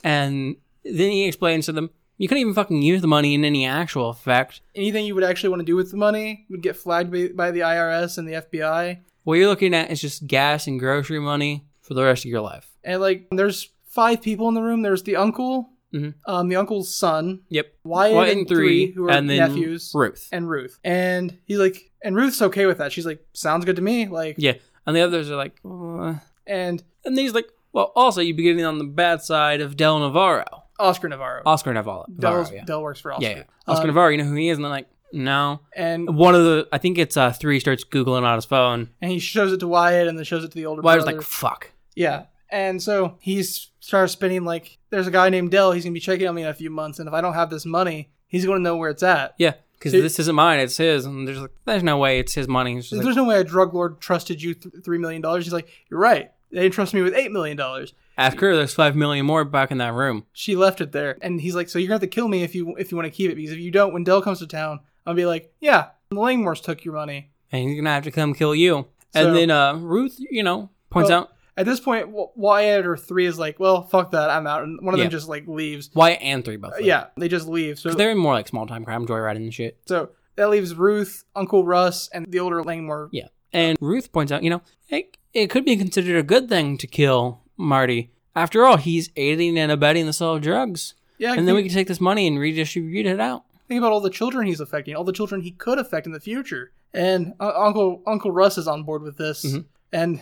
[SPEAKER 2] And then he explains to them, you couldn't even fucking use the money in any actual effect.
[SPEAKER 1] Anything you would actually want to do with the money would get flagged by, by the IRS and the FBI.
[SPEAKER 2] What you're looking at is just gas and grocery money for the rest of your life.
[SPEAKER 1] And like, there's five people in the room. There's the uncle,
[SPEAKER 2] Mhm.
[SPEAKER 1] um, the uncle's son,
[SPEAKER 2] Yep.
[SPEAKER 1] Wyatt,
[SPEAKER 2] Well,
[SPEAKER 1] and three, who are
[SPEAKER 2] and then
[SPEAKER 1] nephews,
[SPEAKER 2] Ruth.
[SPEAKER 1] and Ruth. And he's like, and Ruth's okay with that. She's like, sounds good to me. Like,
[SPEAKER 2] Yeah. And the others are like, "Uh."
[SPEAKER 1] and
[SPEAKER 2] and then he's like, well, also you'd be getting on the bad side of Del Navarro,
[SPEAKER 1] Oscar Navarro.
[SPEAKER 2] Oscar Navarro. Navarro
[SPEAKER 1] Dell's-
[SPEAKER 2] yeah.
[SPEAKER 1] Dell works for Oscar.
[SPEAKER 2] yeah, yeah. Oscar
[SPEAKER 1] Um,
[SPEAKER 2] Navarro. You know who he is? And they're like, no.
[SPEAKER 1] And
[SPEAKER 2] One of the, I think it's uh three starts googling on his phone.
[SPEAKER 1] and he shows it to Wyatt, and then shows it to the older.
[SPEAKER 2] Well, I was
[SPEAKER 1] brother.
[SPEAKER 2] like, fuck.
[SPEAKER 1] yeah. And so he starts spinning like, there's a guy named Dell. He's gonna be checking on me in a few months, and if I don't have this money, he's gonna know where it's at.
[SPEAKER 2] Yeah, because
[SPEAKER 1] It-
[SPEAKER 2] this isn't mine; it's his. And there's like, there's no way it's his money. It's just like,
[SPEAKER 1] there's no way a drug lord trusted you th- three million dollars. He's like, you're right. They entrust me with eight million dollars.
[SPEAKER 2] ask her. There's five million more back in that room.
[SPEAKER 1] she left it there and he's like so you're gonna have to kill me if you if you want to keep it because if you don't when dell comes to town i'll be like yeah the langmores took your money
[SPEAKER 2] and he's gonna have to come kill you. And
[SPEAKER 1] So-
[SPEAKER 2] then uh, Ruth, you know, points
[SPEAKER 1] Well-
[SPEAKER 2] out
[SPEAKER 1] at this point W- wyatt or three is like well fuck that i'm out and one of
[SPEAKER 2] Yeah.
[SPEAKER 1] them just like leaves
[SPEAKER 2] Wyatt and three both. leave.
[SPEAKER 1] yeah they just leave so
[SPEAKER 2] 'Cause they're in more like small time crime, joyriding and shit.
[SPEAKER 1] so that leaves ruth uncle russ and the older langmore
[SPEAKER 2] Yeah. And Ruth points out, you know, it, it could be considered a good thing to kill Marty. After all, he's aiding and abetting the sale of drugs.
[SPEAKER 1] yeah
[SPEAKER 2] And then we can take this money and redistribute it out.
[SPEAKER 1] think about all the children he's affecting all the children he could affect in the future and uh, uncle uncle russ is on board with this
[SPEAKER 2] Mhm.
[SPEAKER 1] and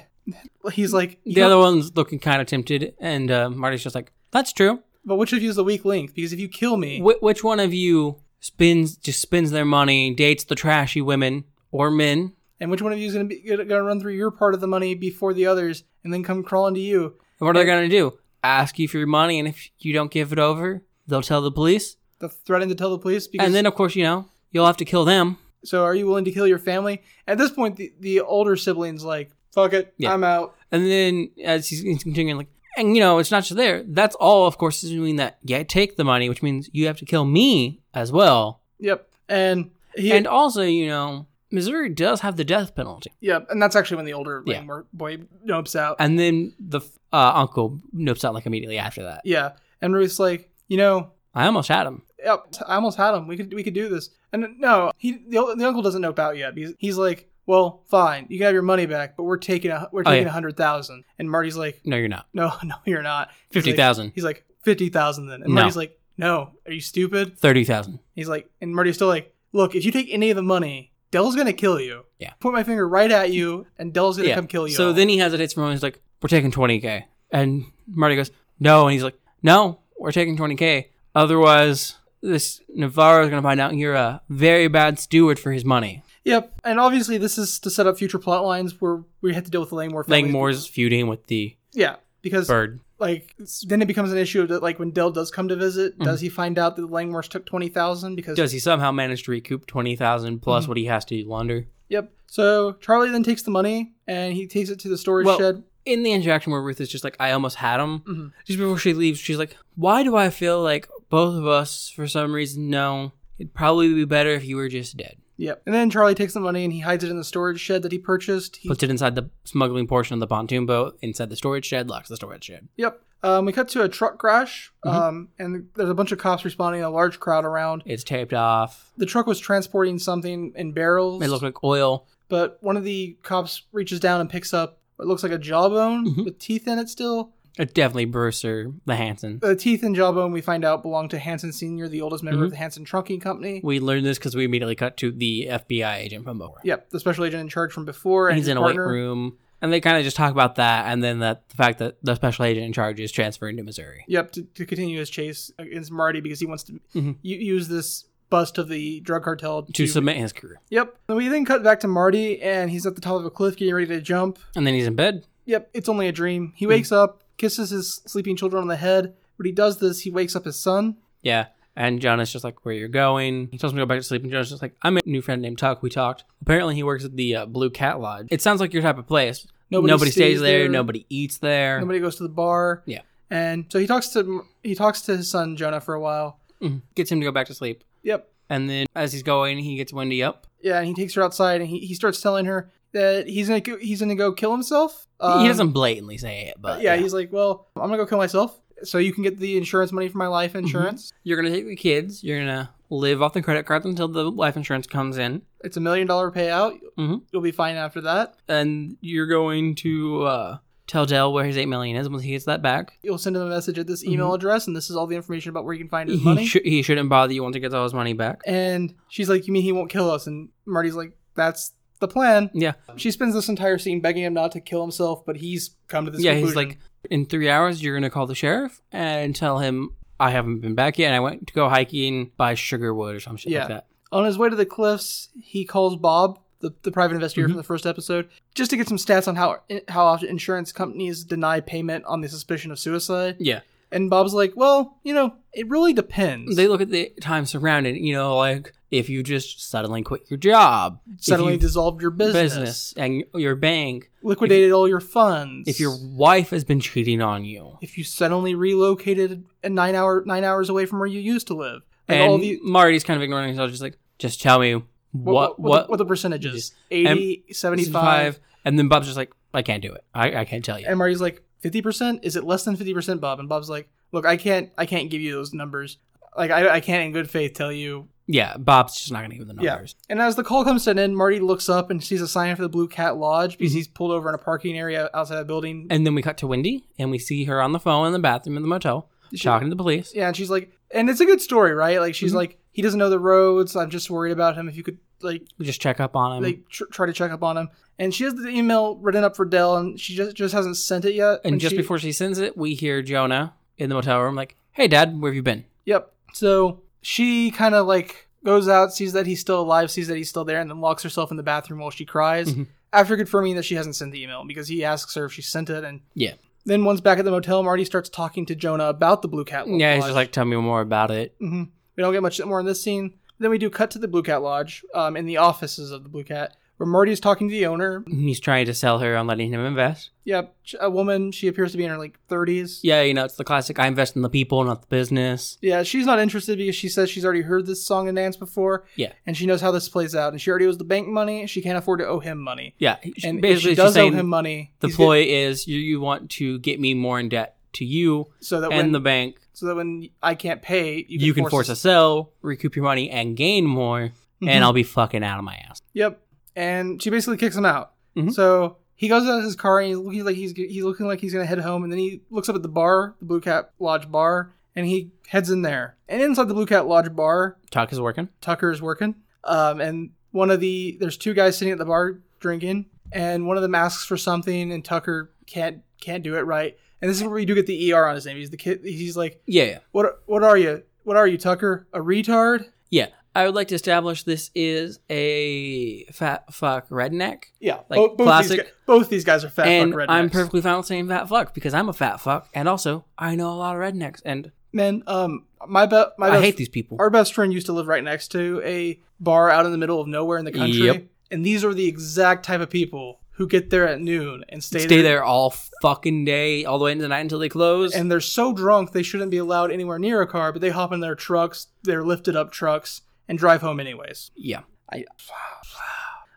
[SPEAKER 1] he's like
[SPEAKER 2] The other one's looking kind of tempted, and uh, Marty's just like, "That's true.
[SPEAKER 1] but which of you is the weak link because if you kill me
[SPEAKER 2] Wh- which one of you spends just spends their money, dates the trashy women or men,
[SPEAKER 1] And which one of you is going to be going to run through your part of the money before the others, and then come crawling to you?
[SPEAKER 2] And what are they going to do? Ask you for your money, and if you don't give it over, they'll tell the police.
[SPEAKER 1] The threatening to tell the police. Because,
[SPEAKER 2] And then, of course, you know, you'll have to kill them.
[SPEAKER 1] so are you willing to kill your family? At this point, the, the older siblings like, fuck it,
[SPEAKER 2] Yeah.
[SPEAKER 1] I'm out.
[SPEAKER 2] And then, as he's he's continuing, like, and you know, it's not just there. That's all, of course, is doing that. Yeah, take the money, which means you have to kill me as well.
[SPEAKER 1] Yep. And he,
[SPEAKER 2] And also, you know, Missouri does have the death penalty.
[SPEAKER 1] yep. And that's actually when the older
[SPEAKER 2] Yeah.
[SPEAKER 1] like, boy nopes out.
[SPEAKER 2] And then the uh, uncle nopes out like immediately after that.
[SPEAKER 1] yeah. And Ruth's like, you know,
[SPEAKER 2] I almost had him.
[SPEAKER 1] yep, I almost had him. We could we could do this. And no, he the, the uncle doesn't nope out yet because he's like, well, fine, you can have your money back, but we're taking a we're
[SPEAKER 2] Oh,
[SPEAKER 1] taking a
[SPEAKER 2] yeah.
[SPEAKER 1] hundred thousand. And Marty's like,
[SPEAKER 2] No, you're not.
[SPEAKER 1] no, no, you're not. He's like-
[SPEAKER 2] Fifty thousand.
[SPEAKER 1] He's like fifty thousand then, and
[SPEAKER 2] No.
[SPEAKER 1] Marty's like, no, are you stupid?
[SPEAKER 2] Thirty thousand.
[SPEAKER 1] He's like, and Marty's still like, look, if you take any of the money, Dell's gonna kill you.
[SPEAKER 2] Yeah.
[SPEAKER 1] Point my finger right at you, and Dell's gonna
[SPEAKER 2] Yeah.
[SPEAKER 1] come kill you.
[SPEAKER 2] So
[SPEAKER 1] all."
[SPEAKER 2] then he hesitates for a moment. He's like, "We're taking twenty k," and Marty goes, "No," and he's like, "No, we're taking twenty k. Otherwise, this Navarro is going to find out you're a very bad steward for his money."
[SPEAKER 1] yep. And obviously, this is to set up future plot lines where we have to deal with the Langmore. family.
[SPEAKER 2] Langmore's feuding with the
[SPEAKER 1] Yeah. Because
[SPEAKER 2] bird.
[SPEAKER 1] like it's- then it becomes an issue of that like when Dell does come to visit, does he find out that the Langmores took twenty thousand? Because
[SPEAKER 2] Mm-hmm. Does he somehow manage to recoup twenty thousand plus what he has to launder?
[SPEAKER 1] yep. So Charlie then takes the money and he takes it to the storage
[SPEAKER 2] Well-
[SPEAKER 1] shed.
[SPEAKER 2] in the interaction where Ruth is just like, I almost had him,
[SPEAKER 1] Mhm.
[SPEAKER 2] just before she leaves, she's like, Why do I feel like both of us, for some reason, know it'd probably be better if you were just dead?
[SPEAKER 1] Yep. And then Charlie takes the money and he hides it in the storage shed that he purchased. He,
[SPEAKER 2] Puts it inside the smuggling portion of the pontoon boat, inside the storage shed, locks the storage shed.
[SPEAKER 1] yep. Um, we cut to a truck crash,
[SPEAKER 2] Mhm.
[SPEAKER 1] um, and there's a bunch of cops responding, a large crowd around.
[SPEAKER 2] It's taped off.
[SPEAKER 1] The truck was transporting something in barrels,
[SPEAKER 2] It looks like oil.
[SPEAKER 1] but one of the cops reaches down and picks up what looks like a jawbone
[SPEAKER 2] Mhm.
[SPEAKER 1] with teeth in it still.
[SPEAKER 2] It Uh, definitely Bruce or the Hanson.
[SPEAKER 1] The uh, teeth and jawbone we find out belong to Hanson Sr., the oldest
[SPEAKER 2] Mm-hmm.
[SPEAKER 1] member of the Hanson Trunking Company.
[SPEAKER 2] We learned this because we immediately cut to the FBI agent from before.
[SPEAKER 1] yep, the special agent in charge from before. And
[SPEAKER 2] He's
[SPEAKER 1] his
[SPEAKER 2] in a
[SPEAKER 1] partner.
[SPEAKER 2] white room. And they kind of just talk about that, and then that the fact that the special agent in charge is transferring to Missouri.
[SPEAKER 1] Yep, to, to continue his chase against Marty because he wants to
[SPEAKER 2] Mhm.
[SPEAKER 1] u- use this bust of the drug cartel
[SPEAKER 2] To submit his career.
[SPEAKER 1] Yep. And we then cut back to Marty, and he's at the top of a cliff getting ready to jump.
[SPEAKER 2] And then he's in bed.
[SPEAKER 1] Yep, it's only a dream. He
[SPEAKER 2] Mm-hmm.
[SPEAKER 1] wakes up, kisses his sleeping children on the head. When he does this, he wakes up his son.
[SPEAKER 2] Yeah. And John is just like, where you're going. He tells me to go back to sleep. And John's just like, I met a new friend named Tuck. We talked. Apparently, he works at the uh, Blue Cat Lodge. It sounds like your type of place. Nobody, stays, there, Nobody eats there.
[SPEAKER 1] Nobody goes to the bar.
[SPEAKER 2] Yeah.
[SPEAKER 1] And so he talks to he talks to his son Jonah for a while.
[SPEAKER 2] Mhm. Gets him to go back to sleep.
[SPEAKER 1] Yep.
[SPEAKER 2] And then as he's going, he gets Wendy up.
[SPEAKER 1] Yeah, and he takes her outside, and he, he starts telling her that he's gonna go, he's gonna go kill himself.
[SPEAKER 2] he
[SPEAKER 1] Um,
[SPEAKER 2] doesn't blatantly say it, but
[SPEAKER 1] yeah, he's like, well, I'm gonna go kill myself, so you can get the insurance money for my life
[SPEAKER 2] Mm-hmm.
[SPEAKER 1] insurance.
[SPEAKER 2] you're going to take the kids. You're going to live off the credit cards until the life insurance comes in.
[SPEAKER 1] It's a million dollar payout.
[SPEAKER 2] Mhm.
[SPEAKER 1] You'll be fine after that.
[SPEAKER 2] And you're going to uh, tell Dell where his $8 million is once he gets that back.
[SPEAKER 1] You'll send him a message at this email address, and this is all the information about where you can find his
[SPEAKER 2] Mm-hmm. He,
[SPEAKER 1] money.
[SPEAKER 2] sh- he shouldn't bother you once he gets all his money back.
[SPEAKER 1] and she's like, you mean he won't kill us? And Marty's like, that's the plan.
[SPEAKER 2] Yeah.
[SPEAKER 1] She spends this entire scene begging him not to kill himself, but he's come to this.
[SPEAKER 2] yeah, he's
[SPEAKER 1] conclusion.
[SPEAKER 2] like, in three hours, you're gonna call the sheriff and tell him I haven't been back yet. And I went to go hiking by Sugarwood or some shit
[SPEAKER 1] Yeah.
[SPEAKER 2] like that.
[SPEAKER 1] On his way to the cliffs, he calls Bob, the, the private investigator
[SPEAKER 2] Mm-hmm.
[SPEAKER 1] from the first episode, just to get some stats on how how often insurance companies deny payment on the suspicion of suicide.
[SPEAKER 2] Yeah,
[SPEAKER 1] And Bob's like, "Well, you know, it really depends.
[SPEAKER 2] they look at the time surrounded. You know, like if you just suddenly quit your job, if
[SPEAKER 1] Suddenly
[SPEAKER 2] you-
[SPEAKER 1] dissolved your business,
[SPEAKER 2] and your bank,
[SPEAKER 1] liquidated all your funds.
[SPEAKER 2] if your wife has been cheating on you,
[SPEAKER 1] if you suddenly relocated a nine hour nine hours away from where you used to live,
[SPEAKER 2] and,
[SPEAKER 1] and, all the
[SPEAKER 2] Marty's kind of ignoring himself, just like, just tell me what
[SPEAKER 1] what what, the,
[SPEAKER 2] what,
[SPEAKER 1] what the percentages? 80, 75.
[SPEAKER 2] 75. and then Bob's just like, I can't do it. I, I can't tell you.
[SPEAKER 1] And Marty's like, fifty percent? Is it less than fifty percent, Bob? And Bob's like, look, I can't, I can't give you those numbers. Like, I, I can't in good faith tell you.
[SPEAKER 2] yeah, Bob's just not gonna give him the
[SPEAKER 1] Yeah.
[SPEAKER 2] numbers.
[SPEAKER 1] And as the call comes to an end, Marty looks up and sees a sign for the Blue Cat Lodge because
[SPEAKER 2] Mhm.
[SPEAKER 1] he's pulled over in a parking area outside a building.
[SPEAKER 2] And then we cut to Wendy, and we see her on the phone in the bathroom in the motel,
[SPEAKER 1] She-
[SPEAKER 2] talking to the police.
[SPEAKER 1] yeah, and she's like, and it's a good story, right? Like, she's
[SPEAKER 2] Mhm.
[SPEAKER 1] like, he doesn't know the roads. I'm just worried about him. If you could, like,
[SPEAKER 2] We just check up on him,
[SPEAKER 1] like tr- try to check up on him. And she has the email written up for Dell, and she just just hasn't sent it yet.
[SPEAKER 2] and just
[SPEAKER 1] she-
[SPEAKER 2] before she sends it, we hear Jonah in the motel room, like, "Hey, Dad, where have you been?"
[SPEAKER 1] Yep. So she kind of like goes out, sees that he's still alive, sees that he's still there, and then locks herself in the bathroom while she cries
[SPEAKER 2] Mhm.
[SPEAKER 1] after confirming that she hasn't sent the email because he asks her if she sent it. And
[SPEAKER 2] Yeah.
[SPEAKER 1] Then once back at the motel, Marty starts talking to Jonah about the Blue Cat Lodge.
[SPEAKER 2] Yeah, he's just like, "Tell me more about it."
[SPEAKER 1] hmm We don't get much more in this scene. Then we do cut to the Blue Cat Lodge um, in the offices of the Blue Cat, where Marty is talking to the owner.
[SPEAKER 2] And He's trying to sell her on letting him invest.
[SPEAKER 1] Yep, a woman. She appears to be in her like 30s.
[SPEAKER 2] Yeah, you know, it's the classic: I invest in the people, not the business.
[SPEAKER 1] Yeah, she's not interested because she says she's already heard this song and dance before.
[SPEAKER 2] Yeah.
[SPEAKER 1] And she knows how this plays out. And she already owes the bank money. She can't afford to owe him money.
[SPEAKER 2] Yeah, he-
[SPEAKER 1] And if
[SPEAKER 2] basically,
[SPEAKER 1] she
[SPEAKER 2] she's
[SPEAKER 1] does owe
[SPEAKER 2] saying
[SPEAKER 1] him money.
[SPEAKER 2] the
[SPEAKER 1] he's gonna-
[SPEAKER 2] ploy is you, you want to get me more in debt to you
[SPEAKER 1] so that
[SPEAKER 2] and
[SPEAKER 1] when
[SPEAKER 2] the bank
[SPEAKER 1] so that when I can't pay,
[SPEAKER 2] You, can force a sell, recoup your money, and gain more, and I'll be fucking out of my ass.
[SPEAKER 1] Mm-hmm. Yep. And she basically kicks him out.
[SPEAKER 2] Mhm.
[SPEAKER 1] So he goes out of his car and he's looking like he's he's looking like he's gonna head home. And then he looks up at the bar, the Blue Cat Lodge bar, and he heads in there. And inside the Blue Cat Lodge bar,
[SPEAKER 2] Talk is working.
[SPEAKER 1] Tucker is working. Um, and one of the there's two guys sitting at the bar drinking, and one of them asks for something, and Tucker can't can't do it right. And this is where we do get the ER on his name. He's the kid. He's like,
[SPEAKER 2] Yeah, yeah.
[SPEAKER 1] what What are you? What are you, Tucker? A retard?
[SPEAKER 2] Yeah. I would like to establish this is a fat fuck redneck.
[SPEAKER 1] Yeah,
[SPEAKER 2] Like,
[SPEAKER 1] both, both
[SPEAKER 2] classic-
[SPEAKER 1] These guys, both these guys are fat
[SPEAKER 2] and
[SPEAKER 1] fuck rednecks.
[SPEAKER 2] I'm perfectly fine with saying fat fuck because I'm a fat fuck, and also I know a lot of rednecks, and
[SPEAKER 1] Man, um, my be- my
[SPEAKER 2] I
[SPEAKER 1] best,
[SPEAKER 2] hate these people.
[SPEAKER 1] our best friend used to live right next to a bar out in the middle of nowhere in the country,
[SPEAKER 2] Yep.
[SPEAKER 1] and these are the exact type of people who get there at noon and stay,
[SPEAKER 2] Stay there all fucking day, all the way into the night until they close.
[SPEAKER 1] and they're so drunk they shouldn't be allowed anywhere near a car, but they hop in their trucks, their lifted up trucks, and drive home anyways.
[SPEAKER 2] yeah,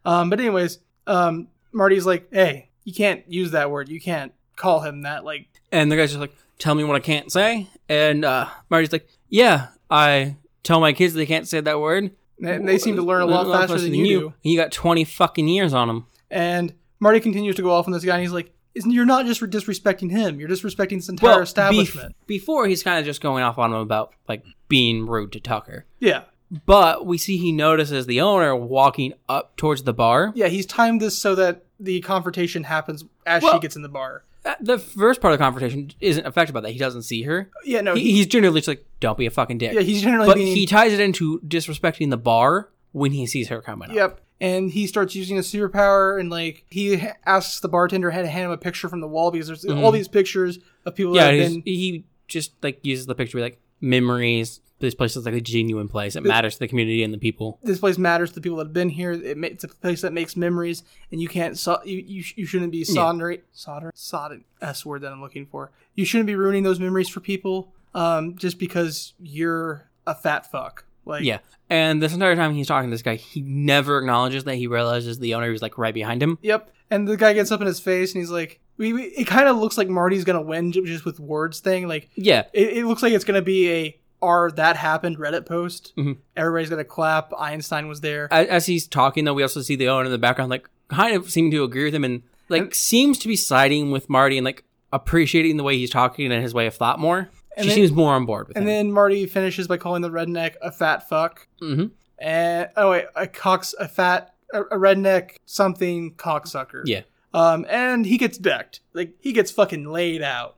[SPEAKER 1] Um, but anyways, um, Marty's like, hey, you can't use that word, you can't call him that, like,
[SPEAKER 2] and the guy's just like, "Tell me what I can't say," and uh, Marty's like, "Yeah, I tell my kids they can't say that word."
[SPEAKER 1] and they seem to learn a lot faster than you do.
[SPEAKER 2] And you got twenty fucking years on them.
[SPEAKER 1] And Marty continues to go off on this guy, and he's like, "Isn't you're not just disrespecting him? You're disrespecting this entire
[SPEAKER 2] Well,
[SPEAKER 1] establishment."
[SPEAKER 2] bef- before he's kind of just going off on him about like being rude to Tucker,
[SPEAKER 1] yeah,
[SPEAKER 2] but we see he notices the owner walking up towards the bar.
[SPEAKER 1] yeah. He's timed this so that the confrontation happens as she
[SPEAKER 2] Well-
[SPEAKER 1] gets in the bar.
[SPEAKER 2] Uh, the first part of the confrontation isn't affected by that. He doesn't see her.
[SPEAKER 1] Yeah, no.
[SPEAKER 2] He,
[SPEAKER 1] He,
[SPEAKER 2] he's generally just like, don't be a fucking dick.
[SPEAKER 1] yeah, he's generally
[SPEAKER 2] but
[SPEAKER 1] being.
[SPEAKER 2] he ties it into disrespecting the bar when he sees her coming up.
[SPEAKER 1] yep. And he starts using a superpower, and like he ha- asks the bartender had to hand him a picture from the wall because there's all these pictures of people
[SPEAKER 2] Mm-hmm. Yeah,
[SPEAKER 1] that have
[SPEAKER 2] he's-
[SPEAKER 1] been.
[SPEAKER 2] he just like uses the picture to be like, memories. This place is like a genuine place. It matters to the community and the people.
[SPEAKER 1] This place matters to the people that have been here. It ma- it's a place that makes memories, and you can't so- you, you sh- you shouldn't be soldering solder sodden s word that I'm looking for. You shouldn't be ruining those memories for people um, just because you're a fat fuck. Like
[SPEAKER 2] Yeah. And this entire time he's talking to this guy, he never acknowledges that he realizes the owner is like right behind him.
[SPEAKER 1] Yep. And the guy gets up in his face and he's like, we, we, it kind of looks like Marty's going to win ju- just with words thing. Like,
[SPEAKER 2] Yeah.
[SPEAKER 1] it, it looks like it's going to be a R that happened Reddit post.
[SPEAKER 2] Mhm.
[SPEAKER 1] Everybody's going to clap. Einstein was there.
[SPEAKER 2] As, as he's talking, though, we also see the owner in the background, like kind of seeming to agree with him and like
[SPEAKER 1] And-
[SPEAKER 2] seems to be siding with Marty and like appreciating the way he's talking and his way of thought more.
[SPEAKER 1] And
[SPEAKER 2] she
[SPEAKER 1] then-
[SPEAKER 2] seems more on board with
[SPEAKER 1] and
[SPEAKER 2] him.
[SPEAKER 1] then Marty finishes by calling the redneck a fat fuck.
[SPEAKER 2] Mhm.
[SPEAKER 1] And, oh, wait, a cocks, a fat, a, a redneck something cocksucker.
[SPEAKER 2] Yeah.
[SPEAKER 1] Um, and he gets decked. Like, he gets fucking laid out.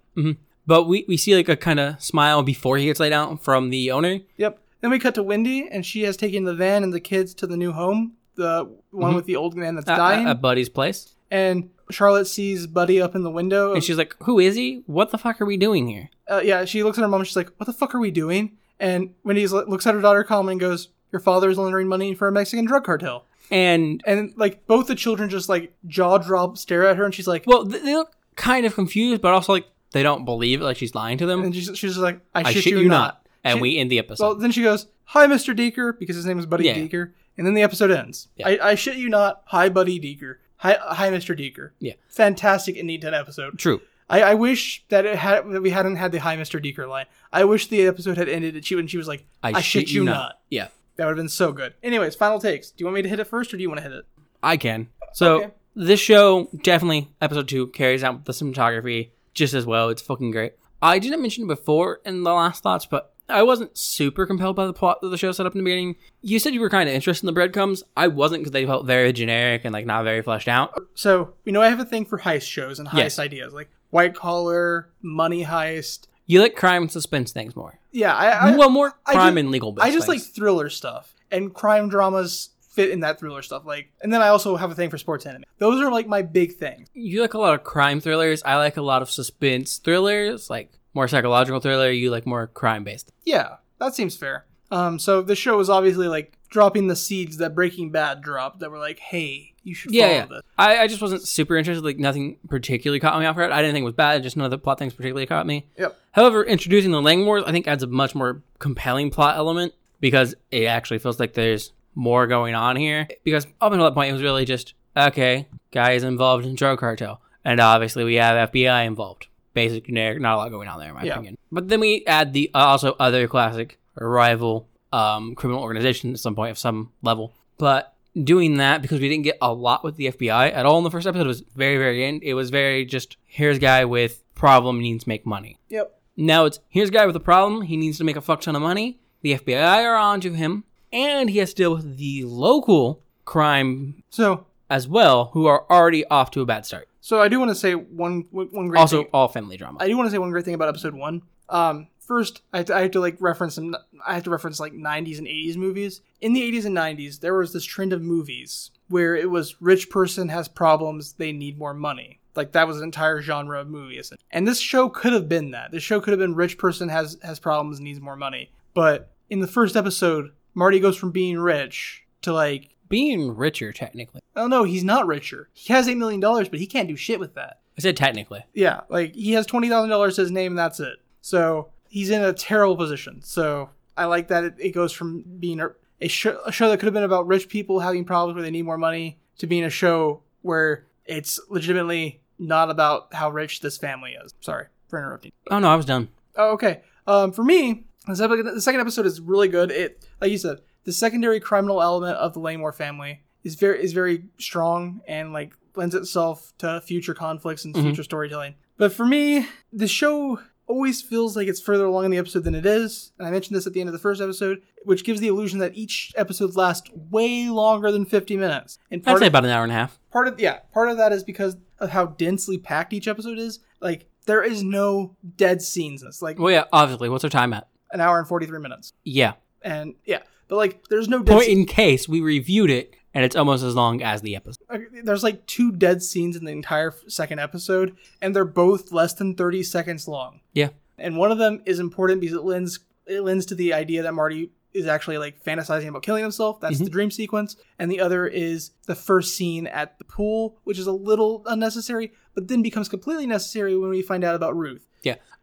[SPEAKER 2] But we, we see like a kind of smile before he gets laid out from the owner.
[SPEAKER 1] Yep. Then we cut to Wendy, and she has taken the van and the kids to the new home, the one
[SPEAKER 2] Mhm.
[SPEAKER 1] with the old man that's
[SPEAKER 2] at-
[SPEAKER 1] dying.
[SPEAKER 2] At, at Buddy's place.
[SPEAKER 1] and Charlotte sees Buddy up in the window.
[SPEAKER 2] And she's like, Who is he? What the fuck are we doing here?
[SPEAKER 1] uh, yeah, she looks at her mom. She's like, "What the fuck are we doing?" And Wendy looks at her daughter calmly and goes, "Your father is laundering money for a Mexican drug cartel."
[SPEAKER 2] And,
[SPEAKER 1] And like both the children just like jaw drop, stare at her, and she's like,
[SPEAKER 2] well, th- they look kind of confused, but also like they don't believe it. Like she's lying to them.
[SPEAKER 1] and she's, she's just like, "I,
[SPEAKER 2] I shit, you not. And
[SPEAKER 1] She-
[SPEAKER 2] we end the episode.
[SPEAKER 1] Well, then she goes, "Hi, Mr. Deeker," because his name is Buddy
[SPEAKER 2] Yeah.
[SPEAKER 1] Deeker, and then the episode ends.
[SPEAKER 2] Yeah.
[SPEAKER 1] I, I shit you not. Hi, Buddy Deeker. Hi, hi, Mr. Deeker.
[SPEAKER 2] Yeah.
[SPEAKER 1] fantastic and neat an episode.
[SPEAKER 2] True.
[SPEAKER 1] I, I wish that it had that we hadn't had the hi, Mr. Deeker line. I wish the episode had ended and she when she was like, "I, shit, you not.
[SPEAKER 2] Yeah.
[SPEAKER 1] That would have been so good. Anyways, final takes. Do you want me to hit it first, or do you want to hit it?
[SPEAKER 2] I can. So
[SPEAKER 1] Okay.
[SPEAKER 2] this show definitely episode two carries out the cinematography just as well. It's fucking great. I didn't mention it before in the last thoughts, but I wasn't super compelled by the plot that the show set up in the beginning. You said you were kind of interested in the breadcrumbs. I wasn't because they felt very generic and like not very fleshed out.
[SPEAKER 1] So we know I have a thing for heist shows and heist
[SPEAKER 2] Yes.
[SPEAKER 1] ideas, like white collar, money heist.
[SPEAKER 2] You like crime and suspense things more.
[SPEAKER 1] Yeah, I I,
[SPEAKER 2] well, more
[SPEAKER 1] I
[SPEAKER 2] crime
[SPEAKER 1] ju-
[SPEAKER 2] and legal.
[SPEAKER 1] I just like thriller stuff, and crime dramas fit in that thriller stuff. Like, and then I also have a thing for sports anime. Those are like my big things.
[SPEAKER 2] you like a lot of crime thrillers. I like a lot of suspense thrillers, like more psychological thriller. You like more crime based.
[SPEAKER 1] Yeah, that seems fair. Um, so the show was obviously like dropping the seeds that Breaking Bad dropped that were like, hey, you should
[SPEAKER 2] Yeah,
[SPEAKER 1] follow
[SPEAKER 2] yeah.
[SPEAKER 1] this.
[SPEAKER 2] I, I just wasn't super interested. Like nothing particularly caught me off guard. I didn't think it was bad. Just none of the plot things particularly caught me.
[SPEAKER 1] Yep.
[SPEAKER 2] However, introducing the Lang Wars, I think adds a much more compelling plot element because it actually feels like there's more going on here. Because up until that point, it was really just okay, guy is involved in drug cartel, and obviously we have FBI involved. basic generic. Not a lot going on there, in my
[SPEAKER 1] Yeah.
[SPEAKER 2] opinion. But then we add the uh, also other classic rival um, criminal organization at some point of some level. But doing that because we didn't get a lot with the FBI at all in the first episode was very very end. It was very just here's a guy with problem needs to make money.
[SPEAKER 1] Yep.
[SPEAKER 2] Now it's here's a guy with a problem. He needs to make a fuck ton of money. The FBI are onto him, and he has to deal with the local crime
[SPEAKER 1] So
[SPEAKER 2] as well, who are already off to a bad start.
[SPEAKER 1] so I do want to say one one great
[SPEAKER 2] also,
[SPEAKER 1] thing.
[SPEAKER 2] all family drama.
[SPEAKER 1] I do want to say one great thing about episode one. Um, first, I have, to, I have to like reference some. I have to reference like '90s and '80s movies. In the '80s and '90s, there was this trend of movies where it was rich person has problems, they need more money. Like that was an entire genre of movies, and this show could have been that. This show could have been rich person has has problems, needs more money. But in the first episode, Marty goes from being rich to like,
[SPEAKER 2] Being richer, technically.
[SPEAKER 1] oh no, he's not richer. He has eight million dollars, but he can't do shit with that.
[SPEAKER 2] I said technically.
[SPEAKER 1] Yeah, like he has twenty thousand dollars to his name, and that's it. So he's in a terrible position. So I like that it, it goes from being a, a, show, a show that could have been about rich people having problems where they need more money to being a show where it's legitimately not about how rich this family is. Sorry for interrupting.
[SPEAKER 2] Oh no, I was done.
[SPEAKER 1] Oh, okay. Um, for me, the second, the second episode is really good. It, like you said, the secondary criminal element of the Langmore family is very is very strong and like lends itself to future conflicts and
[SPEAKER 2] Mhm.
[SPEAKER 1] future storytelling. But for me, the show always feels like it's further along in the episode than it is, and I mentioned this at the end of the first episode, which gives the illusion that each episode lasts way longer than fifty minutes. And
[SPEAKER 2] I'd
[SPEAKER 1] part
[SPEAKER 2] say
[SPEAKER 1] of,
[SPEAKER 2] about an hour and a half.
[SPEAKER 1] part of yeah part of that is because of how densely packed each episode is. Like there is no dead scenes. in this. like
[SPEAKER 2] Well, yeah, obviously. What's our time at?
[SPEAKER 1] an hour and 43 minutes.
[SPEAKER 2] Yeah.
[SPEAKER 1] And yeah, but like there's no dead
[SPEAKER 2] Point in case we reviewed it, and it's almost as long as the episode.
[SPEAKER 1] se- uh, there's like two dead scenes in the entire f- second episode and they're both less than 30 seconds long.
[SPEAKER 2] Yeah.
[SPEAKER 1] And one of them is important because it lends it lends to the idea that Marty is actually like fantasizing about killing himself. That's
[SPEAKER 2] Mhm.
[SPEAKER 1] the dream sequence. And the other is the first scene at the pool, which is a little unnecessary, but then becomes completely necessary when we find out about Ruth.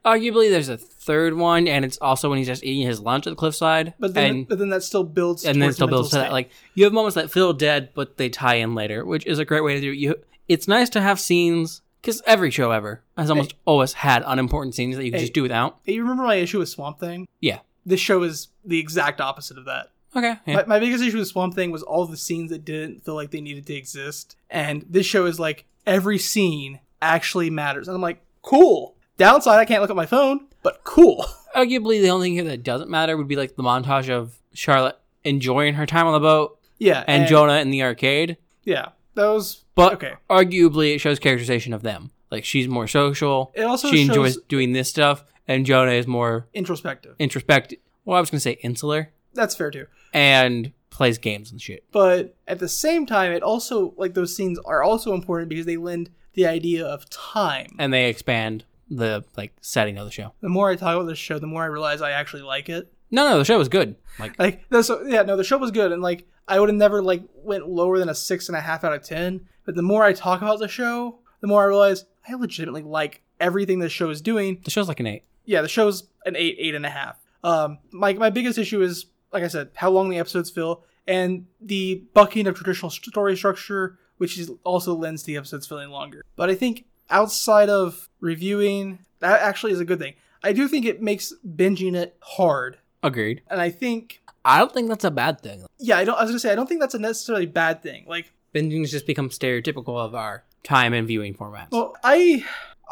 [SPEAKER 2] Arguably, there's a third one, and it's also when he's just eating his lunch at the cliffside.
[SPEAKER 1] But then
[SPEAKER 2] and,
[SPEAKER 1] but then that still builds
[SPEAKER 2] and then
[SPEAKER 1] towards the
[SPEAKER 2] still builds
[SPEAKER 1] mental
[SPEAKER 2] to that.
[SPEAKER 1] state.
[SPEAKER 2] Like you have moments that feel dead, but they tie in later, which is a great way to do it. You, it's nice to have scenes because every show ever has almost always had unimportant scenes that you can
[SPEAKER 1] Hey.
[SPEAKER 2] just do without.
[SPEAKER 1] Hey, you remember my issue with Swamp Thing?
[SPEAKER 2] Yeah.
[SPEAKER 1] This show is the exact opposite of that.
[SPEAKER 2] Okay, yeah.
[SPEAKER 1] My, my biggest issue with Swamp Thing was all the scenes that didn't feel like they needed to exist. And this show is like every scene actually matters. And I'm like, cool. Downside, I can't look at my phone, but cool.
[SPEAKER 2] arguably the only thing here that doesn't matter would be like the montage of Charlotte enjoying her time on the boat
[SPEAKER 1] Yeah.
[SPEAKER 2] and, Jonah in the arcade.
[SPEAKER 1] Yeah. That was.
[SPEAKER 2] But
[SPEAKER 1] okay.
[SPEAKER 2] arguably, it shows characterization of them. Like she's more social.
[SPEAKER 1] It also
[SPEAKER 2] she
[SPEAKER 1] shows
[SPEAKER 2] enjoys doing this stuff, and Jonah is more
[SPEAKER 1] introspective.
[SPEAKER 2] introspective. Well, I was gonna say insular
[SPEAKER 1] That's fair too.
[SPEAKER 2] and plays games and shit.
[SPEAKER 1] But at the same time, it also, like, those scenes are also important because they lend the idea of time.
[SPEAKER 2] and they expand the like setting of the show.
[SPEAKER 1] The more I talk about this show, the more I realize I actually like it.
[SPEAKER 2] No, no, the show was good. Like
[SPEAKER 1] Like that's so yeah, no, the show was good, and like I would have never like went lower than a six and a half out of ten. But the more I talk about the show, the more I realize I legitimately like everything the show is doing.
[SPEAKER 2] the show's like an eight.
[SPEAKER 1] Yeah, the show's an eight, eight and a half. Um, my my biggest issue is like I said, how long the episodes feel, and the bucking of traditional st- story structure, which is also lends to the episodes feeling longer. But I think outside of reviewing, that actually is a good thing. I do think it makes binging it hard,
[SPEAKER 2] Agreed.
[SPEAKER 1] and I think
[SPEAKER 2] I don't think that's a bad thing.
[SPEAKER 1] yeah, I don't. I was gonna say I don't think that's a necessarily bad thing. Like,
[SPEAKER 2] Binging has just become stereotypical of our time and viewing formats.
[SPEAKER 1] well, I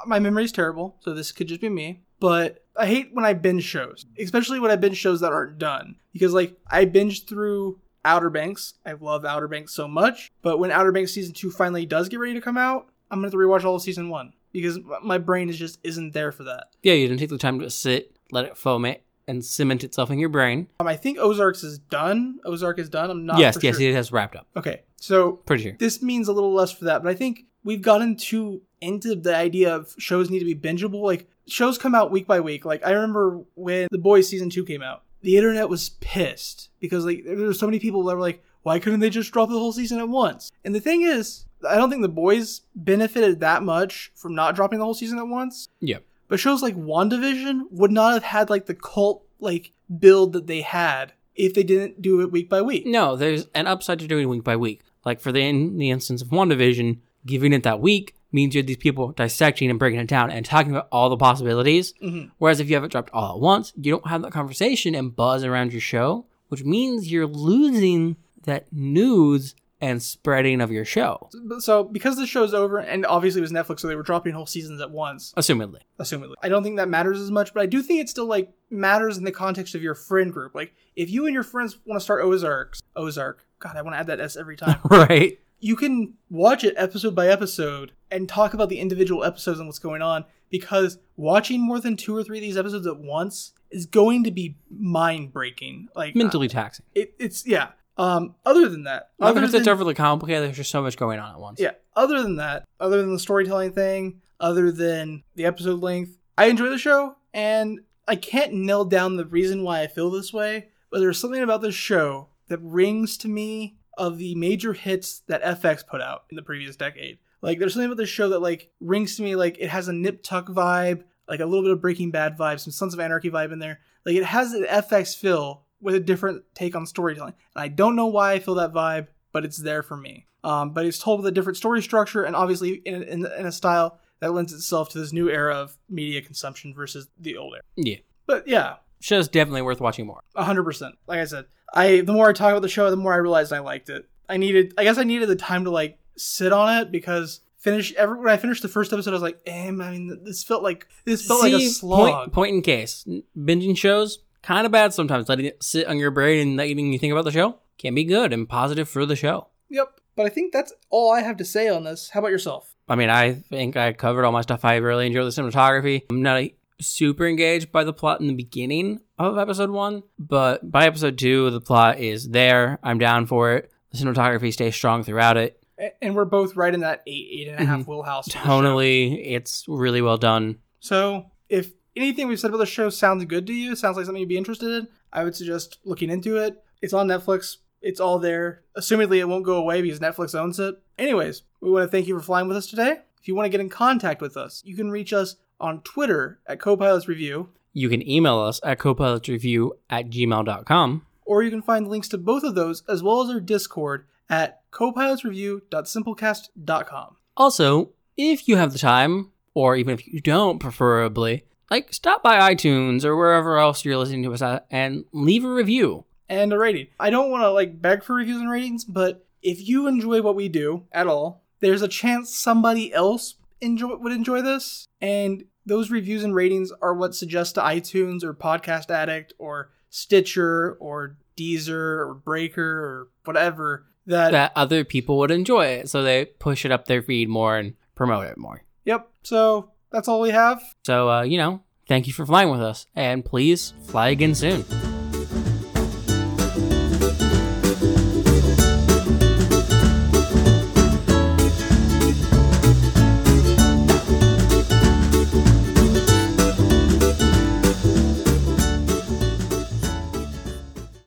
[SPEAKER 1] my memory's terrible, so this could just be me. But I hate when I binge shows, especially when I binge shows that aren't done, because like I binged through Outer Banks. I love Outer Banks so much, but when Outer Banks season two finally does get ready to come out, I'm gonna have to rewatch all of season one because m- my brain is just isn't there for that.
[SPEAKER 2] yeah, you didn't take the time to sit, let it foam and cement itself in your brain.
[SPEAKER 1] Um, I think Ozarks is done. Ozark is done. I'm not.
[SPEAKER 2] yes,
[SPEAKER 1] for
[SPEAKER 2] yes,
[SPEAKER 1] sure.
[SPEAKER 2] it has wrapped up.
[SPEAKER 1] Okay, so
[SPEAKER 2] Pretty sure.
[SPEAKER 1] this means a little less for that, but I think we've gotten too into the idea of shows need to be bingeable. Like shows come out week by week. Like I remember when The Boys season two came out, the internet was pissed because like there were so many people that were like, why couldn't they just drop the whole season at once? And the thing is, I don't think The Boys benefited that much from not dropping the whole season at once.
[SPEAKER 2] Yeah.
[SPEAKER 1] But shows like WandaVision would not have had like the cult like build that they had if they didn't do it week by week.
[SPEAKER 2] No, there's an upside to doing week by week. Like for the in the instance of WandaVision, giving it that week means you have these people dissecting and breaking it down and talking about all the possibilities.
[SPEAKER 1] Mhm.
[SPEAKER 2] Whereas if you have it dropped all at once, you don't have that conversation and buzz around your show, which means you're losing that news and spreading of your show,
[SPEAKER 1] So because the show's over, and obviously it was Netflix, so they were dropping whole seasons at once,
[SPEAKER 2] assumedly.
[SPEAKER 1] assumedly. I don't think that matters as much, but I do think it still like matters in the context of your friend group. Like if you and your friends want to start Ozarks, Ozark. God, I want to add that S every time.
[SPEAKER 2] Right?
[SPEAKER 1] you can watch it episode by episode and talk about the individual episodes and what's going on because watching more than two or three of these episodes at once is going to be mind breaking. Like uh,
[SPEAKER 2] Mentally taxing.
[SPEAKER 1] it, it's yeah. Um, other than that,
[SPEAKER 2] Not because
[SPEAKER 1] than,
[SPEAKER 2] it's overly complicated, there's just so much going on at once.
[SPEAKER 1] yeah. Other than that, other than the storytelling thing, other than the episode length, I enjoy the show, and I can't nail down the reason why I feel this way. But there's something about this show that rings to me of the major hits that FX put out in the previous decade. Like there's something about this show that like rings to me like it has a Nip Tuck vibe, like a little bit of Breaking Bad vibe, some Sons of Anarchy vibe in there. Like it has an FX feel with a different take on storytelling. And I don't know why I feel that vibe, but it's there for me. Um, but it's told with a different story structure and obviously in, in, in a style that lends itself to this new era of media consumption versus the old era.
[SPEAKER 2] Yeah.
[SPEAKER 1] But yeah,
[SPEAKER 2] Show's definitely worth watching more.
[SPEAKER 1] hundred percent. Like I said, I the more I talk about the show, the more I realized I liked it. I needed, I guess, I needed the time to like sit on it because finish every when I finished the first episode, I was like, "Damn, I mean, this felt like this felt like a
[SPEAKER 2] See,
[SPEAKER 1] slog."
[SPEAKER 2] Point, point in case, N- binging shows kind of bad sometimes. Letting it sit on your brain and letting you think about the show can be good and positive for the show.
[SPEAKER 1] Yep. But I think that's all I have to say on this. How about yourself?
[SPEAKER 2] I mean, I think I covered all my stuff. I really enjoyed the cinematography. I'm not like, super engaged by the plot in the beginning of episode one, but by episode two, the plot is there. I'm down for it. The cinematography stays strong throughout it.
[SPEAKER 1] A- And we're both right in that eight, eight and a half
[SPEAKER 2] Mhm.
[SPEAKER 1] wheelhouse. for the show.
[SPEAKER 2] Tonally, it's really well done.
[SPEAKER 1] So, if anything we've said about the show sounds good to you, sounds like something you'd be interested in, I would suggest looking into it. It's on Netflix. It's all there. Assumedly, it won't go away because Netflix owns it. Anyways, we want to thank you for flying with us today. If you want to get in contact with us, you can reach us on Twitter at Copilots Review,
[SPEAKER 2] You can email us at copilotreview at gmail.com.
[SPEAKER 1] or you can find links to both of those as well as our Discord at copilotsreview.simplecast.com.
[SPEAKER 2] Also, if you have the time, or even if you don't, preferably, like stop by iTunes or wherever else you're listening to us at and leave a review.
[SPEAKER 1] and a rating. I don't want to like beg for reviews and ratings, but if you enjoy what we do at all, there's a chance somebody else enjoy would enjoy this, and those reviews and ratings are what suggest to iTunes or Podcast Addict or Stitcher or Deezer or Breaker or whatever that.
[SPEAKER 2] That other people would enjoy it, so they push it up their feed more and promote it more.
[SPEAKER 1] Yep. So that's all we have.
[SPEAKER 2] So, uh, you know, thank you for flying with us, and please fly again soon.